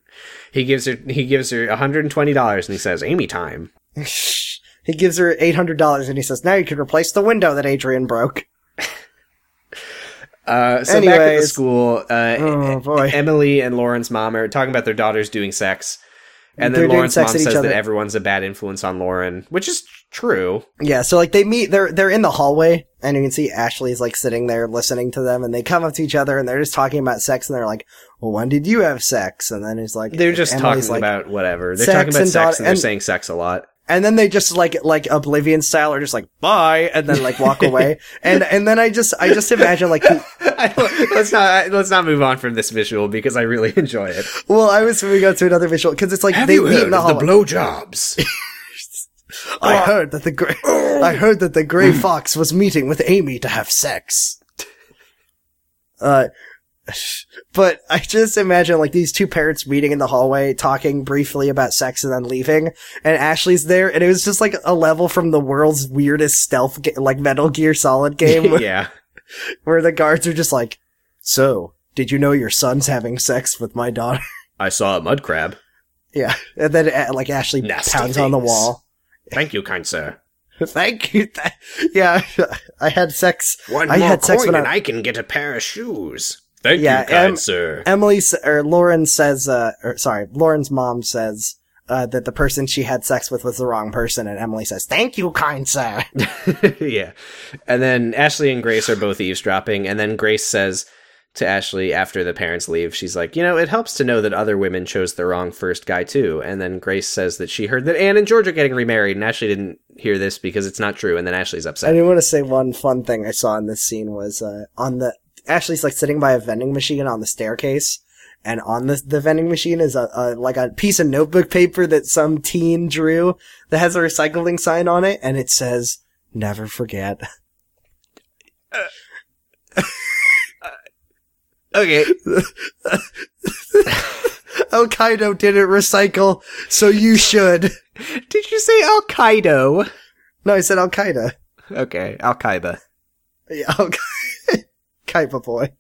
Speaker 2: he gives her he gives her 120 dollars and he says amy time
Speaker 3: He gives her eight hundred dollars, and he says, "Now you can replace the window that Adrian broke."
Speaker 2: uh so back at the
Speaker 3: Anyways.
Speaker 2: school uh
Speaker 3: Oh boy.
Speaker 2: Emily and Lauren's mom are talking about their daughters doing sex. And
Speaker 3: They're
Speaker 2: then
Speaker 3: doing
Speaker 2: Lauren's mom
Speaker 3: sex at each
Speaker 2: says
Speaker 3: other.
Speaker 2: that everyone's a bad influence on Lauren, which is true.
Speaker 3: Yeah, so like they meet, they're they're in the hallway, and you can see Ashley's like sitting there listening to them, and they come up to each other, and they're just talking about sex, and they're like, "Well, when did you have sex?" And then he's like,
Speaker 2: They're just
Speaker 3: Emily's
Speaker 2: talking
Speaker 3: like-
Speaker 2: about whatever. They're
Speaker 3: sex
Speaker 2: talking about
Speaker 3: and
Speaker 2: sex
Speaker 3: daugh-
Speaker 2: and they're
Speaker 3: and-
Speaker 2: saying sex a lot.
Speaker 3: And then they just like like Oblivion style are just like bye and then like walk away. and and then I just I just imagine like he-
Speaker 2: I don't- let's not I- let's not move on from this visual because I really enjoy it.
Speaker 3: well I was moving on to another visual because it's like they meet in the hallway.
Speaker 2: blowjobs?
Speaker 3: I heard that the gray I heard that the gray fox was meeting with Amy to have sex. Uh but I just imagine like these two parents meeting in the hallway, talking briefly about sex and then leaving. And Ashley's there, and it was just like a level from the world's weirdest stealth, ga- like Metal Gear Solid game, where,
Speaker 2: yeah.
Speaker 3: where the guards are just like, "So, did you know your son's having sex with my daughter?"
Speaker 2: I saw a mud crab.
Speaker 3: yeah, and then uh, like Ashley
Speaker 2: Nasty
Speaker 3: pounds on the
Speaker 2: things.
Speaker 3: wall.
Speaker 2: Thank you, kind sir.
Speaker 3: Thank you. Th- yeah, I had sex.
Speaker 2: One
Speaker 3: I had sex when I-
Speaker 2: can get a pair of shoes. Thank
Speaker 3: Yeah, um, em-
Speaker 2: sir.
Speaker 3: Emily s- or Lauren says, uh, or sorry, Lauren's mom says uh, that the person she had sex with was the wrong person, and Emily says, "Thank you, kind sir."
Speaker 2: yeah. And then Ashley and Grace are both eavesdropping, and then Grace says to Ashley after the parents leave, she's like, you know, it helps to know that other women chose the wrong first guy too. And then Grace says that she heard that Anne and George are getting remarried, and Ashley didn't hear this because it's not true, and then Ashley's
Speaker 3: I
Speaker 2: upset.
Speaker 3: do want to say one fun thing I saw in this scene was uh, on the Ashley's like sitting by a vending machine on the staircase, and on the the vending machine is a, a like a piece of notebook paper that some teen drew that has a recycling sign on it, and it says, "Never forget."
Speaker 2: Okay.
Speaker 3: Okaido didn't recycle, so you should.
Speaker 2: Did you say Al Qaeda?
Speaker 3: No, I said Al Qaeda.
Speaker 2: Okay, Al Qaeda.
Speaker 3: Yeah, Al Qaeda boy.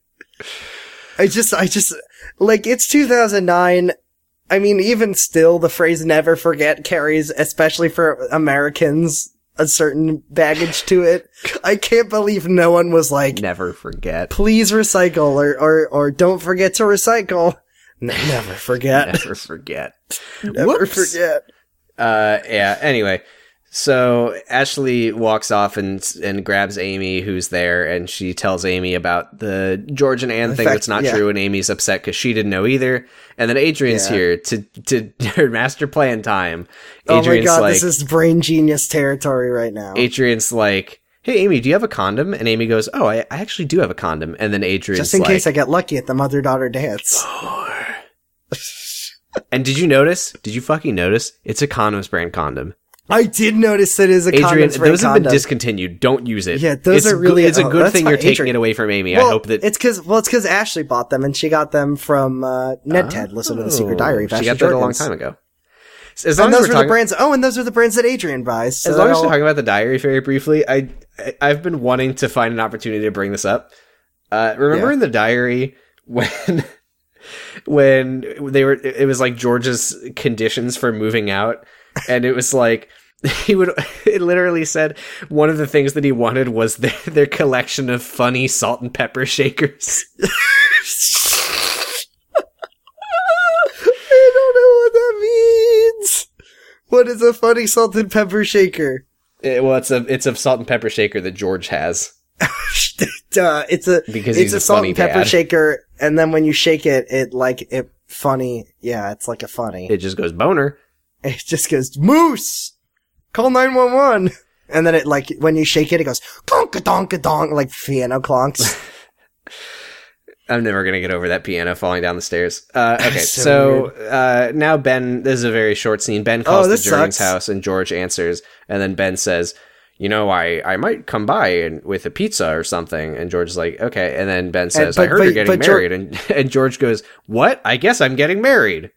Speaker 3: I just, I just, like, it's 2009. I mean, even still, the phrase never forget carries, especially for Americans, a certain baggage to it. I can't believe no one was like,
Speaker 2: Never forget.
Speaker 3: please recycle or, or, or don't forget to recycle. N- never forget.
Speaker 2: Never forget.
Speaker 3: never
Speaker 2: Whoops.
Speaker 3: forget.
Speaker 2: Uh, yeah. Anyway, so Ashley walks off and and grabs Amy, who's there, and she tells Amy about the George and Anne
Speaker 3: In
Speaker 2: thing
Speaker 3: fact,
Speaker 2: that's not
Speaker 3: yeah.
Speaker 2: true, and Amy's upset because she didn't know either. And then Adrian's
Speaker 3: Yeah.
Speaker 2: here to to her master plan time.
Speaker 3: Oh my
Speaker 2: Adrian's
Speaker 3: god,
Speaker 2: like
Speaker 3: this is brain genius territory right now.
Speaker 2: Adrian's like, "Hey, Amy, do you have a condom?" And Amy goes, "Oh, I, I actually do have a condom." And then Adrian's
Speaker 3: Just in
Speaker 2: like,
Speaker 3: case I get lucky at the mother daughter dance.
Speaker 2: And did you notice? Did you fucking notice? It's a condoms brand condom.
Speaker 3: I did notice it is a
Speaker 2: Adrian,
Speaker 3: condom.
Speaker 2: those have been discontinued. Don't use it.
Speaker 3: Yeah, those
Speaker 2: It's
Speaker 3: are
Speaker 2: go-
Speaker 3: really-
Speaker 2: It's a
Speaker 3: oh,
Speaker 2: good
Speaker 3: that's
Speaker 2: thing
Speaker 3: fine,
Speaker 2: you're taking
Speaker 3: Adrian.
Speaker 2: it away from Amy.
Speaker 3: well,
Speaker 2: I hope that
Speaker 3: it's because well, it's because Ashley bought them and she got them from uh, Ned Ted. Listen to the Secret Diary. Of
Speaker 2: Oh, She
Speaker 3: Ashley
Speaker 2: got that a long
Speaker 3: Jorgens.
Speaker 2: time ago. As long
Speaker 3: And
Speaker 2: as we're
Speaker 3: those were
Speaker 2: talking,
Speaker 3: the brands. Oh, and those are the brands that Adrian buys. So
Speaker 2: as long as
Speaker 3: that'll-
Speaker 2: we're talking about the diary very briefly, I, I I've been wanting to find an opportunity to bring this up. Uh, remember
Speaker 3: Yeah.
Speaker 2: in the diary when when they were it was like George's conditions for moving out, and it was like. He would. It literally said one of the things that he wanted was their, their collection of funny salt and pepper shakers.
Speaker 3: I don't know what that means. What is a funny salt and pepper shaker?
Speaker 2: It- well, it's a it's a salt and pepper shaker that George has.
Speaker 3: Duh, it's a
Speaker 2: Because
Speaker 3: it's
Speaker 2: he's
Speaker 3: a,
Speaker 2: a
Speaker 3: salt
Speaker 2: funny
Speaker 3: and pepper
Speaker 2: dad.
Speaker 3: shaker, and then when you shake it, it like it funny. Yeah, it's like a funny.
Speaker 2: It just goes boner.
Speaker 3: it just goes moose call 911 and then it like when you shake it it goes clonk a donk a donk like piano clonks
Speaker 2: I'm never gonna get over that piano falling down the stairs. Uh, okay,
Speaker 3: So
Speaker 2: so, uh, now Ben. This is a very short scene. Ben calls to
Speaker 3: Oh, this
Speaker 2: Jurian's
Speaker 3: sucks.
Speaker 2: house, and George answers, and then Ben says, "You know, I I might come by and with a pizza or something." And George's like, "Okay," and then Ben says, "I
Speaker 3: but-
Speaker 2: heard
Speaker 3: but-
Speaker 2: you're getting
Speaker 3: but Geor-
Speaker 2: married," and and George goes, "What? I guess I'm getting married."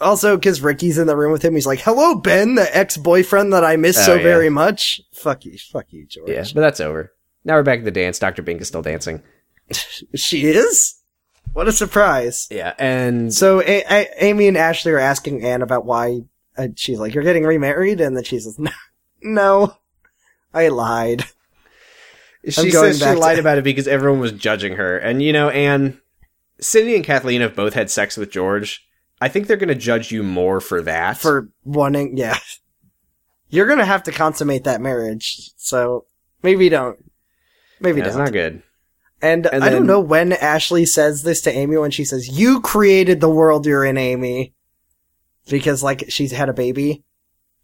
Speaker 3: also because ricky's in the room with him he's like hello ben the ex-boyfriend that i miss
Speaker 2: Oh,
Speaker 3: so
Speaker 2: yeah.
Speaker 3: very much fuck you fuck you george
Speaker 2: Yeah, but that's over. Now we're back to the dance. Doctor Bink is still dancing.
Speaker 3: she is what a surprise
Speaker 2: Yeah, and
Speaker 3: so a- a- amy and ashley are asking anne about why uh, she's like you're getting remarried and then she says no no i lied
Speaker 2: She
Speaker 3: going
Speaker 2: says she
Speaker 3: back to-
Speaker 2: lied about it because everyone was judging her. And you know, Anne, Sydney and Kathleen have both had sex with George. I think they're going to judge you more for that.
Speaker 3: for wanting yeah you're gonna have to consummate that marriage so maybe don't maybe
Speaker 2: yeah, it's
Speaker 3: don't
Speaker 2: not good.
Speaker 3: and,
Speaker 2: and
Speaker 3: i
Speaker 2: then-
Speaker 3: don't know when ashley says this to amy when she says you created the world you're in amy because like she's had a baby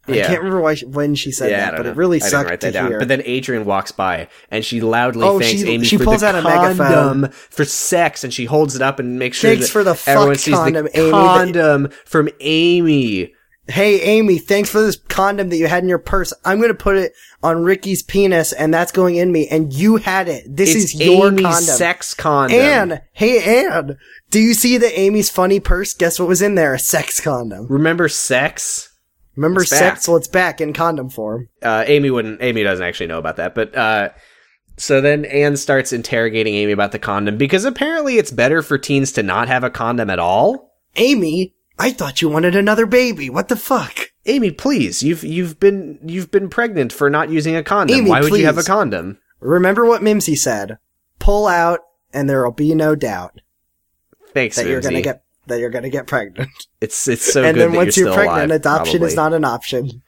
Speaker 3: I
Speaker 2: Yeah.
Speaker 3: can't remember why she, when she said
Speaker 2: yeah, I
Speaker 3: that,
Speaker 2: don't
Speaker 3: but
Speaker 2: know.
Speaker 3: it really
Speaker 2: I didn't
Speaker 3: sucked
Speaker 2: write
Speaker 3: to
Speaker 2: that down.
Speaker 3: hear.
Speaker 2: But then Adrian walks by and she loudly
Speaker 3: Oh,
Speaker 2: thanks
Speaker 3: she-
Speaker 2: Amy
Speaker 3: she
Speaker 2: for
Speaker 3: pulls
Speaker 2: the
Speaker 3: out a
Speaker 2: condom
Speaker 3: megaphone.
Speaker 2: for sex, and she holds it up and makes sure
Speaker 3: Thanks
Speaker 2: that
Speaker 3: for the fuck
Speaker 2: everyone sees
Speaker 3: condom,
Speaker 2: the
Speaker 3: Amy, that-
Speaker 2: condom from Amy.
Speaker 3: hey, Amy, thanks for this condom that you had in your purse. I'm gonna put it on Ricky's penis, and that's going in me. And you had it. This
Speaker 2: it's
Speaker 3: is your
Speaker 2: Amy's
Speaker 3: condom.
Speaker 2: sex condom.
Speaker 3: Anne, hey Anne, do you see that Amy's funny purse? Guess what was in there? A sex condom.
Speaker 2: remember sex?
Speaker 3: Remember
Speaker 2: It's
Speaker 3: sex?
Speaker 2: back.
Speaker 3: Well, it's back in condom form.
Speaker 2: uh, Amy wouldn't. Amy doesn't actually know about that, but uh, so then Anne starts interrogating Amy about the condom because apparently it's better for teens to not have a condom at all.
Speaker 3: Amy, I thought you wanted another baby. What the fuck?
Speaker 2: Amy, please, you've you've been you've been pregnant for not using a condom.
Speaker 3: Amy,
Speaker 2: Why would you have a
Speaker 3: please.
Speaker 2: condom?
Speaker 3: Remember what Mimsy said. Pull out and there'll be no doubt
Speaker 2: Thanks,
Speaker 3: that you're gonna
Speaker 2: Mimsy.
Speaker 3: get that you're gonna get pregnant.
Speaker 2: It's it's so
Speaker 3: and
Speaker 2: good
Speaker 3: then
Speaker 2: that
Speaker 3: once
Speaker 2: you're,
Speaker 3: you're,
Speaker 2: still
Speaker 3: pregnant,
Speaker 2: alive,
Speaker 3: adoption
Speaker 2: probably.
Speaker 3: is not an option.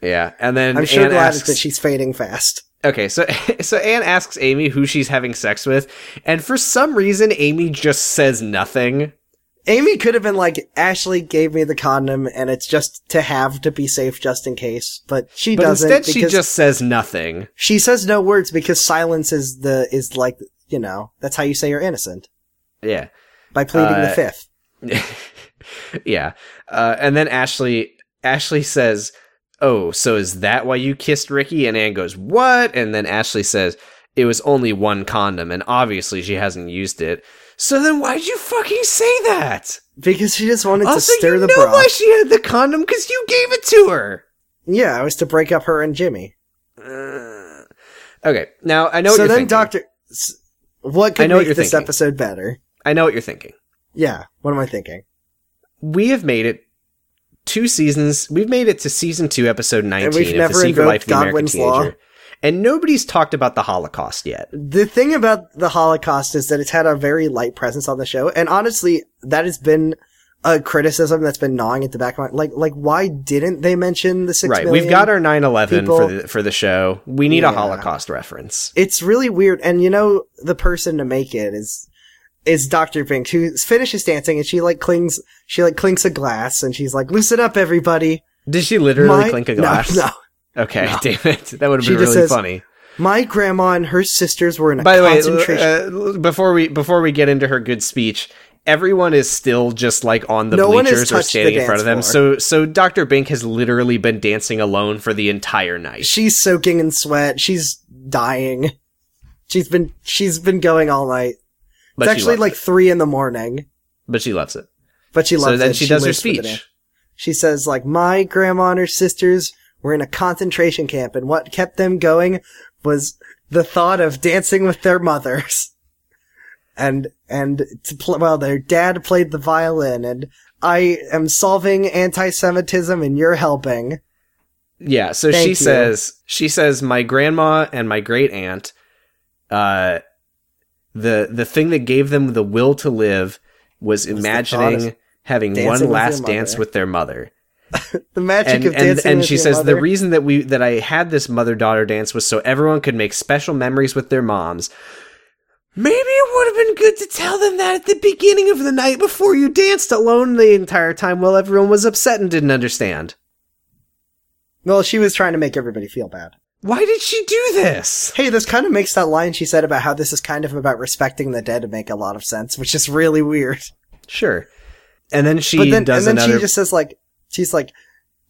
Speaker 2: Yeah, and then
Speaker 3: I'm sure
Speaker 2: Anne
Speaker 3: glad
Speaker 2: asks,
Speaker 3: it's that she's fading fast.
Speaker 2: Okay, so so Anne asks Amy who she's having sex with, and for some reason Amy just says nothing.
Speaker 3: Amy could have been like, Ashley gave me the condom and it's just to have to be safe just in case, but she
Speaker 2: But
Speaker 3: doesn't
Speaker 2: instead, she
Speaker 3: because
Speaker 2: just says nothing.
Speaker 3: she says no words because silence is the is like you know, that's how you say you're innocent.
Speaker 2: Yeah.
Speaker 3: By pleading the
Speaker 2: Uh,
Speaker 3: fifth.
Speaker 2: yeah. Uh, and then Ashley Ashley says, "Oh, so is that why you kissed Ricky?" And Anne goes, "What?" And then Ashley says, "It was only one condom, and obviously she hasn't used it." So then, why'd you fucking say that?
Speaker 3: Because she just wanted to
Speaker 2: also,
Speaker 3: stir
Speaker 2: you
Speaker 3: the
Speaker 2: know
Speaker 3: broth.
Speaker 2: why she had the condom because you gave it to her.
Speaker 3: yeah, it was to break up her and Jimmy.
Speaker 2: Uh, okay, now I know.
Speaker 3: so
Speaker 2: what you're
Speaker 3: then
Speaker 2: thinking.
Speaker 3: Doctor s- what
Speaker 2: I
Speaker 3: could
Speaker 2: know what
Speaker 3: make
Speaker 2: you're
Speaker 3: this
Speaker 2: thinking.
Speaker 3: episode better?
Speaker 2: I know what you're thinking.
Speaker 3: Yeah, what am I thinking?
Speaker 2: We have made it two seasons. We've made it to season two, episode nineteen
Speaker 3: we've
Speaker 2: of
Speaker 3: never
Speaker 2: the Secret
Speaker 3: invoked
Speaker 2: Life of the American
Speaker 3: Godwin's
Speaker 2: Teenager,
Speaker 3: Law.
Speaker 2: and nobody's talked about the Holocaust yet.
Speaker 3: The thing about the Holocaust is that it's had a very light presence on the show, and honestly, that has been a criticism that's been gnawing at the back of my like like why didn't they mention the six
Speaker 2: right we've got our 9-11
Speaker 3: people.
Speaker 2: for the, for the show we need
Speaker 3: Yeah.
Speaker 2: a holocaust reference
Speaker 3: it's really weird, and you know the person to make it is is Doctor Binks who finishes dancing, and she like clings she like clinks a glass, and she's like loosen up everybody.
Speaker 2: did she literally
Speaker 3: My-
Speaker 2: clink a
Speaker 3: No,
Speaker 2: glass
Speaker 3: No,
Speaker 2: okay damn it that would have
Speaker 3: She
Speaker 2: been really
Speaker 3: just says,
Speaker 2: funny
Speaker 3: my grandma and her sisters were in a
Speaker 2: by the way
Speaker 3: concentration.
Speaker 2: uh, before we before we get into her good speech everyone is still just like on the
Speaker 3: No one has
Speaker 2: bleachers or
Speaker 3: touched the
Speaker 2: standing in front of them
Speaker 3: dance
Speaker 2: so so dr bink has literally been dancing alone for the entire night
Speaker 3: she's soaking in sweat. She's dying. She's been she's been going all night.
Speaker 2: but she
Speaker 3: it's actually
Speaker 2: loves
Speaker 3: like
Speaker 2: it.
Speaker 3: three in the morning,
Speaker 2: but she loves it
Speaker 3: but she loves
Speaker 2: so then
Speaker 3: it.
Speaker 2: she, does her
Speaker 3: lives for the day.
Speaker 2: speech
Speaker 3: She says like, my grandma and her sisters were in a concentration camp and what kept them going was the thought of dancing with their mothers. And, and to pl- well, their dad played the violin and I am solving anti-Semitism and you're helping.
Speaker 2: Yeah, so
Speaker 3: Thank
Speaker 2: she
Speaker 3: you.
Speaker 2: says she says my grandma and my great aunt uh the the thing that gave them the will to live was
Speaker 3: the thought
Speaker 2: imagining
Speaker 3: of
Speaker 2: having
Speaker 3: dancing with
Speaker 2: one
Speaker 3: your
Speaker 2: last dance
Speaker 3: mother.
Speaker 2: with their mother.
Speaker 3: The magic
Speaker 2: And
Speaker 3: of
Speaker 2: and,
Speaker 3: dancing
Speaker 2: and
Speaker 3: with
Speaker 2: she
Speaker 3: your
Speaker 2: says
Speaker 3: mother.
Speaker 2: the reason that we that I had this mother-daughter dance was so everyone could make special memories with their moms. Maybe it would have been good to tell them that at the beginning of the night before you danced alone the entire time while everyone was upset and didn't understand.
Speaker 3: well, she was trying to make everybody feel bad.
Speaker 2: Why did she do this?
Speaker 3: Hey, this kind of makes that line she said about how this is kind of about respecting the dead make a lot of sense, which is really weird.
Speaker 2: Sure. And then she
Speaker 3: but then,
Speaker 2: does
Speaker 3: and then
Speaker 2: another.
Speaker 3: she just says like, she's like,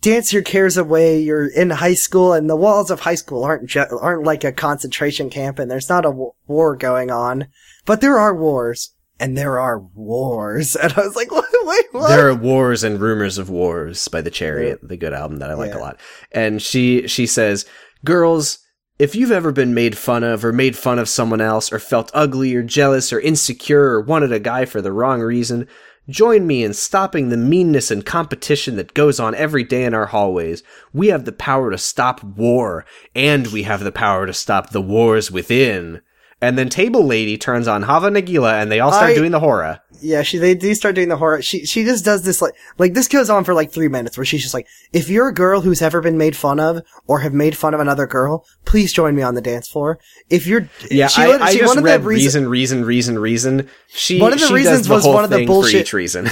Speaker 3: dance your cares away. You're in high school and the walls of high school aren't, ju- aren't like a concentration camp and there's not a w- war going on, but there are wars and there are wars. And I was like, what? Wait, what?
Speaker 2: there are wars and rumors of wars by the Chariot, the good album that I like
Speaker 3: Yeah.
Speaker 2: a lot. And she she says, "Girls, if you've ever been made fun of or made fun of someone else or felt ugly or jealous or insecure or wanted a guy for the wrong reason, join me in stopping the meanness and competition that goes on every day in our hallways. We have the power to stop war, and we have the power to stop the wars within." And then Table Lady turns on Hava Nagila, and they all start
Speaker 3: I-
Speaker 2: doing the horror.
Speaker 3: Yeah, she they do start doing the horror. She she just does this like like this goes on for like three minutes where she's just like, if you're a girl who's ever been made fun of or have made fun of another girl, please join me on the dance floor. If you're
Speaker 2: Yeah,
Speaker 3: she,
Speaker 2: I,
Speaker 3: lit-
Speaker 2: I
Speaker 3: she-
Speaker 2: just
Speaker 3: one of the
Speaker 2: read
Speaker 3: reason-
Speaker 2: reason, reason, reason, reason. She
Speaker 3: One of the
Speaker 2: she
Speaker 3: reasons
Speaker 2: does the
Speaker 3: was
Speaker 2: whole
Speaker 3: one of the
Speaker 2: thing
Speaker 3: bullshit-
Speaker 2: for each reason.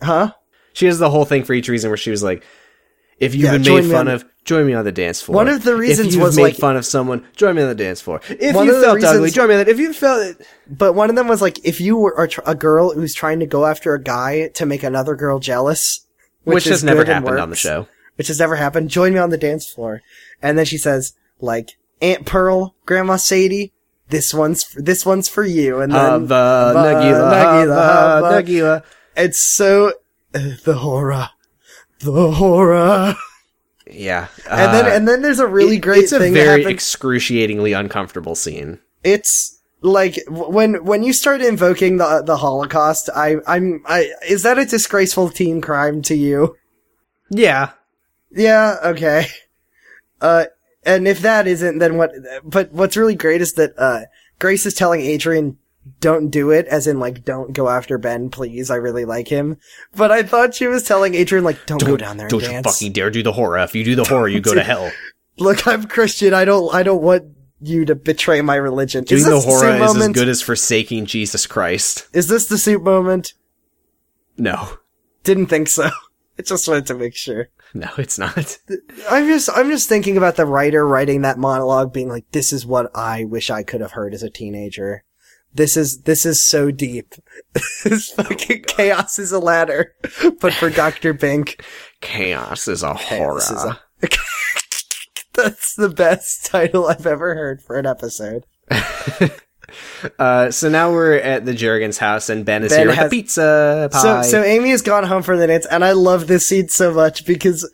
Speaker 3: huh?
Speaker 2: she has the whole thing for each reason where she was like, If you've
Speaker 3: Yeah,
Speaker 2: been
Speaker 3: join
Speaker 2: made
Speaker 3: me
Speaker 2: fun
Speaker 3: on-
Speaker 2: of, join me on the dance floor.
Speaker 3: One of the
Speaker 2: If
Speaker 3: reasons
Speaker 2: you've
Speaker 3: was,
Speaker 2: made
Speaker 3: like-
Speaker 2: fun of someone, join me on the dance floor. If
Speaker 3: One
Speaker 2: you
Speaker 3: of the
Speaker 2: felt ugly,
Speaker 3: reasons-
Speaker 2: join me on the, if you felt,
Speaker 3: But one of them was like, if you were a, tr- a girl who's trying to go after a guy to make another girl jealous,
Speaker 2: which,
Speaker 3: which, is
Speaker 2: has never
Speaker 3: good and
Speaker 2: happened on the
Speaker 3: works,
Speaker 2: show.
Speaker 3: which has never happened, join me on the dance floor. And then she says, like, Aunt Pearl, Grandma Sadie, this one's f- this one's for you. And then
Speaker 2: Hava, Uh, Nagila,
Speaker 3: Nagila,
Speaker 2: Hava,
Speaker 3: Hava.
Speaker 2: Nagila.
Speaker 3: it's so uh, the horror, the horror.
Speaker 2: Yeah.
Speaker 3: And then
Speaker 2: uh,
Speaker 3: and then there's a really
Speaker 2: it-
Speaker 3: great
Speaker 2: It's a
Speaker 3: thing that
Speaker 2: very
Speaker 3: happens.
Speaker 2: excruciatingly uncomfortable scene.
Speaker 3: it's like w- when when you start invoking the the Holocaust, I I'm I is that a disgraceful teen crime to you?
Speaker 2: Yeah.
Speaker 3: Yeah, okay. Uh, and if that isn't, then what, but what's really great is that, uh, Grace is telling Adrian, don't do it, as in, like, don't go after Ben, please, I really like him. But I thought she was telling Adrian, like, don't, go down there and
Speaker 2: Don't
Speaker 3: dance.
Speaker 2: you fucking dare do the horror. If you do the horror, you go to hell.
Speaker 3: Look, I'm Christian, I don't, I don't want you to betray my religion.
Speaker 2: Doing
Speaker 3: is this
Speaker 2: the horror
Speaker 3: same
Speaker 2: is
Speaker 3: moment?
Speaker 2: as good as forsaking Jesus Christ.
Speaker 3: Is this the soup moment?
Speaker 2: No.
Speaker 3: Didn't think so. I just wanted to make sure.
Speaker 2: No, it's not.
Speaker 3: I'm just I'm just thinking about the writer writing that monologue being like this is what I wish I could have heard as a teenager. This is this is so deep. this fucking chaos is a ladder, but for Dr. Bink,
Speaker 2: Chaos is a horror.
Speaker 3: chaos is a That's the best title I've ever heard for an episode.
Speaker 2: Uh, so now we're at the Jergens house, and Ben is
Speaker 3: Ben
Speaker 2: here with
Speaker 3: has-
Speaker 2: the pizza pie.
Speaker 3: So so Amy has gone home for the dance and I love this scene so much because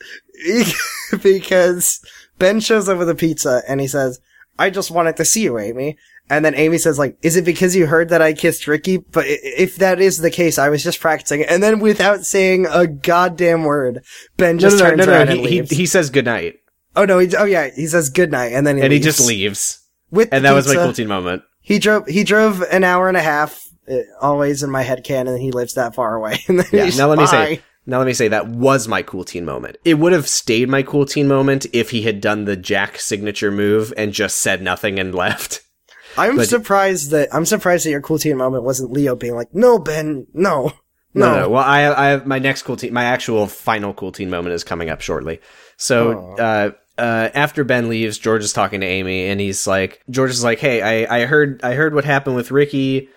Speaker 3: because Ben shows up with a pizza and he says, "I just wanted to see you, Amy." And then Amy says, "Like, is it because you heard that I kissed Ricky? But i- if that is the case, I was just practicing." And then, without saying a goddamn word, Ben
Speaker 2: no,
Speaker 3: just
Speaker 2: no, no,
Speaker 3: turns
Speaker 2: no,
Speaker 3: around
Speaker 2: no.
Speaker 3: and
Speaker 2: He,
Speaker 3: leaves.
Speaker 2: he, he says goodnight,
Speaker 3: oh no! He, oh yeah, he says good night, and then he
Speaker 2: and he
Speaker 3: leaves.
Speaker 2: just leaves.
Speaker 3: With
Speaker 2: And
Speaker 3: the
Speaker 2: that was my
Speaker 3: pizza.
Speaker 2: cool teen moment.
Speaker 3: He drove. He drove an hour and a half. uh, Always in my head canon, he lives that far away. And then
Speaker 2: Yeah.
Speaker 3: he's
Speaker 2: Now let me
Speaker 3: bye.
Speaker 2: say. Now let me say that was my cool teen moment. It would have stayed my cool teen moment if he had done the Jack signature move and just said nothing and left.
Speaker 3: I'm
Speaker 2: but-
Speaker 3: surprised that I'm surprised that your cool teen moment wasn't Leo being like, "No, Ben, no,
Speaker 2: No,
Speaker 3: no."
Speaker 2: no. Well, I, I have my next cool teen, my actual final cool teen moment is coming up shortly. So, uh, uh, after Ben leaves, George is talking to Amy, and he's like, George is like, "Hey, I, I heard, I heard what happened with Ricky,"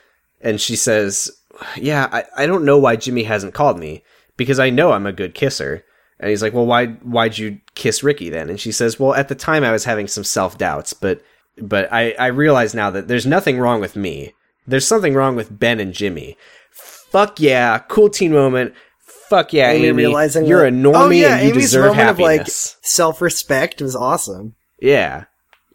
Speaker 2: and she says, "Yeah, I, I don't know why Jimmy hasn't called me because I know I'm a good kisser." And he's like, "Well, why, why'd you kiss Ricky then?" And she says, "Well, at the time I was having some self doubts, but, but I, I realize now that there's nothing wrong with me. There's something wrong with Ben and Jimmy." fuck yeah, cool teen moment. Fuck yeah, Amy.
Speaker 3: Amy realizing
Speaker 2: you're
Speaker 3: that-
Speaker 2: a normie
Speaker 3: Oh, yeah,
Speaker 2: and you
Speaker 3: Amy's
Speaker 2: deserve
Speaker 3: moment of, like-
Speaker 2: happiness.
Speaker 3: Self-respect was awesome.
Speaker 2: yeah,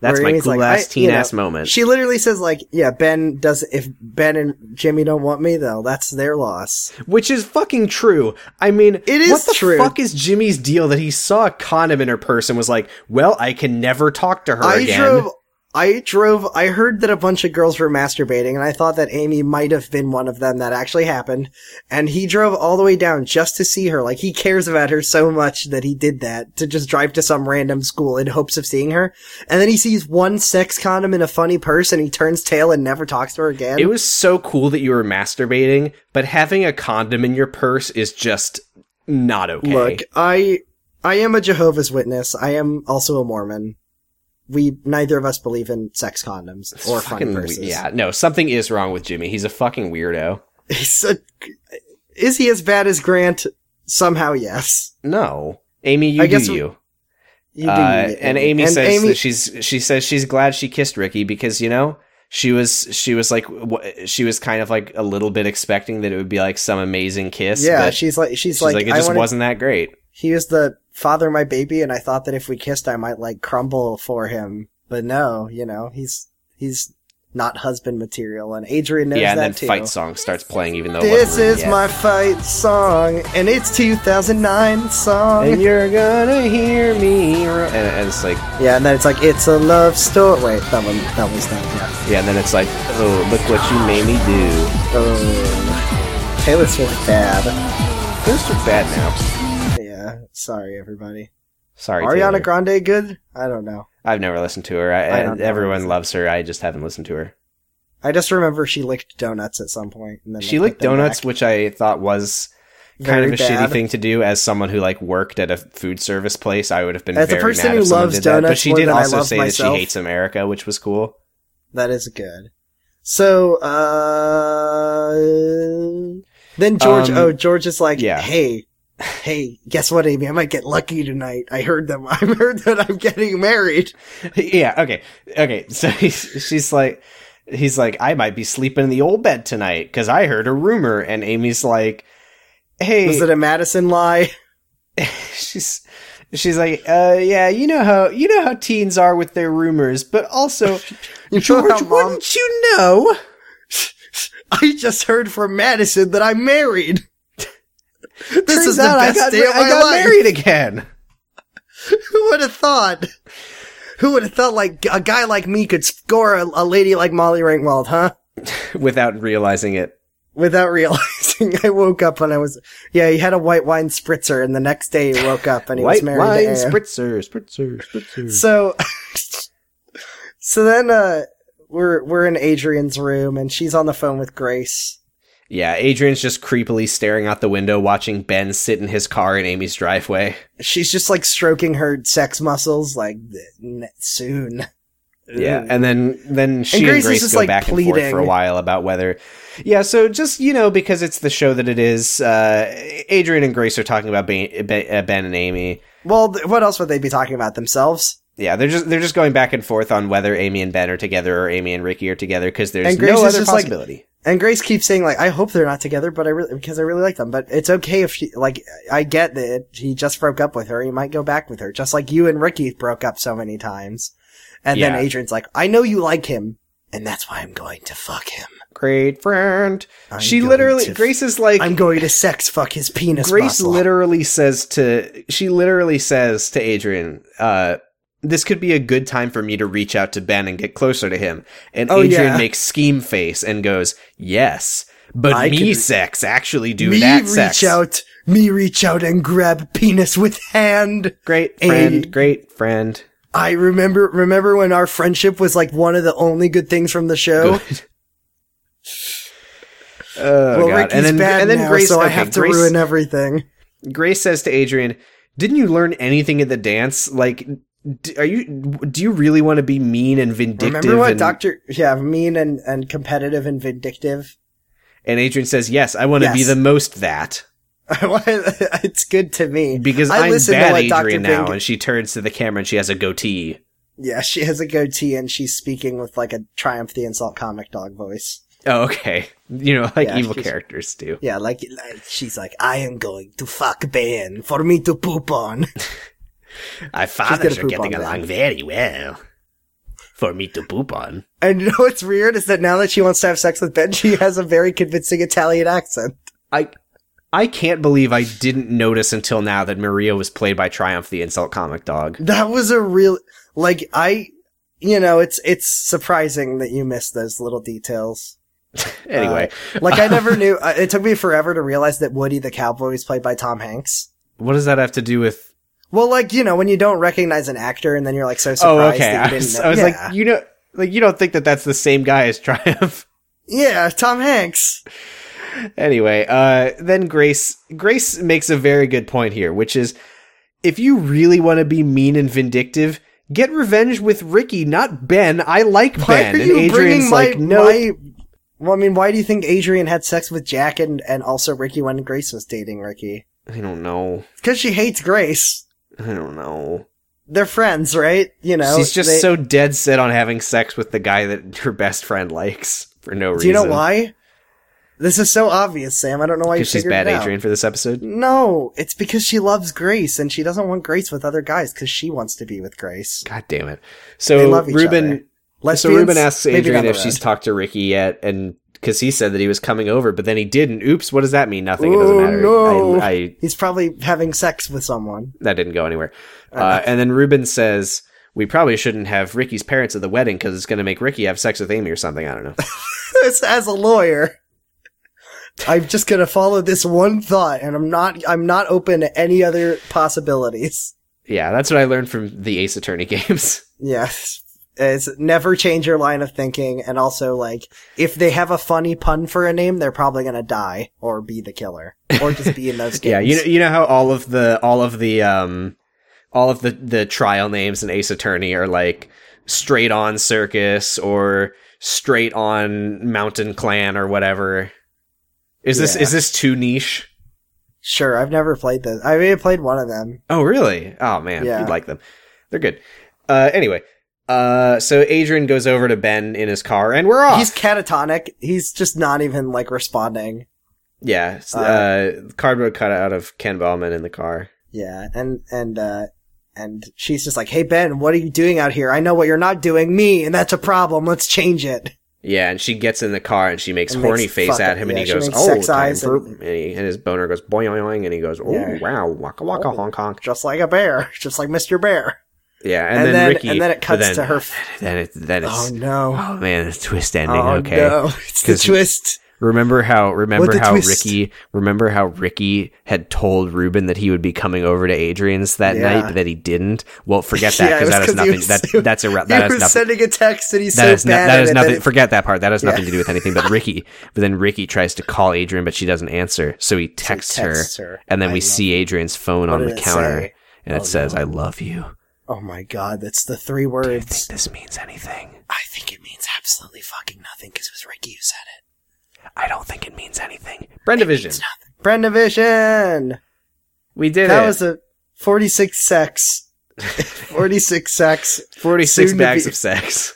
Speaker 2: that's
Speaker 3: Where
Speaker 2: my
Speaker 3: Amy's
Speaker 2: cool
Speaker 3: like,
Speaker 2: ass
Speaker 3: I-
Speaker 2: teen
Speaker 3: you know,
Speaker 2: ass moment.
Speaker 3: She literally says like, "Yeah, Ben does. If Ben and Jimmy don't want me, though, that's their loss."
Speaker 2: which is fucking true. I mean,
Speaker 3: It is
Speaker 2: what the
Speaker 3: true.
Speaker 2: fuck is Jimmy's deal that he saw a condom in her purse and was like, "Well, I can never talk to her
Speaker 3: I
Speaker 2: again."
Speaker 3: drove. I drove. I heard that a bunch of girls were masturbating, and I thought that Amy might have been one of them. That actually happened, and he drove all the way down just to see her. Like he cares about her so much that he did that to just drive to some random school in hopes of seeing her. And then he sees one sex condom in a funny purse, and he turns tail and never talks to her again.
Speaker 2: it was so cool that you were masturbating, but having a condom in your purse is just not okay.
Speaker 3: Look, I I am a Jehovah's Witness. I am also a Mormon. We neither of us believe in sex condoms
Speaker 2: It's
Speaker 3: or
Speaker 2: fucking we-
Speaker 3: funny purses.
Speaker 2: yeah, no, something is wrong with Jimmy. He's a fucking weirdo.
Speaker 3: He's a, is he as bad as Grant? Somehow, yes.
Speaker 2: No, Amy, you
Speaker 3: I
Speaker 2: do
Speaker 3: guess we-
Speaker 2: you.
Speaker 3: You do
Speaker 2: Uh,
Speaker 3: need it,
Speaker 2: and Amy says that she's she says she's glad she kissed Ricky because you know she was she was like w- she was kind of like a little bit expecting that it would be like some amazing kiss.
Speaker 3: yeah,
Speaker 2: but
Speaker 3: she's like, she's,
Speaker 2: she's
Speaker 3: like,
Speaker 2: like, it
Speaker 3: I
Speaker 2: just
Speaker 3: wanted,
Speaker 2: wasn't that great.
Speaker 3: He was the father of my baby, and I thought that if we kissed, I might like crumble for him. But no, you know, he's he's not husband material, and Adrian knows
Speaker 2: Yeah, and
Speaker 3: that
Speaker 2: then
Speaker 3: too.
Speaker 2: fight song starts playing even though it
Speaker 3: This
Speaker 2: wasn't written
Speaker 3: is
Speaker 2: yet.
Speaker 3: my fight song, and it's 2009 song.
Speaker 2: and you're gonna hear me ro- and, and it's like
Speaker 3: yeah, and then it's like it's a love story. Wait, that one, that was not. Yeah.
Speaker 2: yeah, and then it's like oh look what you made me do.
Speaker 3: Oh, Taylor Swift bad.
Speaker 2: Those are bad now.
Speaker 3: Yeah, sorry everybody.
Speaker 2: Sorry,
Speaker 3: Ariana
Speaker 2: Taylor.
Speaker 3: Grande good? I don't know.
Speaker 2: I've never listened to her. I,
Speaker 3: I don't know.
Speaker 2: everyone loves her. I just haven't listened to her.
Speaker 3: I just remember she licked donuts at some point. And then they
Speaker 2: She
Speaker 3: put
Speaker 2: licked
Speaker 3: them
Speaker 2: donuts,
Speaker 3: back.
Speaker 2: which I thought was kind
Speaker 3: Very
Speaker 2: of a
Speaker 3: bad.
Speaker 2: shitty thing to do as someone who like worked at a food service place. I would have been
Speaker 3: As a
Speaker 2: very
Speaker 3: person
Speaker 2: mad
Speaker 3: who
Speaker 2: if someone
Speaker 3: loves
Speaker 2: did that. But
Speaker 3: donuts
Speaker 2: she
Speaker 3: more
Speaker 2: did
Speaker 3: than I
Speaker 2: also
Speaker 3: love
Speaker 2: say that
Speaker 3: myself.
Speaker 2: she hates America, which was cool.
Speaker 3: That is good. So, uh, then George,
Speaker 2: Um,
Speaker 3: oh, George is like,
Speaker 2: yeah.
Speaker 3: hey, hey, guess what, Amy? I might get lucky tonight. I heard them. I heard that I'm getting married.
Speaker 2: yeah. Okay. Okay. So he's, she's like, he's like, I might be sleeping in the old bed tonight because I heard a rumor. And Amy's like, Hey,
Speaker 3: Was it a Madison lie?
Speaker 2: she's she's like, uh, yeah, you know how you know how teens are with their rumors, but also,
Speaker 3: You know how
Speaker 2: George,
Speaker 3: mom-
Speaker 2: wouldn't you know?
Speaker 3: I just heard from Madison that I'm married. this
Speaker 2: Turns
Speaker 3: is the
Speaker 2: out
Speaker 3: best
Speaker 2: I got,
Speaker 3: day of my
Speaker 2: I got
Speaker 3: life.
Speaker 2: married again.
Speaker 3: Who would have thought? Who would have thought like a guy like me could score a, a lady like Molly Ringwald, huh?
Speaker 2: Without realizing it.
Speaker 3: without realizing I woke up when I was yeah, he had a white wine spritzer and the next day he woke up and he was
Speaker 2: White
Speaker 3: married to
Speaker 2: wine,
Speaker 3: Anne.
Speaker 2: spritzer, spritzer, spritzer.
Speaker 3: So So then uh we're we're in Adrian's room and she's on the phone with Grace.
Speaker 2: Yeah, Adrian's just creepily staring out the window, watching Ben sit in his car in Amy's driveway.
Speaker 3: She's just like stroking her sex muscles like "Th- n- soon.
Speaker 2: Yeah,
Speaker 3: Ooh.
Speaker 2: and then then she and
Speaker 3: Grace
Speaker 2: Grace,
Speaker 3: is just,
Speaker 2: go
Speaker 3: like,
Speaker 2: back and forth for a
Speaker 3: pleading.
Speaker 2: while about whether. Yeah, so just you know because it's the show that it is. Uh, Adrian and Grace are talking about Ben, Ben uh, Ben and Amy.
Speaker 3: Well, th- what else would they be talking about themselves?
Speaker 2: Yeah, they're just they're just going back and forth on whether Amy and Ben are together or Amy and Ricky are together because there's
Speaker 3: And Grace
Speaker 2: no
Speaker 3: is
Speaker 2: other
Speaker 3: just like-
Speaker 2: possibility.
Speaker 3: And Grace keeps saying like, I hope they're not together, but I really because I really like them. But it's okay if she like I get that he just broke up with her. He might go back with her, just like you and Ricky broke up so many times. And
Speaker 2: Yeah.
Speaker 3: then Adrian's like, I know you like him, and that's why I'm going to fuck him.
Speaker 2: Great friend.
Speaker 3: I'm
Speaker 2: she
Speaker 3: going
Speaker 2: literally
Speaker 3: to f-
Speaker 2: Grace is like
Speaker 3: I'm going to sex fuck his penis.
Speaker 2: Grace
Speaker 3: muscle.
Speaker 2: literally says to she literally says to Adrian, uh, this could be a good time for me to reach out to Ben and get closer to him. And
Speaker 3: Oh,
Speaker 2: Adrian
Speaker 3: yeah.
Speaker 2: makes scheme face and goes, Yes. But
Speaker 3: I
Speaker 2: me
Speaker 3: could re-
Speaker 2: sex actually do
Speaker 3: me
Speaker 2: that
Speaker 3: reach
Speaker 2: sex.
Speaker 3: out, me reach out and grab penis with hand.
Speaker 2: Great
Speaker 3: Hey.
Speaker 2: friend, great friend.
Speaker 3: I remember remember when our friendship was like one of the only good things from the show.
Speaker 2: Good. Oh,
Speaker 3: well,
Speaker 2: God.
Speaker 3: Ricky's
Speaker 2: and then,
Speaker 3: bad
Speaker 2: and then
Speaker 3: now,
Speaker 2: Grace,
Speaker 3: so I
Speaker 2: okay,
Speaker 3: have to
Speaker 2: Grace-
Speaker 3: ruin everything.
Speaker 2: Grace says to Adrian, "Didn't you learn anything at the dance? Like, d- are you? Do you really want to be mean and vindictive?"
Speaker 3: Remember what
Speaker 2: and,
Speaker 3: Doctor? Yeah, mean and and competitive and vindictive.
Speaker 2: and Adrian says, "Yes, I want to be
Speaker 3: Yes.
Speaker 2: the most that
Speaker 3: it's good to me.
Speaker 2: because
Speaker 3: I
Speaker 2: I am
Speaker 3: listen to
Speaker 2: bad
Speaker 3: what Dr.
Speaker 2: Adrian now."
Speaker 3: Bing-
Speaker 2: And she turns to the camera and she has a goatee.
Speaker 3: Yeah, she has a goatee and she's speaking with like a Triumph the Insult comic dog voice.
Speaker 2: Oh, okay, you know, like
Speaker 3: Yeah,
Speaker 2: evil
Speaker 3: she's-
Speaker 2: characters do.
Speaker 3: Yeah, like, like she's like, I am going to fuck Ben for me to poop on.
Speaker 2: My
Speaker 3: gonna
Speaker 2: fathers are
Speaker 3: poop
Speaker 2: getting
Speaker 3: on that.
Speaker 2: along very well. For me to poop on.
Speaker 3: And you know what's weird is that now that she wants to have sex with Ben, she has a very convincing Italian accent.
Speaker 2: I I can't believe I didn't notice until now that Maria was played by Triumph the Insult Comic Dog.
Speaker 3: That was a real like I, you know, it's it's surprising that you missed those little details.
Speaker 2: Anyway,
Speaker 3: Like I never knew. I- It took me forever to realize that Woody the cowboy was played by Tom Hanks.
Speaker 2: what does that have to do with
Speaker 3: Well, like you know, when you don't recognize an actor and then you're like so surprised.
Speaker 2: Oh, okay.
Speaker 3: That
Speaker 2: I
Speaker 3: you didn't
Speaker 2: was,
Speaker 3: know.
Speaker 2: I was
Speaker 3: yeah.
Speaker 2: like, you know, like you don't think that that's the same guy as Triumph.
Speaker 3: yeah, Tom Hanks.
Speaker 2: anyway, uh, then Grace Grace makes a very good point here, which is if you really want to be mean and vindictive, get revenge with Ricky, not Ben. I like
Speaker 3: Why
Speaker 2: Ben.
Speaker 3: are you
Speaker 2: and Adrian's
Speaker 3: bringing my
Speaker 2: like, no,
Speaker 3: my? Well, I mean, why do you think Adrian had sex with Jack and and also Ricky when Grace was dating Ricky?
Speaker 2: I don't know.
Speaker 3: Because she hates Grace.
Speaker 2: I don't know.
Speaker 3: They're friends, right? You know,
Speaker 2: She's just
Speaker 3: they-
Speaker 2: so dead set on having sex with the guy that her best friend likes for no reason.
Speaker 3: Do you know why? This is so obvious, Sam. I don't know why you
Speaker 2: Because she's
Speaker 3: figured
Speaker 2: bad
Speaker 3: it out.
Speaker 2: Adrian for this episode.
Speaker 3: No, it's because she loves Grace and she doesn't want Grace with other guys because she wants to be with Grace.
Speaker 2: God damn it. So
Speaker 3: love each
Speaker 2: Ruben
Speaker 3: other. Lesbians,
Speaker 2: so Ruben asks
Speaker 3: maybe
Speaker 2: Adrian
Speaker 3: down
Speaker 2: if
Speaker 3: the
Speaker 2: she's
Speaker 3: road.
Speaker 2: talked to Ricky yet, and because he said that he was coming over, but then he didn't. Oops, what does that mean? Nothing. it doesn't
Speaker 3: Oh,
Speaker 2: matter.
Speaker 3: no.
Speaker 2: I, I
Speaker 3: He's probably having sex with someone.
Speaker 2: that didn't go anywhere. Uh, and then Ruben says, "We probably shouldn't have Ricky's parents at the wedding because it's going to make Ricky have sex with Amy or something." I don't know.
Speaker 3: as, as a lawyer, I'm just gonna follow this one thought, and I'm not. I'm not open to any other possibilities.
Speaker 2: yeah, that's what I learned from the Ace Attorney games.
Speaker 3: Yes, It's never change your line of thinking, and also like if they have a funny pun for a name, they're probably gonna die or be the killer or just be in those games.
Speaker 2: Yeah, you know, you know how all of the all of the um all of the the trial names in Ace Attorney are like straight on circus or straight on mountain clan or whatever. Is this
Speaker 3: Yeah.
Speaker 2: is this too niche?
Speaker 3: sure. I've never played this. I mean, I played one of them.
Speaker 2: Oh really? Oh man,
Speaker 3: Yeah.
Speaker 2: you'd like them. They're good. Uh anyway, uh so Adrian goes over to Ben in his car and we're off.
Speaker 3: He's catatonic. He's just not even like responding.
Speaker 2: yeah, it's,
Speaker 3: Uh,
Speaker 2: uh cardboard cut out of Ken Bauman in the car.
Speaker 3: Yeah, and and uh and she's just like, "Hey Ben, what are you doing out here? I know what you're not doing, me, and that's a problem. Let's change it."
Speaker 2: Yeah, and she gets in the car and she makes
Speaker 3: And
Speaker 2: horny
Speaker 3: makes
Speaker 2: face
Speaker 3: fuck-
Speaker 2: at him, and
Speaker 3: yeah,
Speaker 2: he
Speaker 3: she
Speaker 2: goes,
Speaker 3: makes
Speaker 2: "Oh,
Speaker 3: sex
Speaker 2: time
Speaker 3: eyes
Speaker 2: for,"
Speaker 3: and-
Speaker 2: and, he, and his boner goes boing boing, and he goes, "Oh
Speaker 3: Yeah.
Speaker 2: wow, waka waka
Speaker 3: Oh.
Speaker 2: honk honk."
Speaker 3: Just like a bear, just like Mr. Bear.
Speaker 2: Yeah, and,
Speaker 3: And,
Speaker 2: then,
Speaker 3: then,
Speaker 2: Ricky,
Speaker 3: and then it
Speaker 2: but
Speaker 3: cuts
Speaker 2: then-
Speaker 3: to her.
Speaker 2: Then it then
Speaker 3: oh
Speaker 2: it's
Speaker 3: no.
Speaker 2: oh, man, it's twist ending.
Speaker 3: oh
Speaker 2: okay,
Speaker 3: no. It's the
Speaker 2: 'Cause-
Speaker 3: twist.
Speaker 2: remember how remember
Speaker 3: What a
Speaker 2: how
Speaker 3: twist.
Speaker 2: Ricky remember how Ricky had told Ruben that he would be coming over to Adrian's that
Speaker 3: Yeah.
Speaker 2: night, but that he didn't. Well, forget that
Speaker 3: Yeah,
Speaker 2: because
Speaker 3: it was
Speaker 2: that has
Speaker 3: 'cause he
Speaker 2: nothing.
Speaker 3: was-
Speaker 2: that that's a that
Speaker 3: he
Speaker 2: has
Speaker 3: was
Speaker 2: nothing.
Speaker 3: sending a text and he's
Speaker 2: That
Speaker 3: so
Speaker 2: is no-
Speaker 3: bad
Speaker 2: that
Speaker 3: at
Speaker 2: is
Speaker 3: it
Speaker 2: nothing.
Speaker 3: that it-
Speaker 2: forget that part. That has
Speaker 3: Yeah.
Speaker 2: nothing to do with anything. But Ricky, but then Ricky tries to call Adrian, but she doesn't answer. So he texts,
Speaker 3: texts her.
Speaker 2: and then
Speaker 3: I
Speaker 2: we
Speaker 3: love-
Speaker 2: see Adrian's phone
Speaker 3: What
Speaker 2: on the
Speaker 3: did it
Speaker 2: counter,
Speaker 3: say?
Speaker 2: and it
Speaker 3: Oh,
Speaker 2: says,
Speaker 3: no.
Speaker 2: "I love you."
Speaker 3: Oh my god, that's the three
Speaker 2: Do you think
Speaker 3: words.
Speaker 2: this means anything?
Speaker 3: I think it means absolutely fucking nothing because it was Ricky who said it.
Speaker 2: I don't think it means anything. Brendavision,
Speaker 3: Brenda Vision!
Speaker 2: we did
Speaker 3: that
Speaker 2: it.
Speaker 3: was a 46 sex 46 sex
Speaker 2: Forty-six
Speaker 3: soon to
Speaker 2: bags
Speaker 3: be-
Speaker 2: of sex.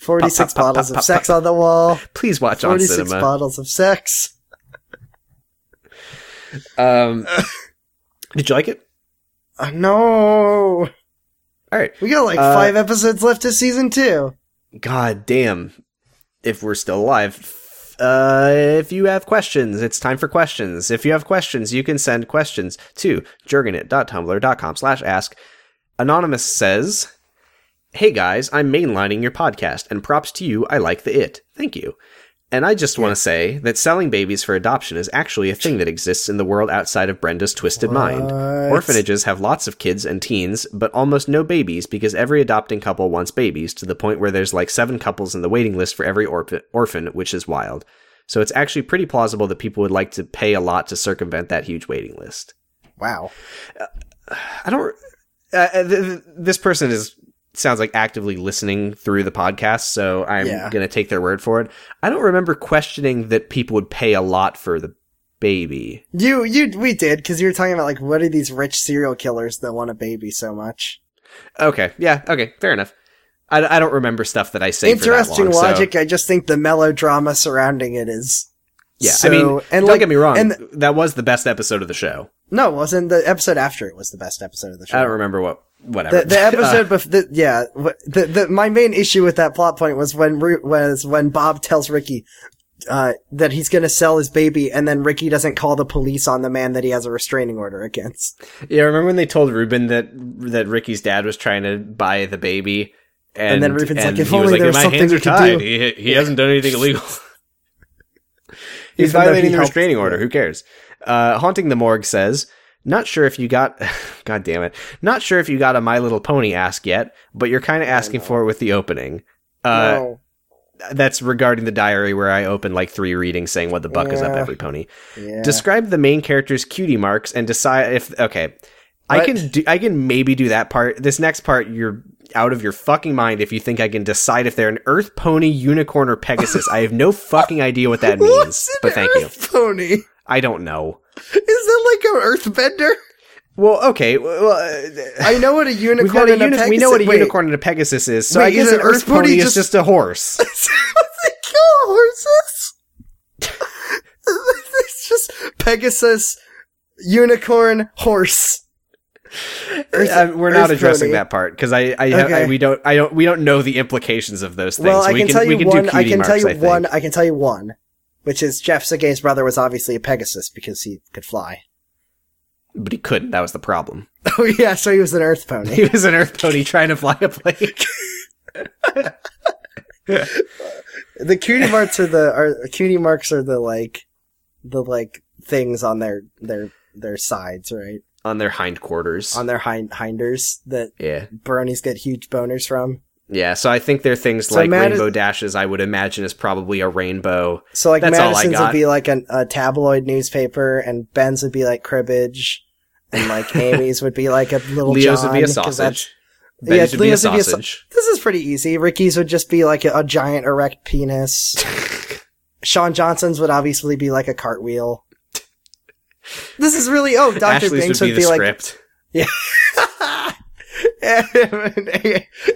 Speaker 3: 46
Speaker 2: Pop, pop, pop,
Speaker 3: bottles
Speaker 2: pop,
Speaker 3: of
Speaker 2: pop,
Speaker 3: sex on the wall
Speaker 2: Please watch on
Speaker 3: 46
Speaker 2: cinema.
Speaker 3: bottles of sex
Speaker 2: Um, did you like it?
Speaker 3: Uh, no
Speaker 2: All right.
Speaker 3: we got like
Speaker 2: Uh,
Speaker 3: five episodes left of season two
Speaker 2: God damn. If we're still alive. Uh, if you have questions, it's time for questions. If you have questions, you can send questions to jurgenit.tumblr.com slash ask. Anonymous says, Hey guys, I'm mainlining your podcast, and props to you, I like the it. Thank you. And I just want to say that selling babies for adoption is actually a thing that exists in the world outside of Brenda's twisted mind.
Speaker 3: What?
Speaker 2: Orphanages have lots of kids and teens, but almost no babies because every adopting couple wants babies to the point where there's like seven couples in the waiting list for every orph- orphan, which is wild. So it's actually pretty plausible that people would like to pay a lot to circumvent that huge waiting list.
Speaker 3: wow
Speaker 2: I don't. Uh, th- th- this person is sounds like actively listening through the podcast, so I'm
Speaker 3: Yeah.
Speaker 2: gonna take their word for it. I don't remember questioning that people would pay a lot for the baby.
Speaker 3: you you we did because you were talking about like what are these rich serial killers that want a baby so much
Speaker 2: Okay, yeah, okay, fair enough. I, I don't remember stuff that I say.
Speaker 3: interesting
Speaker 2: for that long, so-
Speaker 3: logic i just think the melodrama surrounding it is
Speaker 2: Yeah,
Speaker 3: so,
Speaker 2: I mean,
Speaker 3: and
Speaker 2: don't
Speaker 3: like
Speaker 2: get me wrong.
Speaker 3: and-
Speaker 2: that was the best episode of the show.
Speaker 3: no wasn't the episode after it was the best episode of the show
Speaker 2: I don't remember what whatever
Speaker 3: The, the
Speaker 2: Uh,
Speaker 3: episode, bef- the, yeah, wh- the, the, my main issue with that plot point was when Ru- was when Bob tells Ricky uh, that he's going to sell his baby, and then Ricky doesn't call the police on the man that he has a restraining order against.
Speaker 2: yeah, remember when they told Ruben that that Ricky's dad was trying to buy the baby, and,
Speaker 3: then Ruben's like, "If
Speaker 2: he was
Speaker 3: only there was
Speaker 2: my
Speaker 3: something
Speaker 2: hands
Speaker 3: we
Speaker 2: are
Speaker 3: could
Speaker 2: tied.
Speaker 3: do."
Speaker 2: He, he hasn't done anything illegal. He's
Speaker 3: Even though
Speaker 2: violating
Speaker 3: he
Speaker 2: the
Speaker 3: helped-
Speaker 2: restraining order. Who cares? Uh, Haunting the Morgue says, not sure if you got, god damn it, not sure if you got a My Little Pony ask yet, but you're kind of asking for it with the opening. Uh,
Speaker 3: no,
Speaker 2: that's regarding the diary where I opened like three readings saying what the buck is up
Speaker 3: Yeah.
Speaker 2: every pony.
Speaker 3: yeah.
Speaker 2: Describe the main character's cutie marks and decide if okay. I
Speaker 3: What?
Speaker 2: can do I can maybe do that part. This next part you're out of your fucking mind if you think I can decide if they're an earth pony, unicorn or pegasus. I have no fucking idea what that means.
Speaker 3: What's an
Speaker 2: but thank you.
Speaker 3: Earth pony? Is
Speaker 2: I don't know.
Speaker 3: that like an earthbender?
Speaker 2: Well, okay. Well, uh,
Speaker 3: I know what a
Speaker 2: we've got
Speaker 3: unicorn
Speaker 2: a
Speaker 3: and a
Speaker 2: uni-
Speaker 3: pegasus.
Speaker 2: we know what a
Speaker 3: wait,
Speaker 2: unicorn and a pegasus is. So
Speaker 3: Wait,
Speaker 2: I guess
Speaker 3: is
Speaker 2: an earth pony, is
Speaker 3: just-
Speaker 2: just a horse.
Speaker 3: Is that what they kill horses? it's just Pegasus, unicorn, horse. Earth-
Speaker 2: Uh, we're not
Speaker 3: Earth
Speaker 2: addressing
Speaker 3: Pony.
Speaker 2: that part because I, I, have I,
Speaker 3: Okay.
Speaker 2: we don't, I don't, we don't know the implications of those things.
Speaker 3: Well, I
Speaker 2: we
Speaker 3: can, tell
Speaker 2: we
Speaker 3: you
Speaker 2: can
Speaker 3: one.
Speaker 2: do
Speaker 3: I
Speaker 2: cutie
Speaker 3: can
Speaker 2: marks,
Speaker 3: tell you
Speaker 2: I think.
Speaker 3: one. I can tell you one, which is Jeff Segay's brother was obviously a Pegasus because he could fly.
Speaker 2: but he couldn't. That was the problem.
Speaker 3: Oh yeah, so he was an Earth pony.
Speaker 2: He was an earth pony trying to fly a plane.
Speaker 3: the cutie marks are the are cutie marks are the like, the like things on their their their sides, right?
Speaker 2: on their hindquarters.
Speaker 3: On their hind hinders that
Speaker 2: yeah,
Speaker 3: bronies get huge boners from.
Speaker 2: Yeah, so I think there are things
Speaker 3: So
Speaker 2: like
Speaker 3: Mad-
Speaker 2: rainbow dashes. I would imagine is probably a rainbow.
Speaker 3: So like
Speaker 2: That's all I
Speaker 3: Madison's would
Speaker 2: got.
Speaker 3: be like an, a tabloid newspaper, and Ben's would be like cribbage, and like Amy's would be like a little
Speaker 2: Leo's
Speaker 3: John,
Speaker 2: would be a
Speaker 3: 'cause that's-
Speaker 2: sausage.
Speaker 3: Yeah,
Speaker 2: Benny's would be a
Speaker 3: Leo's would be a sa-
Speaker 2: sausage.
Speaker 3: This is pretty easy. Ricky's would just be like a, a giant erect penis. Sean Johnson's would obviously be like a cartwheel. This is really oh, Doctor
Speaker 2: Ashley's
Speaker 3: Binks
Speaker 2: would be
Speaker 3: would
Speaker 2: the
Speaker 3: be like
Speaker 2: script.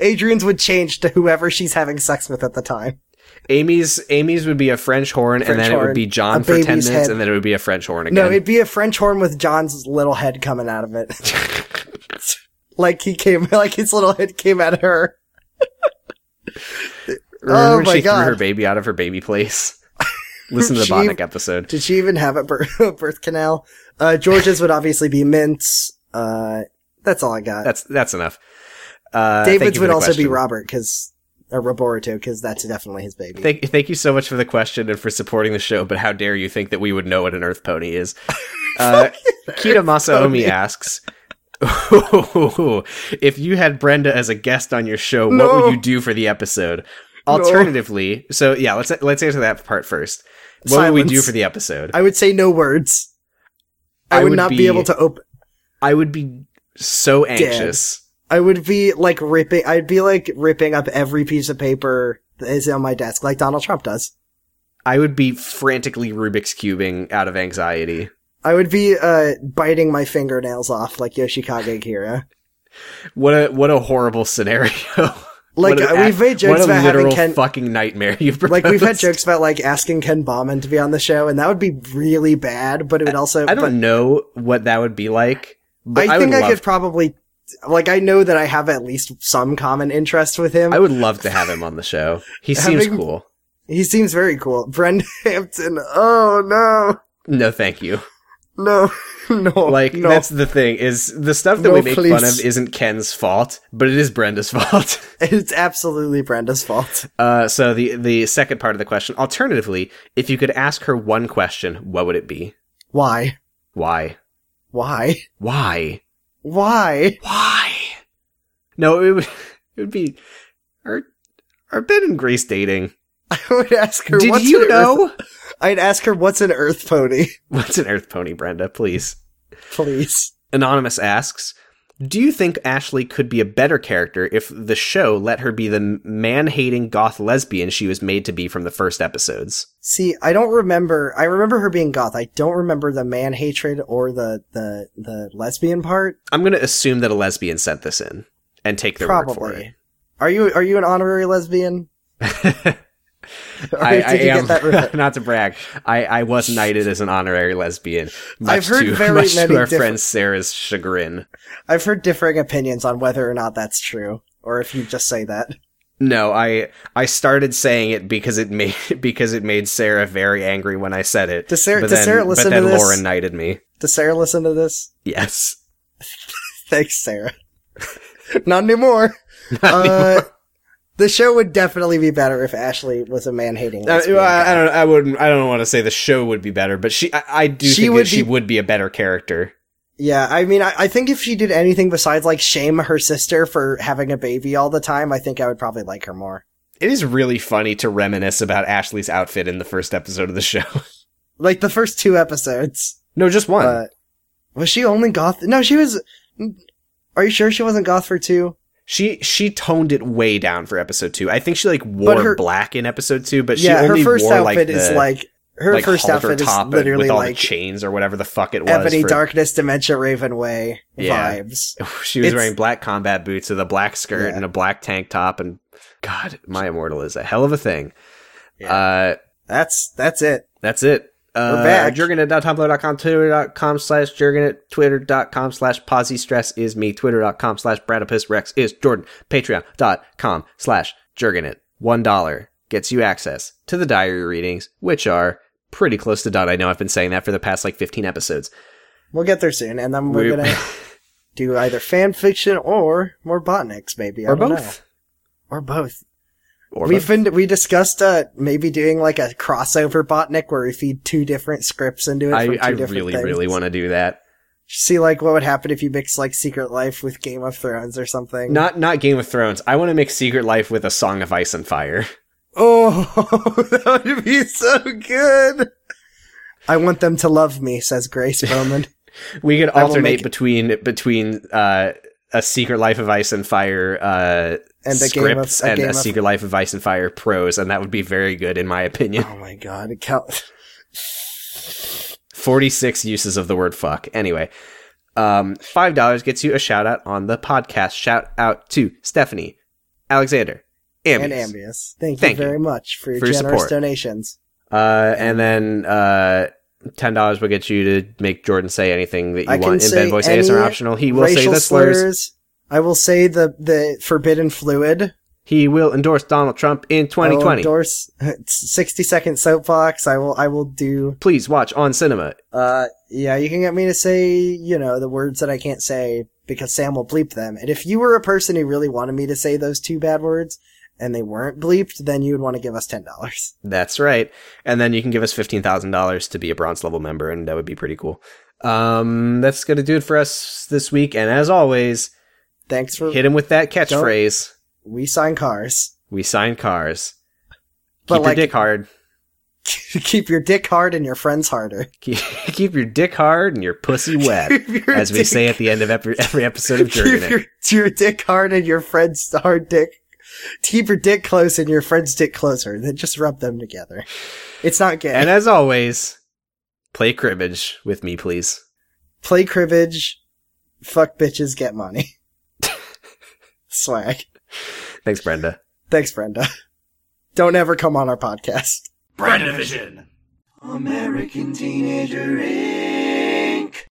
Speaker 3: Adrian's would change to whoever she's having sex with at the time.
Speaker 2: Amy's Amy's would be a French horn,
Speaker 3: French
Speaker 2: and then it
Speaker 3: horn,
Speaker 2: would be
Speaker 3: a
Speaker 2: John for ten
Speaker 3: baby's
Speaker 2: minutes,
Speaker 3: head.
Speaker 2: and then it would be a French horn
Speaker 3: No,
Speaker 2: again.
Speaker 3: it'd be a French horn with John's little head coming out of it. like he came, like his little head came out of her.
Speaker 2: Remember
Speaker 3: oh
Speaker 2: when
Speaker 3: my
Speaker 2: she
Speaker 3: God.
Speaker 2: threw her baby out of her baby place? Listen to the
Speaker 3: She-
Speaker 2: Bonnick episode.
Speaker 3: Did she even have a birth, a birth canal? Uh, George's would obviously be mints. Uh, that's all I got.
Speaker 2: That's that's enough. Uh, thank
Speaker 3: David's
Speaker 2: you for
Speaker 3: would
Speaker 2: the
Speaker 3: also be
Speaker 2: question.
Speaker 3: Robert because, or Roboruto because that's definitely his baby.
Speaker 2: Thank, thank you so much for the question and for supporting the show, but how dare you think that we would know what an Earth Pony is? Uh, Kita Masaomi asks, if you had Brenda as a guest on your show, what
Speaker 3: No.
Speaker 2: would you do for the episode?
Speaker 3: No.
Speaker 2: Alternatively, so yeah, let's let's answer that part first. What would we do
Speaker 3: Silence.
Speaker 2: for the episode? I,
Speaker 3: I would say no words. I,
Speaker 2: I
Speaker 3: would,
Speaker 2: would
Speaker 3: not be,
Speaker 2: be-
Speaker 3: able to open.
Speaker 2: would be so anxious.
Speaker 3: I would be like ripping. I'd be like ripping up every piece of paper that is on my desk, like Donald Trump does.
Speaker 2: I would be frantically Rubik's cubing out of anxiety.
Speaker 3: I would be uh, biting my fingernails off like Yoshikage Kira.
Speaker 2: What a what a horrible scenario.
Speaker 3: Like
Speaker 2: What an
Speaker 3: uh, we've
Speaker 2: act-
Speaker 3: made
Speaker 2: what
Speaker 3: jokes
Speaker 2: a
Speaker 3: about having
Speaker 2: literal
Speaker 3: Ken.
Speaker 2: fucking nightmare you've proposed.
Speaker 3: like we've had jokes about like asking Ken Bauman to be on the show, and that would be really bad. But it would also.
Speaker 2: I don't
Speaker 3: but
Speaker 2: know what that would be like. But
Speaker 3: I,
Speaker 2: I,
Speaker 3: think
Speaker 2: would
Speaker 3: I
Speaker 2: love,
Speaker 3: could probably. Like I know that I have at least some common interest with him.
Speaker 2: I would love to have him on the show. He seems
Speaker 3: Having-
Speaker 2: cool.
Speaker 3: he seems very cool. Brendan Hampton. Oh no,
Speaker 2: No, thank you.
Speaker 3: no, no.
Speaker 2: Like
Speaker 3: Oh, no.
Speaker 2: that's the thing is the stuff that
Speaker 3: No,
Speaker 2: we make fun
Speaker 3: please.
Speaker 2: of isn't Ken's fault, but it is Brenda's fault.
Speaker 3: It's absolutely Brenda's fault.
Speaker 2: Uh, so the the second part of the question. Alternatively, if you could ask her one question, what would it be?
Speaker 3: Why?
Speaker 2: Why?
Speaker 3: Why?
Speaker 2: Why?
Speaker 3: Why?
Speaker 2: Why? No, it would it would be are are Ben and Grace dating?
Speaker 3: I would ask her.
Speaker 2: Did
Speaker 3: what's
Speaker 2: you
Speaker 3: an Earth-
Speaker 2: know?
Speaker 3: I'd ask her what's an Earth pony,
Speaker 2: What's an Earth Pony, Brenda? Please.
Speaker 3: please.
Speaker 2: Anonymous asks, "Do you think Ashley could be a better character if the show let her be the man-hating goth lesbian she was made to be from the first episodes?"
Speaker 3: See, I don't remember. I remember her being goth. I don't remember the man hatred or the the the lesbian part.
Speaker 2: I'm going to assume that a lesbian sent this in and take their word for it.
Speaker 3: Probably. Are you are you an honorary lesbian? Or
Speaker 2: I,
Speaker 3: did
Speaker 2: I
Speaker 3: you get
Speaker 2: am
Speaker 3: that right?
Speaker 2: not to brag. I, I was knighted as an honorary lesbian. Much
Speaker 3: I've heard
Speaker 2: to,
Speaker 3: very
Speaker 2: much
Speaker 3: many
Speaker 2: to our
Speaker 3: different-
Speaker 2: friend Sarah's chagrin.
Speaker 3: I've heard differing opinions on whether or not that's true, or if you just say that.
Speaker 2: No, I I started saying it because it made because it made Sarah very angry when I said it.
Speaker 3: Does Sarah-
Speaker 2: but
Speaker 3: does
Speaker 2: then,
Speaker 3: Sarah
Speaker 2: but
Speaker 3: listen
Speaker 2: then
Speaker 3: to this?
Speaker 2: Lauren knighted me.
Speaker 3: Does Sarah listen to this?
Speaker 2: Yes.
Speaker 3: Thanks, Sarah. Not anymore. uh, the show would definitely be better if Ashley was a man hating.
Speaker 2: I, Uh, I don't. I wouldn't. I don't want to say the show would be better, but she. I, I do
Speaker 3: She
Speaker 2: think
Speaker 3: would
Speaker 2: that she
Speaker 3: be-
Speaker 2: would be a better character.
Speaker 3: Yeah, I mean, I, I think if she did anything besides like shame her sister for having a baby all the time, I think I would probably like her more.
Speaker 2: It is really funny to reminisce about Ashley's outfit in the first episode of the show.
Speaker 3: Like the first two episodes.
Speaker 2: no, just one.
Speaker 3: Uh, was she only goth? No, she was. Are you sure she wasn't goth for two?
Speaker 2: She she toned it way down for episode two. I think she like wore
Speaker 3: her-
Speaker 2: black in episode two, but
Speaker 3: yeah,
Speaker 2: she only
Speaker 3: her first
Speaker 2: wore
Speaker 3: outfit
Speaker 2: like the,
Speaker 3: is like her
Speaker 2: like,
Speaker 3: first
Speaker 2: halter
Speaker 3: outfit
Speaker 2: top
Speaker 3: is
Speaker 2: and-
Speaker 3: literally
Speaker 2: with all
Speaker 3: like
Speaker 2: the chains or whatever the fuck it was.
Speaker 3: ebony
Speaker 2: for-
Speaker 3: darkness dementia raven way
Speaker 2: Yeah.
Speaker 3: vibes.
Speaker 2: She was
Speaker 3: It's-
Speaker 2: wearing black combat boots with a black skirt
Speaker 3: Yeah.
Speaker 2: and a black tank top, and God, my immortal is a hell of a thing.
Speaker 3: Yeah.
Speaker 2: Uh,
Speaker 3: That's that's it.
Speaker 2: that's it. Uh,
Speaker 3: We're back.
Speaker 2: Jurgenit.tumblr.com, twitter.com slash jurgenit, twitter.com slash posy stress is me, twitter.com slash bradipus rex is jordan, patreon.com slash jurgenit. One dollar gets you access to the diary readings, which are pretty close to done. I know I've been saying that for the past like 15 episodes.
Speaker 3: We'll get there soon, and then we're
Speaker 2: We-
Speaker 3: gonna do either fan fiction or more botniks, maybe I
Speaker 2: or
Speaker 3: don't know.
Speaker 2: both.
Speaker 3: or both.
Speaker 2: Or
Speaker 3: We've
Speaker 2: both.
Speaker 3: been we discussed uh maybe doing like a crossover botnik where we feed two different scripts into it.
Speaker 2: I,
Speaker 3: from two
Speaker 2: I
Speaker 3: different
Speaker 2: really,
Speaker 3: things. Mm-hmm.
Speaker 2: really want to do that.
Speaker 3: See, like, what would happen if you mix, like, Secret Life with Game of Thrones or something?
Speaker 2: Not not Game of Thrones. I want to mix Secret Life with a Song of Ice and Fire.
Speaker 3: Oh, that would be so good. I want them to love me, says Grace Bowman.
Speaker 2: We could
Speaker 3: I will
Speaker 2: alternate
Speaker 3: make-
Speaker 2: between between uh, a Secret Life of Ice and Fire uh,
Speaker 3: And a game of
Speaker 2: scripts
Speaker 3: a
Speaker 2: and
Speaker 3: game
Speaker 2: a
Speaker 3: of
Speaker 2: Secret Life of Ice and Fire prose, and that would be very good in my opinion.
Speaker 3: Oh my god, it cal-
Speaker 2: Forty six uses of the word fuck. Anyway. Um, five dollars gets you a shout out on the podcast. Shout out to Stephanie, Alexander, Ambius.
Speaker 3: and Ambius. Thank,
Speaker 2: Thank you.
Speaker 3: you very much for your
Speaker 2: For your
Speaker 3: generous
Speaker 2: support.
Speaker 3: donations.
Speaker 2: Uh, and then uh, ten dollars will get you to make Jordan say anything that you
Speaker 3: I can
Speaker 2: want in
Speaker 3: say
Speaker 2: Ben voice
Speaker 3: any
Speaker 2: ASMR optional. He will say
Speaker 3: Racial
Speaker 2: the slurs.
Speaker 3: I will say the the forbidden fluid.
Speaker 2: He will endorse Donald Trump in
Speaker 3: I will
Speaker 2: 2020.
Speaker 3: endorse sixty second soapbox. I will. I will do.
Speaker 2: Please watch on cinema.
Speaker 3: Uh, yeah, you can get me to say you know the words that I can't say because Sam will bleep them. And if you were a person who really wanted me to say those two bad words and they weren't bleeped, then you would want to give us ten dollars.
Speaker 2: That's right. And then you can give us fifteen thousand dollars to be a bronze level member, and that would be pretty cool. Um, that's gonna do it for us this week. And as always,
Speaker 3: Thanks for
Speaker 2: hit him with that catchphrase.
Speaker 3: we sign cars.
Speaker 2: We sign cars.
Speaker 3: But
Speaker 2: keep
Speaker 3: like-
Speaker 2: your dick hard.
Speaker 3: Keep your dick hard and your friends harder.
Speaker 2: Keep, keep your dick hard and your pussy wet,
Speaker 3: Keep your
Speaker 2: as we
Speaker 3: dick-
Speaker 2: say at the end of every, every episode of Jerkin'
Speaker 3: keep
Speaker 2: It.
Speaker 3: your, your dick hard and your friend's hard dick. Keep your dick close and your friend's dick closer. Then just rub them together. It's not gay.
Speaker 2: And as always, play cribbage with me, please.
Speaker 3: Play cribbage. Fuck bitches. Get money. Swag.
Speaker 2: Thanks, Brenda.
Speaker 3: Thanks, Brenda. Don't ever come on our podcast.
Speaker 1: American teenager is.